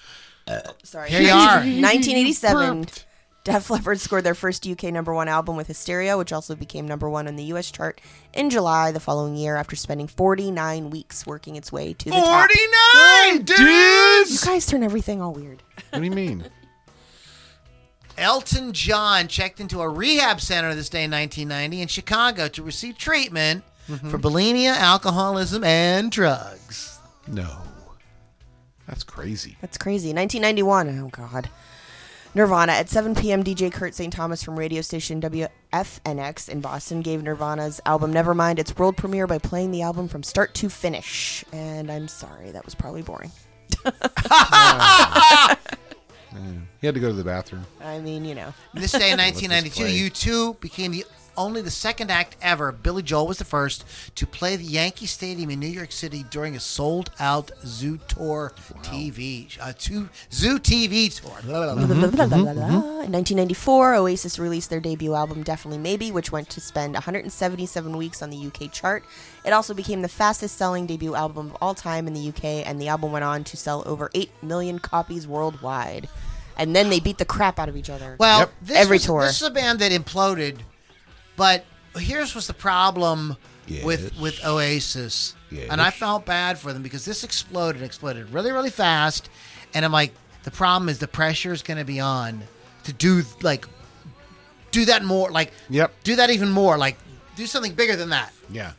[SPEAKER 3] Sorry.
[SPEAKER 1] Here you are.
[SPEAKER 3] 1987, Def Leppard scored their first UK number one album with Hysteria, which also became number one on the US chart in July the following year after spending 49 weeks working its way to the top.
[SPEAKER 2] Nine
[SPEAKER 3] You
[SPEAKER 2] dudes.
[SPEAKER 3] guys turn everything all weird.
[SPEAKER 2] what do you mean?
[SPEAKER 1] Elton John checked into a rehab center this day in 1990 in Chicago to receive treatment
[SPEAKER 3] Mm-hmm.
[SPEAKER 1] for bulimia, alcoholism, and drugs.
[SPEAKER 2] No. That's crazy.
[SPEAKER 3] That's crazy. 1991. Oh, God. Nirvana. At 7 p.m., DJ Kurt St. Thomas from radio station WFNX in Boston gave Nirvana's album Nevermind its world premiere by playing the album from start to finish. And I'm sorry, that was probably boring.
[SPEAKER 2] He had to go to the bathroom.
[SPEAKER 3] I mean, you know.
[SPEAKER 1] And this day in
[SPEAKER 2] play.
[SPEAKER 1] 1992, U2 became the only the second act ever. Billy Joel was the first to play the Yankee Stadium in New York City during a sold-out Zoo tour TV uh, two, Zoo TV tour. Mm-hmm,
[SPEAKER 3] Blah, blah, blah, blah, blah. In 1994, Oasis released their debut album Definitely Maybe, which went to spend 177 weeks on the UK chart. It also became the fastest selling debut album of all time in the UK, and the album went on to sell over 8 million copies worldwide. And then they beat the crap out of each other.
[SPEAKER 1] Well,
[SPEAKER 2] Yep.
[SPEAKER 1] this
[SPEAKER 3] Every
[SPEAKER 1] was-
[SPEAKER 3] tour.
[SPEAKER 1] This is a band that imploded, but here's was the problem with
[SPEAKER 2] Yes.
[SPEAKER 1] with Oasis, and I felt bad for them because this exploded, exploded really, really fast, and I'm like, the problem is the pressure is going to be on to do like do that more, like
[SPEAKER 2] Yep.
[SPEAKER 1] do that even more, like do something bigger than that.
[SPEAKER 2] Yeah.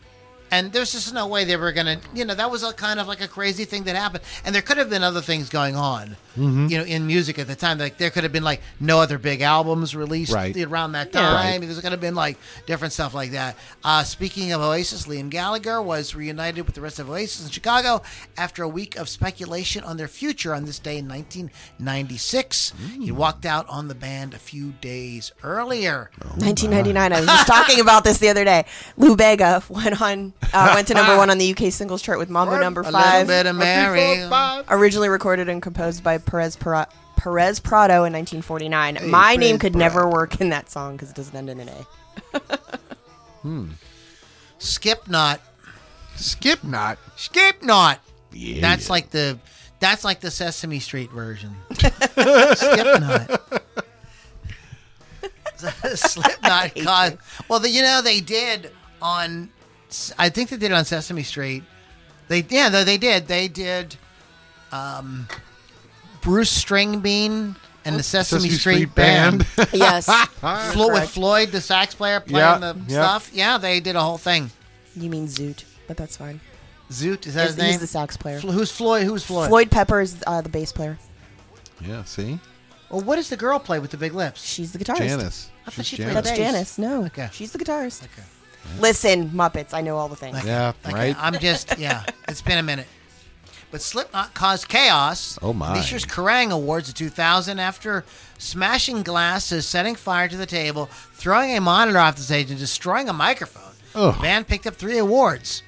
[SPEAKER 1] And there's just no way they were gonna, you know, that was a kind of like a crazy thing that happened. And there could have been other things going on,
[SPEAKER 2] Mm-hmm.
[SPEAKER 1] you know, in music at the time. Like there could have been like no other big albums released
[SPEAKER 2] Right.
[SPEAKER 1] around that
[SPEAKER 2] Yeah.
[SPEAKER 1] time.
[SPEAKER 2] Right.
[SPEAKER 1] There's gonna have been like different stuff like that. Uh, speaking of Oasis, Liam Gallagher was reunited with the rest of Oasis in Chicago after a week of speculation on their future. On this day in 1996,
[SPEAKER 2] Mm.
[SPEAKER 1] he walked out on the band a few days earlier.
[SPEAKER 3] Oh 1999. I was just talking about this the other day. Lou Bega went on, uh, went to number one on the UK singles chart with Mambo Number
[SPEAKER 1] a
[SPEAKER 3] Five.
[SPEAKER 1] little bit of Mary.
[SPEAKER 3] originally recorded and composed by Perez Pra- Perez Prado in 1949. My name could never work in that song because it doesn't end in an A.
[SPEAKER 1] Skip not.
[SPEAKER 2] Skip not.
[SPEAKER 1] Skip not. that's like the that's like the Sesame Street version. Skip not. Slipknot caused. Well, the, you know they did on. S- I think they did it on Sesame Street. They yeah though they did they did. Um, Bruce Stringbean and the Sesame,
[SPEAKER 2] Sesame
[SPEAKER 1] Street,
[SPEAKER 2] Street
[SPEAKER 1] band,
[SPEAKER 2] Band.
[SPEAKER 3] Yes,
[SPEAKER 1] Flo- with
[SPEAKER 3] Correct.
[SPEAKER 1] Floyd the sax player
[SPEAKER 2] Yeah,
[SPEAKER 1] playing the
[SPEAKER 2] yeah.
[SPEAKER 1] stuff. Yeah, they did a whole thing.
[SPEAKER 3] you mean Zoot, but that's fine.
[SPEAKER 1] Zoot is that
[SPEAKER 3] He's,
[SPEAKER 1] his name?
[SPEAKER 3] he's the sax player.
[SPEAKER 1] Flo- who's Floyd? Who's Floyd?
[SPEAKER 3] Floyd Pepper is uh, the bass player.
[SPEAKER 2] Yeah. See,
[SPEAKER 1] Well, what does the girl play with the big lips?
[SPEAKER 3] She's the guitarist.
[SPEAKER 2] Janice.
[SPEAKER 1] I thought
[SPEAKER 2] She's
[SPEAKER 1] she played
[SPEAKER 3] That's
[SPEAKER 1] Bass.
[SPEAKER 3] Janice. No,
[SPEAKER 1] Okay.
[SPEAKER 3] she's the guitarist. Okay. Listen, Muppets. I know all the things.
[SPEAKER 2] Yeah.
[SPEAKER 1] Okay, uh,
[SPEAKER 2] Right.
[SPEAKER 1] I'm just yeah. It's been a minute. But Slipknot caused chaos.
[SPEAKER 2] Oh, my.
[SPEAKER 1] at This year's Kerrang Awards of 2000 after smashing glasses, setting fire to the table, throwing a monitor off the stage, and destroying a microphone.
[SPEAKER 2] Ugh.
[SPEAKER 1] The band picked up three awards.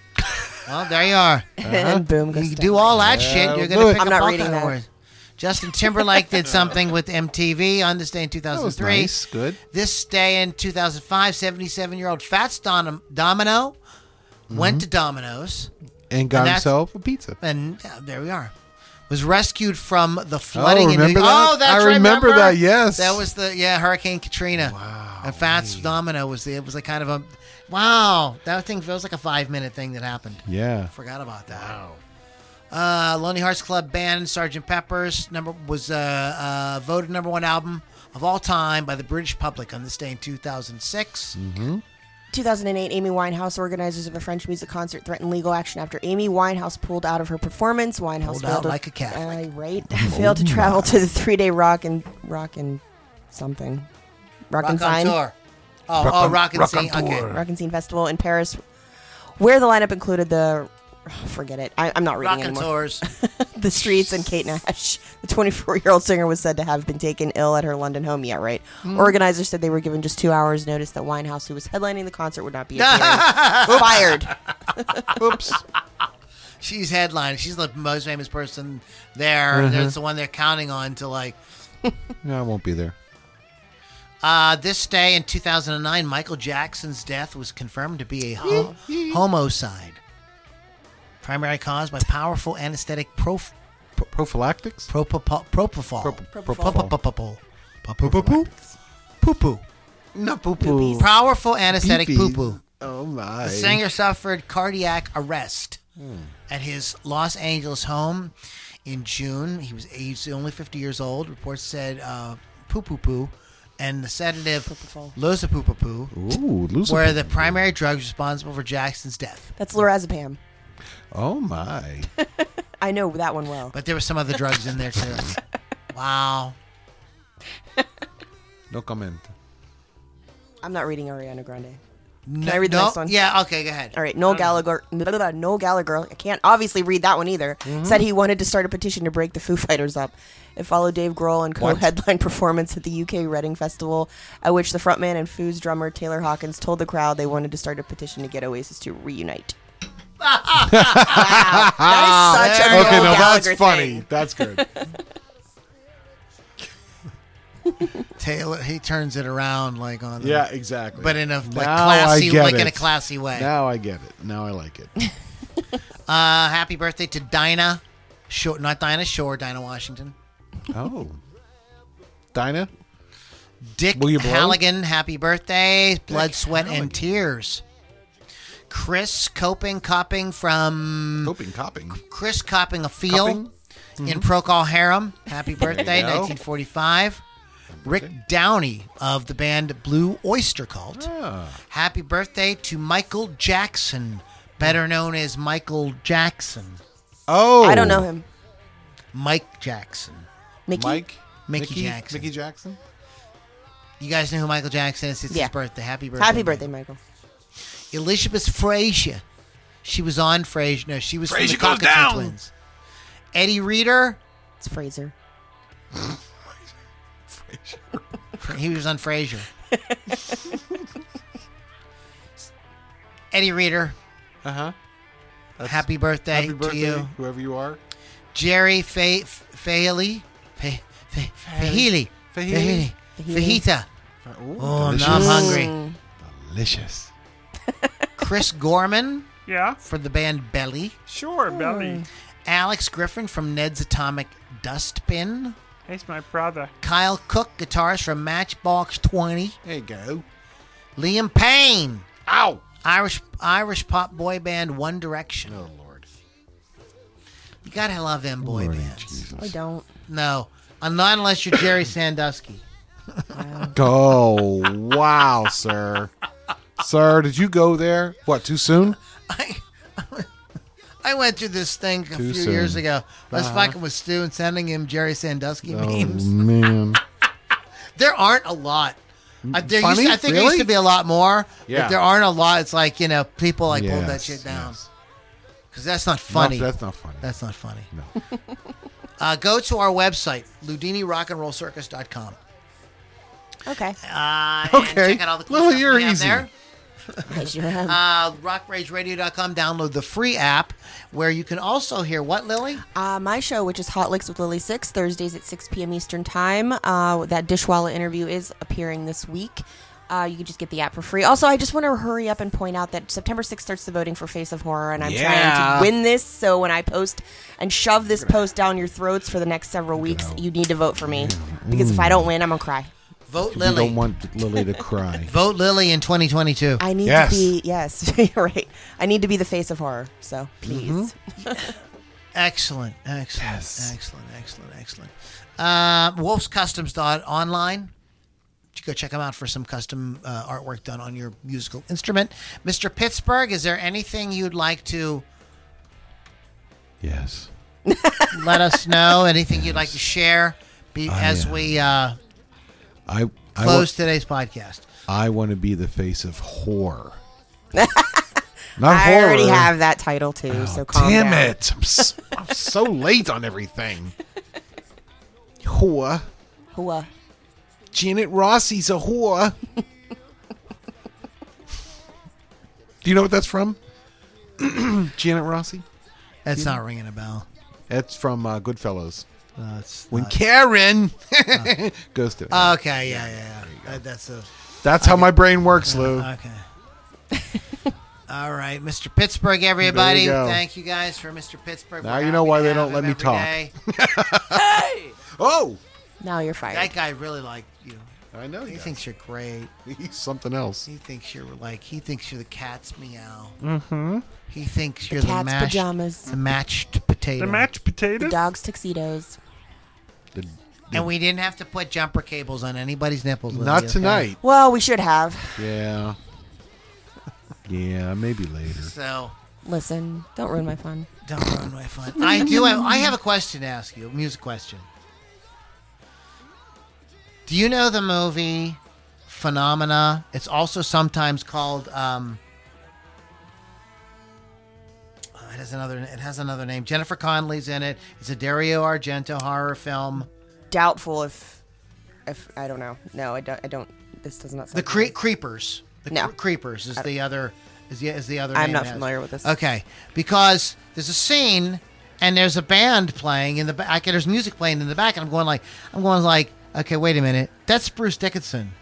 [SPEAKER 1] well, there you are.
[SPEAKER 3] and boom goes.
[SPEAKER 1] You
[SPEAKER 3] to
[SPEAKER 1] do
[SPEAKER 3] Dynamite.
[SPEAKER 1] all that shit,
[SPEAKER 2] we'll
[SPEAKER 1] you're
[SPEAKER 2] do
[SPEAKER 1] going
[SPEAKER 2] it.
[SPEAKER 1] to pick
[SPEAKER 3] I'm
[SPEAKER 1] up
[SPEAKER 3] not
[SPEAKER 1] all
[SPEAKER 3] reading
[SPEAKER 1] kind of
[SPEAKER 3] that.
[SPEAKER 1] awards. Justin Timberlake did something with MTV on this day in 2003.
[SPEAKER 2] nice. Good.
[SPEAKER 1] This day in 2005, 77 year old Fats Don- Domino
[SPEAKER 2] Mm-hmm.
[SPEAKER 1] went to Domino's,
[SPEAKER 2] And got
[SPEAKER 1] And that's-
[SPEAKER 2] himself a pizza.
[SPEAKER 1] and uh, there we are. Was rescued from the flooding in New
[SPEAKER 2] remember
[SPEAKER 1] York.
[SPEAKER 2] that?
[SPEAKER 1] Oh, that's
[SPEAKER 2] I
[SPEAKER 1] right,
[SPEAKER 2] remember that, yes.
[SPEAKER 1] that was the yeah Hurricane Katrina. Wow. And Fats Domino was the it was like kind of a wow that thing feels like a five minute thing that happened.
[SPEAKER 2] Yeah.
[SPEAKER 1] Forgot about that. Wow. Uh, Lonely Hearts Club Band, Sgt. Pepper's number was uh, uh, voted number one album of all time by the British public on this day in 2006.
[SPEAKER 3] 2008, Amy Winehouse, organizers of a French music concert, threatened legal action after Amy Winehouse pulled out of her performance. Winehouse
[SPEAKER 1] Pulled
[SPEAKER 3] failed
[SPEAKER 1] out
[SPEAKER 3] to,
[SPEAKER 1] like a Catholic.
[SPEAKER 3] Uh, right, failed to travel to the three-day rock and rock and something, rock, and
[SPEAKER 1] Rock on
[SPEAKER 3] sign,
[SPEAKER 1] tour. Oh, rock oh, rock and sing. Okay.
[SPEAKER 3] rock and scene festival in Paris, where the lineup included the. Forget it. I, I'm not reading
[SPEAKER 1] Rock and
[SPEAKER 3] anymore.
[SPEAKER 1] tours.
[SPEAKER 3] the streets and Kate Nash. The 24 year old singer was said to have been taken ill at her London home. Yeah, right.
[SPEAKER 1] Hmm.
[SPEAKER 3] Organizers said they were given just two hours' notice that Winehouse, who was headlining the concert, would not be appearing. fired.
[SPEAKER 2] Oops.
[SPEAKER 1] She's headline. She's the most famous person there. That's the one they're counting on to like.
[SPEAKER 2] no, I won't be there.
[SPEAKER 1] Uh, this day in 2009, Michael Jackson's death was confirmed to be a ho- homicide. Primary cause by powerful anesthetic prof-
[SPEAKER 2] Pro- prophylactics?
[SPEAKER 1] Propofol. Propofol.
[SPEAKER 2] Propofol.
[SPEAKER 1] Propofol. Propofol. Poo-poo.
[SPEAKER 2] No poo poo.
[SPEAKER 1] Powerful anesthetic poo-poo.
[SPEAKER 2] Oh my.
[SPEAKER 1] The singer suffered cardiac arrest at his Los Angeles home in June. He was he's only 50 years old. Reports said uh, poo-poo-poo and the sedative lozapoo-poo-poo
[SPEAKER 2] Ooh, loser.
[SPEAKER 1] were the primary drugs responsible for Jackson's death.
[SPEAKER 3] That's lorazepam.
[SPEAKER 2] Oh my.
[SPEAKER 3] I know that one well.
[SPEAKER 1] But there were some other drugs in there too. wow.
[SPEAKER 2] No comment.
[SPEAKER 3] I'm not reading Ariana Grande. Um,
[SPEAKER 1] Can
[SPEAKER 3] I read the next one?
[SPEAKER 1] Yeah, okay, go ahead.
[SPEAKER 3] All right, Noel Gallagher, blah, blah, blah, Noel Gallagher, I can't obviously read that one either. Said he wanted to start a petition to break the Foo Fighters up. It followed Dave Grohl and co-headline performance at the UK Reading Festival, at which the frontman and Foo's drummer Taylor Hawkins told the crowd they wanted to start a petition to get Oasis to reunite. wow, that is such
[SPEAKER 1] Oh,
[SPEAKER 3] a Noel
[SPEAKER 2] Okay, no,
[SPEAKER 3] Gallagher
[SPEAKER 2] that's funny.
[SPEAKER 3] thing.
[SPEAKER 2] That's good.
[SPEAKER 1] Taylor he turns it around like on the-
[SPEAKER 2] yeah, exactly.
[SPEAKER 1] but in a like
[SPEAKER 2] Now I
[SPEAKER 1] classy
[SPEAKER 2] get
[SPEAKER 1] like in
[SPEAKER 2] it.
[SPEAKER 1] a classy way.
[SPEAKER 2] Now I get it. Now I like it.
[SPEAKER 1] Uh, happy birthday to Dinah Shore, not Dinah Shore, Dinah Washington.
[SPEAKER 2] Oh. Dinah?
[SPEAKER 1] Dick
[SPEAKER 2] Will you blow?
[SPEAKER 1] Halligan, happy birthday. Blood, sweat, and tears. Chris Coping, Copping from
[SPEAKER 2] Coping, copying.
[SPEAKER 1] Chris Copping a Feel
[SPEAKER 2] Copping? Mm-hmm.
[SPEAKER 1] in Procol Harum. Happy birthday,
[SPEAKER 2] go.
[SPEAKER 1] 1945. Rick Downey of the band Blue Oyster Cult.
[SPEAKER 2] Ah.
[SPEAKER 1] Happy birthday to Michael Jackson, better known as Michael Jackson.
[SPEAKER 2] Oh.
[SPEAKER 3] I don't know him.
[SPEAKER 1] Mike Jackson.
[SPEAKER 3] Mickey?
[SPEAKER 2] Mike?
[SPEAKER 1] Mickey Jackson.
[SPEAKER 2] Mickey Jackson?
[SPEAKER 1] You guys know who Michael Jackson is? It's
[SPEAKER 3] Yeah.
[SPEAKER 1] his birthday. Happy birthday.
[SPEAKER 3] Happy birthday, Michael.
[SPEAKER 1] Elizabeth Frazier. She was on Frasier. No, she was from the
[SPEAKER 4] Frasier goes
[SPEAKER 1] Cockatoo
[SPEAKER 4] down.
[SPEAKER 1] Twins. Eddie Reader.
[SPEAKER 3] It's Fraser.
[SPEAKER 1] He was on Frasier. Eddie Reader.
[SPEAKER 2] Uh huh.
[SPEAKER 1] happy birthday,
[SPEAKER 2] Happy birthday,
[SPEAKER 1] to you.
[SPEAKER 2] whoever you are.
[SPEAKER 1] Jerry Fa- F- Fahely. Fa- Fa- Fahely.
[SPEAKER 2] Fahely.
[SPEAKER 3] Fahely.
[SPEAKER 1] Fajita.
[SPEAKER 2] Ooh,
[SPEAKER 1] Oh,
[SPEAKER 2] delicious.
[SPEAKER 1] now I'm hungry.
[SPEAKER 2] Delicious.
[SPEAKER 1] Chris Gorman
[SPEAKER 6] Yeah?
[SPEAKER 1] for the band Belly.
[SPEAKER 6] Sure, Belly.
[SPEAKER 1] Alex Griffin from Ned's Atomic Dustbin.
[SPEAKER 6] He's my brother.
[SPEAKER 1] Kyle Cook, guitarist from Matchbox 20.
[SPEAKER 2] There you go.
[SPEAKER 1] Liam Payne,
[SPEAKER 2] Ow!
[SPEAKER 1] Irish Irish pop boy band One Direction.
[SPEAKER 2] Oh, Lord.
[SPEAKER 1] You gotta love them boy bands.
[SPEAKER 3] I don't.
[SPEAKER 1] No, un- not unless you're Jerry Sandusky.
[SPEAKER 2] Go. wow, sir. Sir, did you go there? What, too soon?
[SPEAKER 1] I, I went through this thing a few
[SPEAKER 2] soon. Uh-huh.
[SPEAKER 1] years ago. I was fucking with Stu and sending him Jerry Sandusky
[SPEAKER 2] Oh,
[SPEAKER 1] memes.
[SPEAKER 2] man.
[SPEAKER 1] There aren't a lot. I, there used
[SPEAKER 2] Funny?
[SPEAKER 1] to, I think there
[SPEAKER 2] Really?
[SPEAKER 1] used to be a lot more.
[SPEAKER 2] Yeah.
[SPEAKER 1] But there aren't a lot. It's like you know, people like pulled that
[SPEAKER 2] Yes,
[SPEAKER 1] shit down
[SPEAKER 2] yes.
[SPEAKER 1] because that's not funny.
[SPEAKER 2] No, that's not funny.
[SPEAKER 1] That's not funny.
[SPEAKER 2] No.
[SPEAKER 1] Uh, go to our website, ludinirockandrollcircus.com.
[SPEAKER 3] Okay.
[SPEAKER 1] Uh,
[SPEAKER 2] Okay.
[SPEAKER 1] And check out all the cool
[SPEAKER 2] Well,
[SPEAKER 1] stuff
[SPEAKER 2] you're
[SPEAKER 1] we have
[SPEAKER 2] easy.
[SPEAKER 1] there.
[SPEAKER 3] I sure am.
[SPEAKER 1] Uh, rockrageradio.com. Download the free app where you can also hear what, Lily?
[SPEAKER 3] Uh, my show, which is Hot Licks with Lily Six, Thursdays at 6 p.m. Eastern Time. Uh, that Dishwalla interview is appearing this week. Uh, you can just get the app for free. Also, I just want to hurry up and point out that September 6th starts the voting for Face of Horror, and I'm trying to win this. So when I post and shove this post down your throats for the next several weeks, you need to vote for me. Because if I
[SPEAKER 2] Mm.
[SPEAKER 3] don't win, I'm going to cry.
[SPEAKER 1] Vote
[SPEAKER 2] You
[SPEAKER 1] Lily.
[SPEAKER 2] don't want Lily to cry.
[SPEAKER 1] Vote Lily in 2022.
[SPEAKER 3] I need
[SPEAKER 2] Yes. Mm-hmm.
[SPEAKER 3] to be, yes, you're right. I need to be the face of horror. So please.
[SPEAKER 1] Excellent, excellent, excellent, excellent, excellent. Uh, Wolf's Customs online. You go check them out for some custom uh, artwork done on your musical instrument. Mr. Pittsburgh, is there anything you'd like to
[SPEAKER 4] Yes.
[SPEAKER 1] let us know? Anything you'd like to share be, as
[SPEAKER 4] yeah.
[SPEAKER 1] we uh,
[SPEAKER 4] I I, wa-
[SPEAKER 1] close today's podcast?
[SPEAKER 4] I want to be the face of horror.
[SPEAKER 2] Not
[SPEAKER 3] I
[SPEAKER 2] horror. Oh,
[SPEAKER 3] already have that title too, so calm
[SPEAKER 2] Damn
[SPEAKER 3] down.
[SPEAKER 2] it! I'm, s- I'm so late on everything. Whore.
[SPEAKER 3] Hua.
[SPEAKER 2] Janet Rossi's a whore. Do you know what that's from? Janet Rossi?
[SPEAKER 1] That's not ringing a bell.
[SPEAKER 2] That's from uh, Goodfellas.
[SPEAKER 1] No, it's
[SPEAKER 2] When
[SPEAKER 1] not.
[SPEAKER 2] Karen goes to.
[SPEAKER 1] Okay, yeah, yeah, yeah. That- that's a
[SPEAKER 2] that's how my brain works, Lou.
[SPEAKER 1] okay. All right, Mr. Pittsburgh, everybody.
[SPEAKER 2] go.
[SPEAKER 1] Thank you guys for Mr. Pittsburgh.
[SPEAKER 2] Now
[SPEAKER 1] We're
[SPEAKER 2] you
[SPEAKER 1] happy
[SPEAKER 2] know why
[SPEAKER 1] to
[SPEAKER 2] they
[SPEAKER 1] have
[SPEAKER 2] don't
[SPEAKER 1] him
[SPEAKER 2] let me
[SPEAKER 1] every
[SPEAKER 2] talk.
[SPEAKER 1] day.
[SPEAKER 5] Hey!
[SPEAKER 2] oh!
[SPEAKER 3] Now you're fired.
[SPEAKER 1] That guy really liked you.
[SPEAKER 2] I know
[SPEAKER 1] He
[SPEAKER 2] he
[SPEAKER 1] thinks you're great.
[SPEAKER 2] He's something else.
[SPEAKER 1] He thinks you're like he thinks you're the cat's meow. Mm-hmm. He thinks you're the
[SPEAKER 3] cat's
[SPEAKER 1] mashed,
[SPEAKER 3] pajamas.
[SPEAKER 1] the matched potato.
[SPEAKER 6] The mashed
[SPEAKER 3] the
[SPEAKER 6] potatoes.
[SPEAKER 3] dog's tuxedos.
[SPEAKER 2] The-
[SPEAKER 1] and we didn't have to put jumper cables on anybody's nipples. Lily,
[SPEAKER 2] not
[SPEAKER 1] okay?
[SPEAKER 2] tonight.
[SPEAKER 3] Well, we should have.
[SPEAKER 2] Yeah.
[SPEAKER 4] Yeah, maybe later.
[SPEAKER 1] So
[SPEAKER 3] Listen, don't ruin my fun.
[SPEAKER 1] don't ruin my fun. I do. Have, I have a question to ask you. A music question. Do you know the movie Phenomena? It's also sometimes called. Um, oh, it has another. It has another name. Jennifer Connelly's in it. It's a Dario Argento horror film.
[SPEAKER 3] Doubtful if, if I don't know. No, I don't. I don't. This does not.
[SPEAKER 1] The
[SPEAKER 3] sound
[SPEAKER 1] cre- creepers. The
[SPEAKER 3] No.
[SPEAKER 1] Cre- creepers is the other. Is the is the other.
[SPEAKER 3] I'm
[SPEAKER 1] name
[SPEAKER 3] not
[SPEAKER 1] it has.
[SPEAKER 3] familiar with this.
[SPEAKER 1] Okay, because there's a scene and there's a band playing in the back. There's music playing in the back, and I'm going like, I'm going like, okay, wait a minute, that's Bruce Dickinson.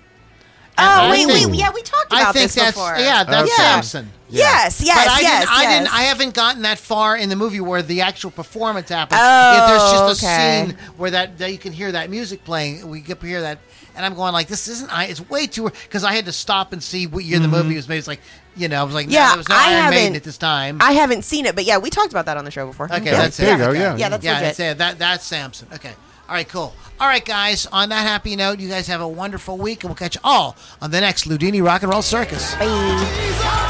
[SPEAKER 3] Oh wait,
[SPEAKER 1] think-
[SPEAKER 3] wait, yeah, we talked about
[SPEAKER 1] I think
[SPEAKER 3] this
[SPEAKER 1] that's
[SPEAKER 3] before.
[SPEAKER 1] yeah, that's
[SPEAKER 2] Okay.
[SPEAKER 1] Samson.
[SPEAKER 3] Yes, yes,
[SPEAKER 1] but I
[SPEAKER 3] yes,
[SPEAKER 1] didn't, I
[SPEAKER 3] yes.
[SPEAKER 1] didn't. I haven't gotten that far in the movie where the actual performance happens.
[SPEAKER 3] Oh,
[SPEAKER 1] if there's just a
[SPEAKER 3] okay.
[SPEAKER 1] scene where that, that you can hear that music playing, we get to hear that, and I'm going like, this isn't. I. It's way too because I had to stop and see what year the movie was made. It's like, you know, I was like, no,
[SPEAKER 3] Mm-hmm. Yeah,
[SPEAKER 1] there was no
[SPEAKER 3] I
[SPEAKER 1] Iron Maiden
[SPEAKER 3] haven't-
[SPEAKER 1] at this time.
[SPEAKER 3] I haven't seen it, but yeah, we talked about that on the show before.
[SPEAKER 1] Okay,
[SPEAKER 3] Yeah.
[SPEAKER 1] that's it.
[SPEAKER 2] there you go,
[SPEAKER 1] Okay.
[SPEAKER 2] yeah.
[SPEAKER 3] Yeah, that's
[SPEAKER 1] yeah,
[SPEAKER 3] legit.
[SPEAKER 1] that's it. That that's Samson. Okay. All right, cool. All right, guys. On that happy note, you guys have a wonderful week, and we'll catch you all on the next Ludini Rock and Roll Circus.
[SPEAKER 3] Bye.
[SPEAKER 7] Jesus!